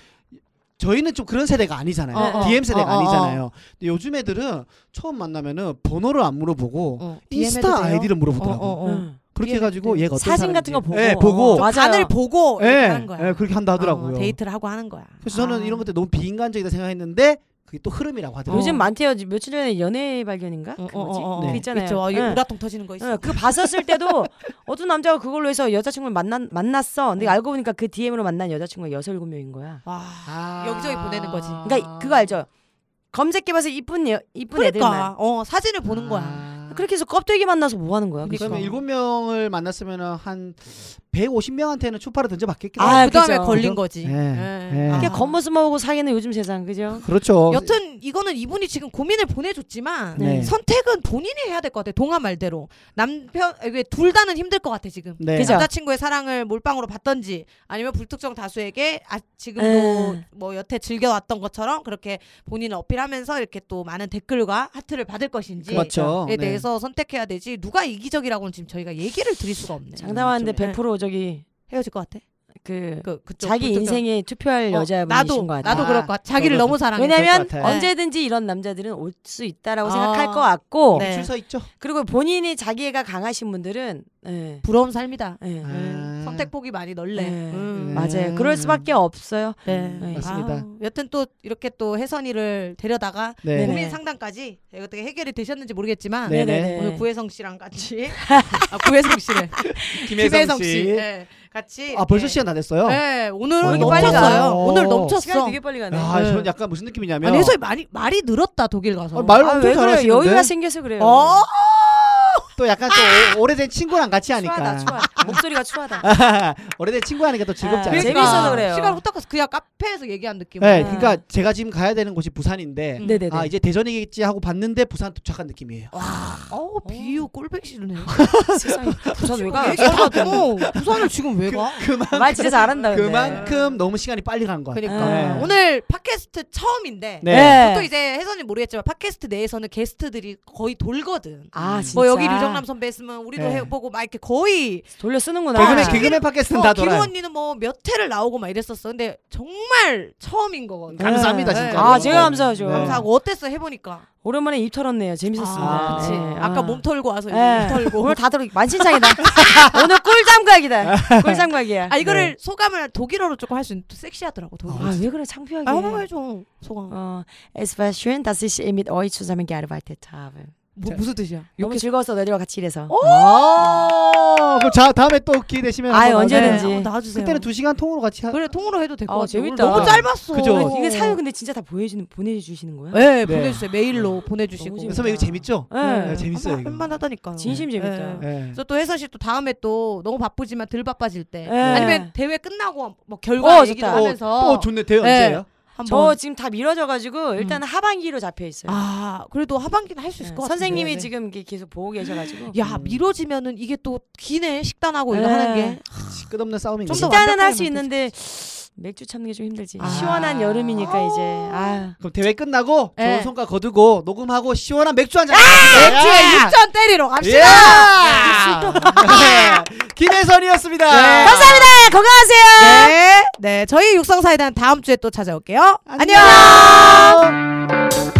Speaker 2: 저희는 좀 그런 세대가 아니잖아요.
Speaker 1: 어, 어.
Speaker 2: DM
Speaker 1: 어,
Speaker 2: 세대가
Speaker 1: 어, 어.
Speaker 2: 아니잖아요. 근데 요즘 애들은 처음 만나면은 번호를 안 물어보고
Speaker 1: 어,
Speaker 2: 인스타 아이디를 물어보더라고. 요
Speaker 1: 어, 어, 어.
Speaker 3: 응.
Speaker 2: 그렇게
Speaker 1: DM
Speaker 2: 해가지고
Speaker 1: 도
Speaker 2: 얘가 어떤
Speaker 3: 사진
Speaker 2: 사람인지.
Speaker 3: 같은 거 보고.
Speaker 2: 예, 보고.
Speaker 3: 어, 맞아요.
Speaker 1: 간을 보고
Speaker 2: 예,
Speaker 1: 이렇게 하는 어, 거야.
Speaker 2: 예, 그렇게 한다 하더라고요.
Speaker 1: 어, 데이트를 하고 하는 거야.
Speaker 2: 그래서 저는
Speaker 1: 아.
Speaker 2: 이런 것들 너무 비인간적이다 생각했는데 그게 또 흐름이라고 하더라고요.
Speaker 3: 요즘
Speaker 1: 어.
Speaker 3: 많대요. 며칠 전에 연애 발견인가?
Speaker 1: 어,
Speaker 3: 그
Speaker 1: 어,
Speaker 3: 뭐지?
Speaker 1: 어, 어,
Speaker 2: 네.
Speaker 1: 어.
Speaker 3: 그 있잖아요.
Speaker 1: 있죠. 어, 이
Speaker 3: 응.
Speaker 1: 우라통 터지는 거 있어.
Speaker 3: 응, 그 봤었을 때도 어떤 남자가 그걸로 해서 여자친구를 만난, 만났어. 근데
Speaker 1: 응. 알고
Speaker 3: 알고 보니까 그 DM으로 만난 여자친구가 여섯 일곱 명인 거야.
Speaker 1: 와.
Speaker 2: 아.
Speaker 1: 여기저기 보내는 거지.
Speaker 3: 그러니까 그거 알죠? 검색해봐서 이쁜 여, 이쁜 애들만.
Speaker 1: 아. 그러니까 어 사진을 보는 거야.
Speaker 2: 아.
Speaker 3: 그렇게 해서 껍데기 만나서 뭐 하는 거야?
Speaker 1: 그러니까.
Speaker 3: 그치?
Speaker 2: 그러면 일곱 명을 만났으면 한 150명한테는 추파를 던져봤겠죠.
Speaker 3: 아,
Speaker 1: 그 다음에
Speaker 3: 그죠.
Speaker 1: 걸린 거지.
Speaker 2: 예,
Speaker 1: 예.
Speaker 2: 예.
Speaker 1: 아.
Speaker 3: 그냥 겉모습만 보고 사귀는 요즘 세상
Speaker 1: 음,
Speaker 3: 그죠?
Speaker 2: 그렇죠.
Speaker 1: 여튼 이거는 이분이 지금 고민을 보내줬지만
Speaker 2: 네.
Speaker 1: 선택은 본인이 해야 될 것 같아. 동아 말대로 남편 왜둘 다는 힘들 것 같아 지금.
Speaker 2: 네.
Speaker 3: 그죠?
Speaker 1: 남자친구의 사랑을 몰빵으로 받던지 아니면 불특정 다수에게 아, 지금도
Speaker 3: 에.
Speaker 1: 뭐 여태 즐겨왔던 것처럼 그렇게 본인을 어필하면서 이렇게 또 많은 댓글과 하트를 받을 것인지에
Speaker 2: 그렇죠. 네.
Speaker 1: 대해서 선택해야 되지 누가 이기적이라고는 지금 저희가 얘기를 드릴 수가 없네.
Speaker 3: 장담하는데
Speaker 1: 좀, 예.
Speaker 3: 100% 저기
Speaker 1: 헤어질 것 같아.
Speaker 3: 그
Speaker 1: 그 그쪽
Speaker 3: 자기
Speaker 1: 불특정-
Speaker 3: 인생에 투표할
Speaker 1: 어,
Speaker 3: 여자분이신
Speaker 1: 나도
Speaker 3: 것 같아요.
Speaker 1: 나도 그럴 것 같아. 자기를
Speaker 2: 저도
Speaker 1: 너무 사랑해.
Speaker 2: 왜냐- 그럴
Speaker 3: 왜냐면
Speaker 2: 것 같아요.
Speaker 3: 언제든지 이런 남자들은 올 수 있다라고
Speaker 1: 아.
Speaker 3: 생각할 것 같고
Speaker 1: 네.
Speaker 2: 줄서 있죠.
Speaker 3: 그리고 본인이 자기애가 강하신 분들은 예.
Speaker 1: 부러운 삶이다.
Speaker 3: 예.
Speaker 2: 아.
Speaker 1: 음, 선택폭이 많이 넓네.
Speaker 3: 네.
Speaker 1: 음.
Speaker 2: 네.
Speaker 3: 맞아요. 그럴 수밖에 없어요.
Speaker 1: 네.
Speaker 3: 네.
Speaker 2: 음, 맞습니다.
Speaker 1: 아우, 여튼 또 이렇게 또 혜선이를 데려다가
Speaker 2: 네.
Speaker 3: 네네.
Speaker 1: 고민 상담까지 어떻게 해결이 되셨는지
Speaker 3: 아,
Speaker 1: 모르겠지만
Speaker 2: 네네.
Speaker 1: 오늘 구혜성 씨랑 같이 아, 구혜성 씨를 김혜성 씨, 네, 같이
Speaker 2: 아 벌써
Speaker 1: 이렇게-
Speaker 2: 시간 다 됐어요.
Speaker 1: 네 오늘은
Speaker 2: 어,
Speaker 1: 넘쳤어요.
Speaker 2: 빨라.
Speaker 1: 오늘 넘쳤어.
Speaker 3: 시간이 되게 빨리 가네.
Speaker 2: 아,
Speaker 1: 네.
Speaker 2: 저는 약간 무슨 느낌이냐면
Speaker 1: 아니 혜선이 많이 말이 늘었다 독일 가서.
Speaker 2: 아, 말
Speaker 3: 아,
Speaker 2: 엄청
Speaker 3: 왜 그래요?
Speaker 2: 잘하시는데
Speaker 3: 여유가 생겨서 그래요.
Speaker 1: 어?
Speaker 2: 또 약간
Speaker 1: 아!
Speaker 2: 또 오- 오래된 친구랑 같이 하니까 아,
Speaker 3: 추하다, 추하. 목소리가 추하다.
Speaker 2: <laughs> 오래된 친구 하니까 또 즐겁지
Speaker 3: 아,
Speaker 2: 않아요?
Speaker 3: 재밌어서
Speaker 1: 그러니까
Speaker 3: 그래요.
Speaker 1: 시간 후딱 가서 그냥 카페에서 얘기한 느낌.
Speaker 2: 네,
Speaker 3: 아.
Speaker 2: 그러니까 제가 지금 가야 되는 곳이 부산인데
Speaker 1: 음.
Speaker 3: 네네네.
Speaker 2: <laughs> 아 이제 대전이겠지 하고 봤는데 부산 도착한 느낌이에요.
Speaker 1: 어 비유 꼴백 싫네. 아,
Speaker 3: 세상에. 부산 그렇죠. 왜 가?
Speaker 1: 왜 가? 어, 부산을 지금 왜 가?
Speaker 3: 말 진짜 잘한다. 근데.
Speaker 2: 그만큼 너무 시간이 빨리 간 거야.
Speaker 1: 네. 그러니까
Speaker 2: 네.
Speaker 1: 오늘 팟캐스트 처음인데
Speaker 2: 네.
Speaker 1: 보통 이제 혜선이 모르겠지만 팟캐스트 내에서는 게스트들이 거의 돌거든.
Speaker 3: 아,
Speaker 2: 뭐
Speaker 3: 진짜.
Speaker 1: 뭐 여기 류정남 선배 했으면 우리도
Speaker 2: 네.
Speaker 1: 해보고 막 이렇게 거의
Speaker 3: 돌려 쓰는구나.
Speaker 2: 개그맨
Speaker 1: 아.
Speaker 2: 개그맨 팟캐스트는
Speaker 1: 어,
Speaker 2: 다
Speaker 1: 김우
Speaker 2: 돌아요.
Speaker 1: 언니는 뭐 몇 회를 나오고 막 이랬었어. 근데 정말 처음인 거거든.
Speaker 3: 감-
Speaker 2: 감사합니다
Speaker 1: 네.
Speaker 2: 진짜.
Speaker 1: 아,
Speaker 3: 제가 감사하죠.
Speaker 1: 감사하고 어땠어 해보니까.
Speaker 3: 오랜만에 입 털었네요. 재밌었습니다.
Speaker 1: 아, 그치.
Speaker 3: 예,
Speaker 1: 아까 몸 털고 와서
Speaker 3: 예.
Speaker 1: 이제 몸 털고.
Speaker 3: 오늘 다들 만신창이다. <laughs> 오늘 꿀잠 각이다. 꿀잠 각이야.
Speaker 1: 아 이거를 소감을 독일어로 조금 할 수 있는 또 섹시하더라고 독일어.
Speaker 3: 네. 아, 왜 그래 창피하게.
Speaker 1: 아 한번 해줘 소감.
Speaker 3: 어, es war schön, dass ich mit euch zusammen gearbeitet habe.
Speaker 1: 뭐, 무슨 뜻이야?
Speaker 3: 너무 즐거웠어 너희들과 같이 일해서.
Speaker 2: 오! 어, 그럼 자 다음에 또 기회 되시면 한번
Speaker 3: 아유, 아. 언제든지.
Speaker 1: 네, 한번 나와주세요.
Speaker 2: 그때는 두 시간 통으로 같이 하...
Speaker 1: 그래 통으로 해도 될 것
Speaker 3: 아,
Speaker 1: 같아요.
Speaker 3: 재밌다.
Speaker 1: 오늘 너무 짧았어.
Speaker 2: 그죠?
Speaker 3: 이게 사연 근데 진짜 다 보여주는 보내주시는 거야?
Speaker 1: 네,
Speaker 2: 네.
Speaker 1: 보내주세요. 메일로 보내주시고.
Speaker 3: 너무 재밌다.
Speaker 2: 선배 이거 재밌죠?
Speaker 3: 네.
Speaker 2: 네, 재밌어요. 이거.
Speaker 1: 할만하다니까.
Speaker 3: 진심 재밌다.
Speaker 2: 네.
Speaker 1: 그래서 또 혜선 씨 또 다음에 또 너무 바쁘지만 덜 바빠질 때
Speaker 3: 네.
Speaker 1: 아니면 대회 끝나고 뭐 결과
Speaker 3: 어,
Speaker 1: 얘기 좀
Speaker 3: 좋다.
Speaker 1: 하면서
Speaker 2: 어, 어, 좋네. 대회
Speaker 1: 네.
Speaker 2: 언제예요?
Speaker 3: 저
Speaker 1: 한번 음.
Speaker 3: 지금 다 미뤄져가지고 일단 하반기로 잡혀 있어요. 예.
Speaker 1: 아 그래도 하반기는 할 수 있을 것 같아.
Speaker 3: 네, 선생님이 지금 이렇게 계속 보고 계셔가지고.
Speaker 1: 야
Speaker 2: 음.
Speaker 1: 미뤄지면은 이게 또 기네 식단하고 이거
Speaker 3: 네.
Speaker 1: 하는 게.
Speaker 2: 끝없는 싸움인
Speaker 1: 좀더
Speaker 2: 거죠?
Speaker 1: 와-
Speaker 3: 일단은 할
Speaker 1: 완벽하게
Speaker 3: 수 있는데 맥주 참는 게 좀 힘들지.
Speaker 1: 아.
Speaker 3: 시원한 여름이니까 이제. 아.
Speaker 2: 그럼 대회 끝나고
Speaker 1: 네. 아!
Speaker 2: 좋은 성과 거두고 녹음하고 시원한 맥주 한잔
Speaker 3: 아,
Speaker 1: 맥주에 육전 때리러 갑시다.
Speaker 2: 예!
Speaker 1: 아.
Speaker 2: <laughs> 네. 김혜선이었습니다.
Speaker 3: 감사합니다. 예, 건강하세요.
Speaker 1: 네, 네 저희 육성사에 대한 다음 주에 또 찾아올게요. 안녕.
Speaker 2: 안녕.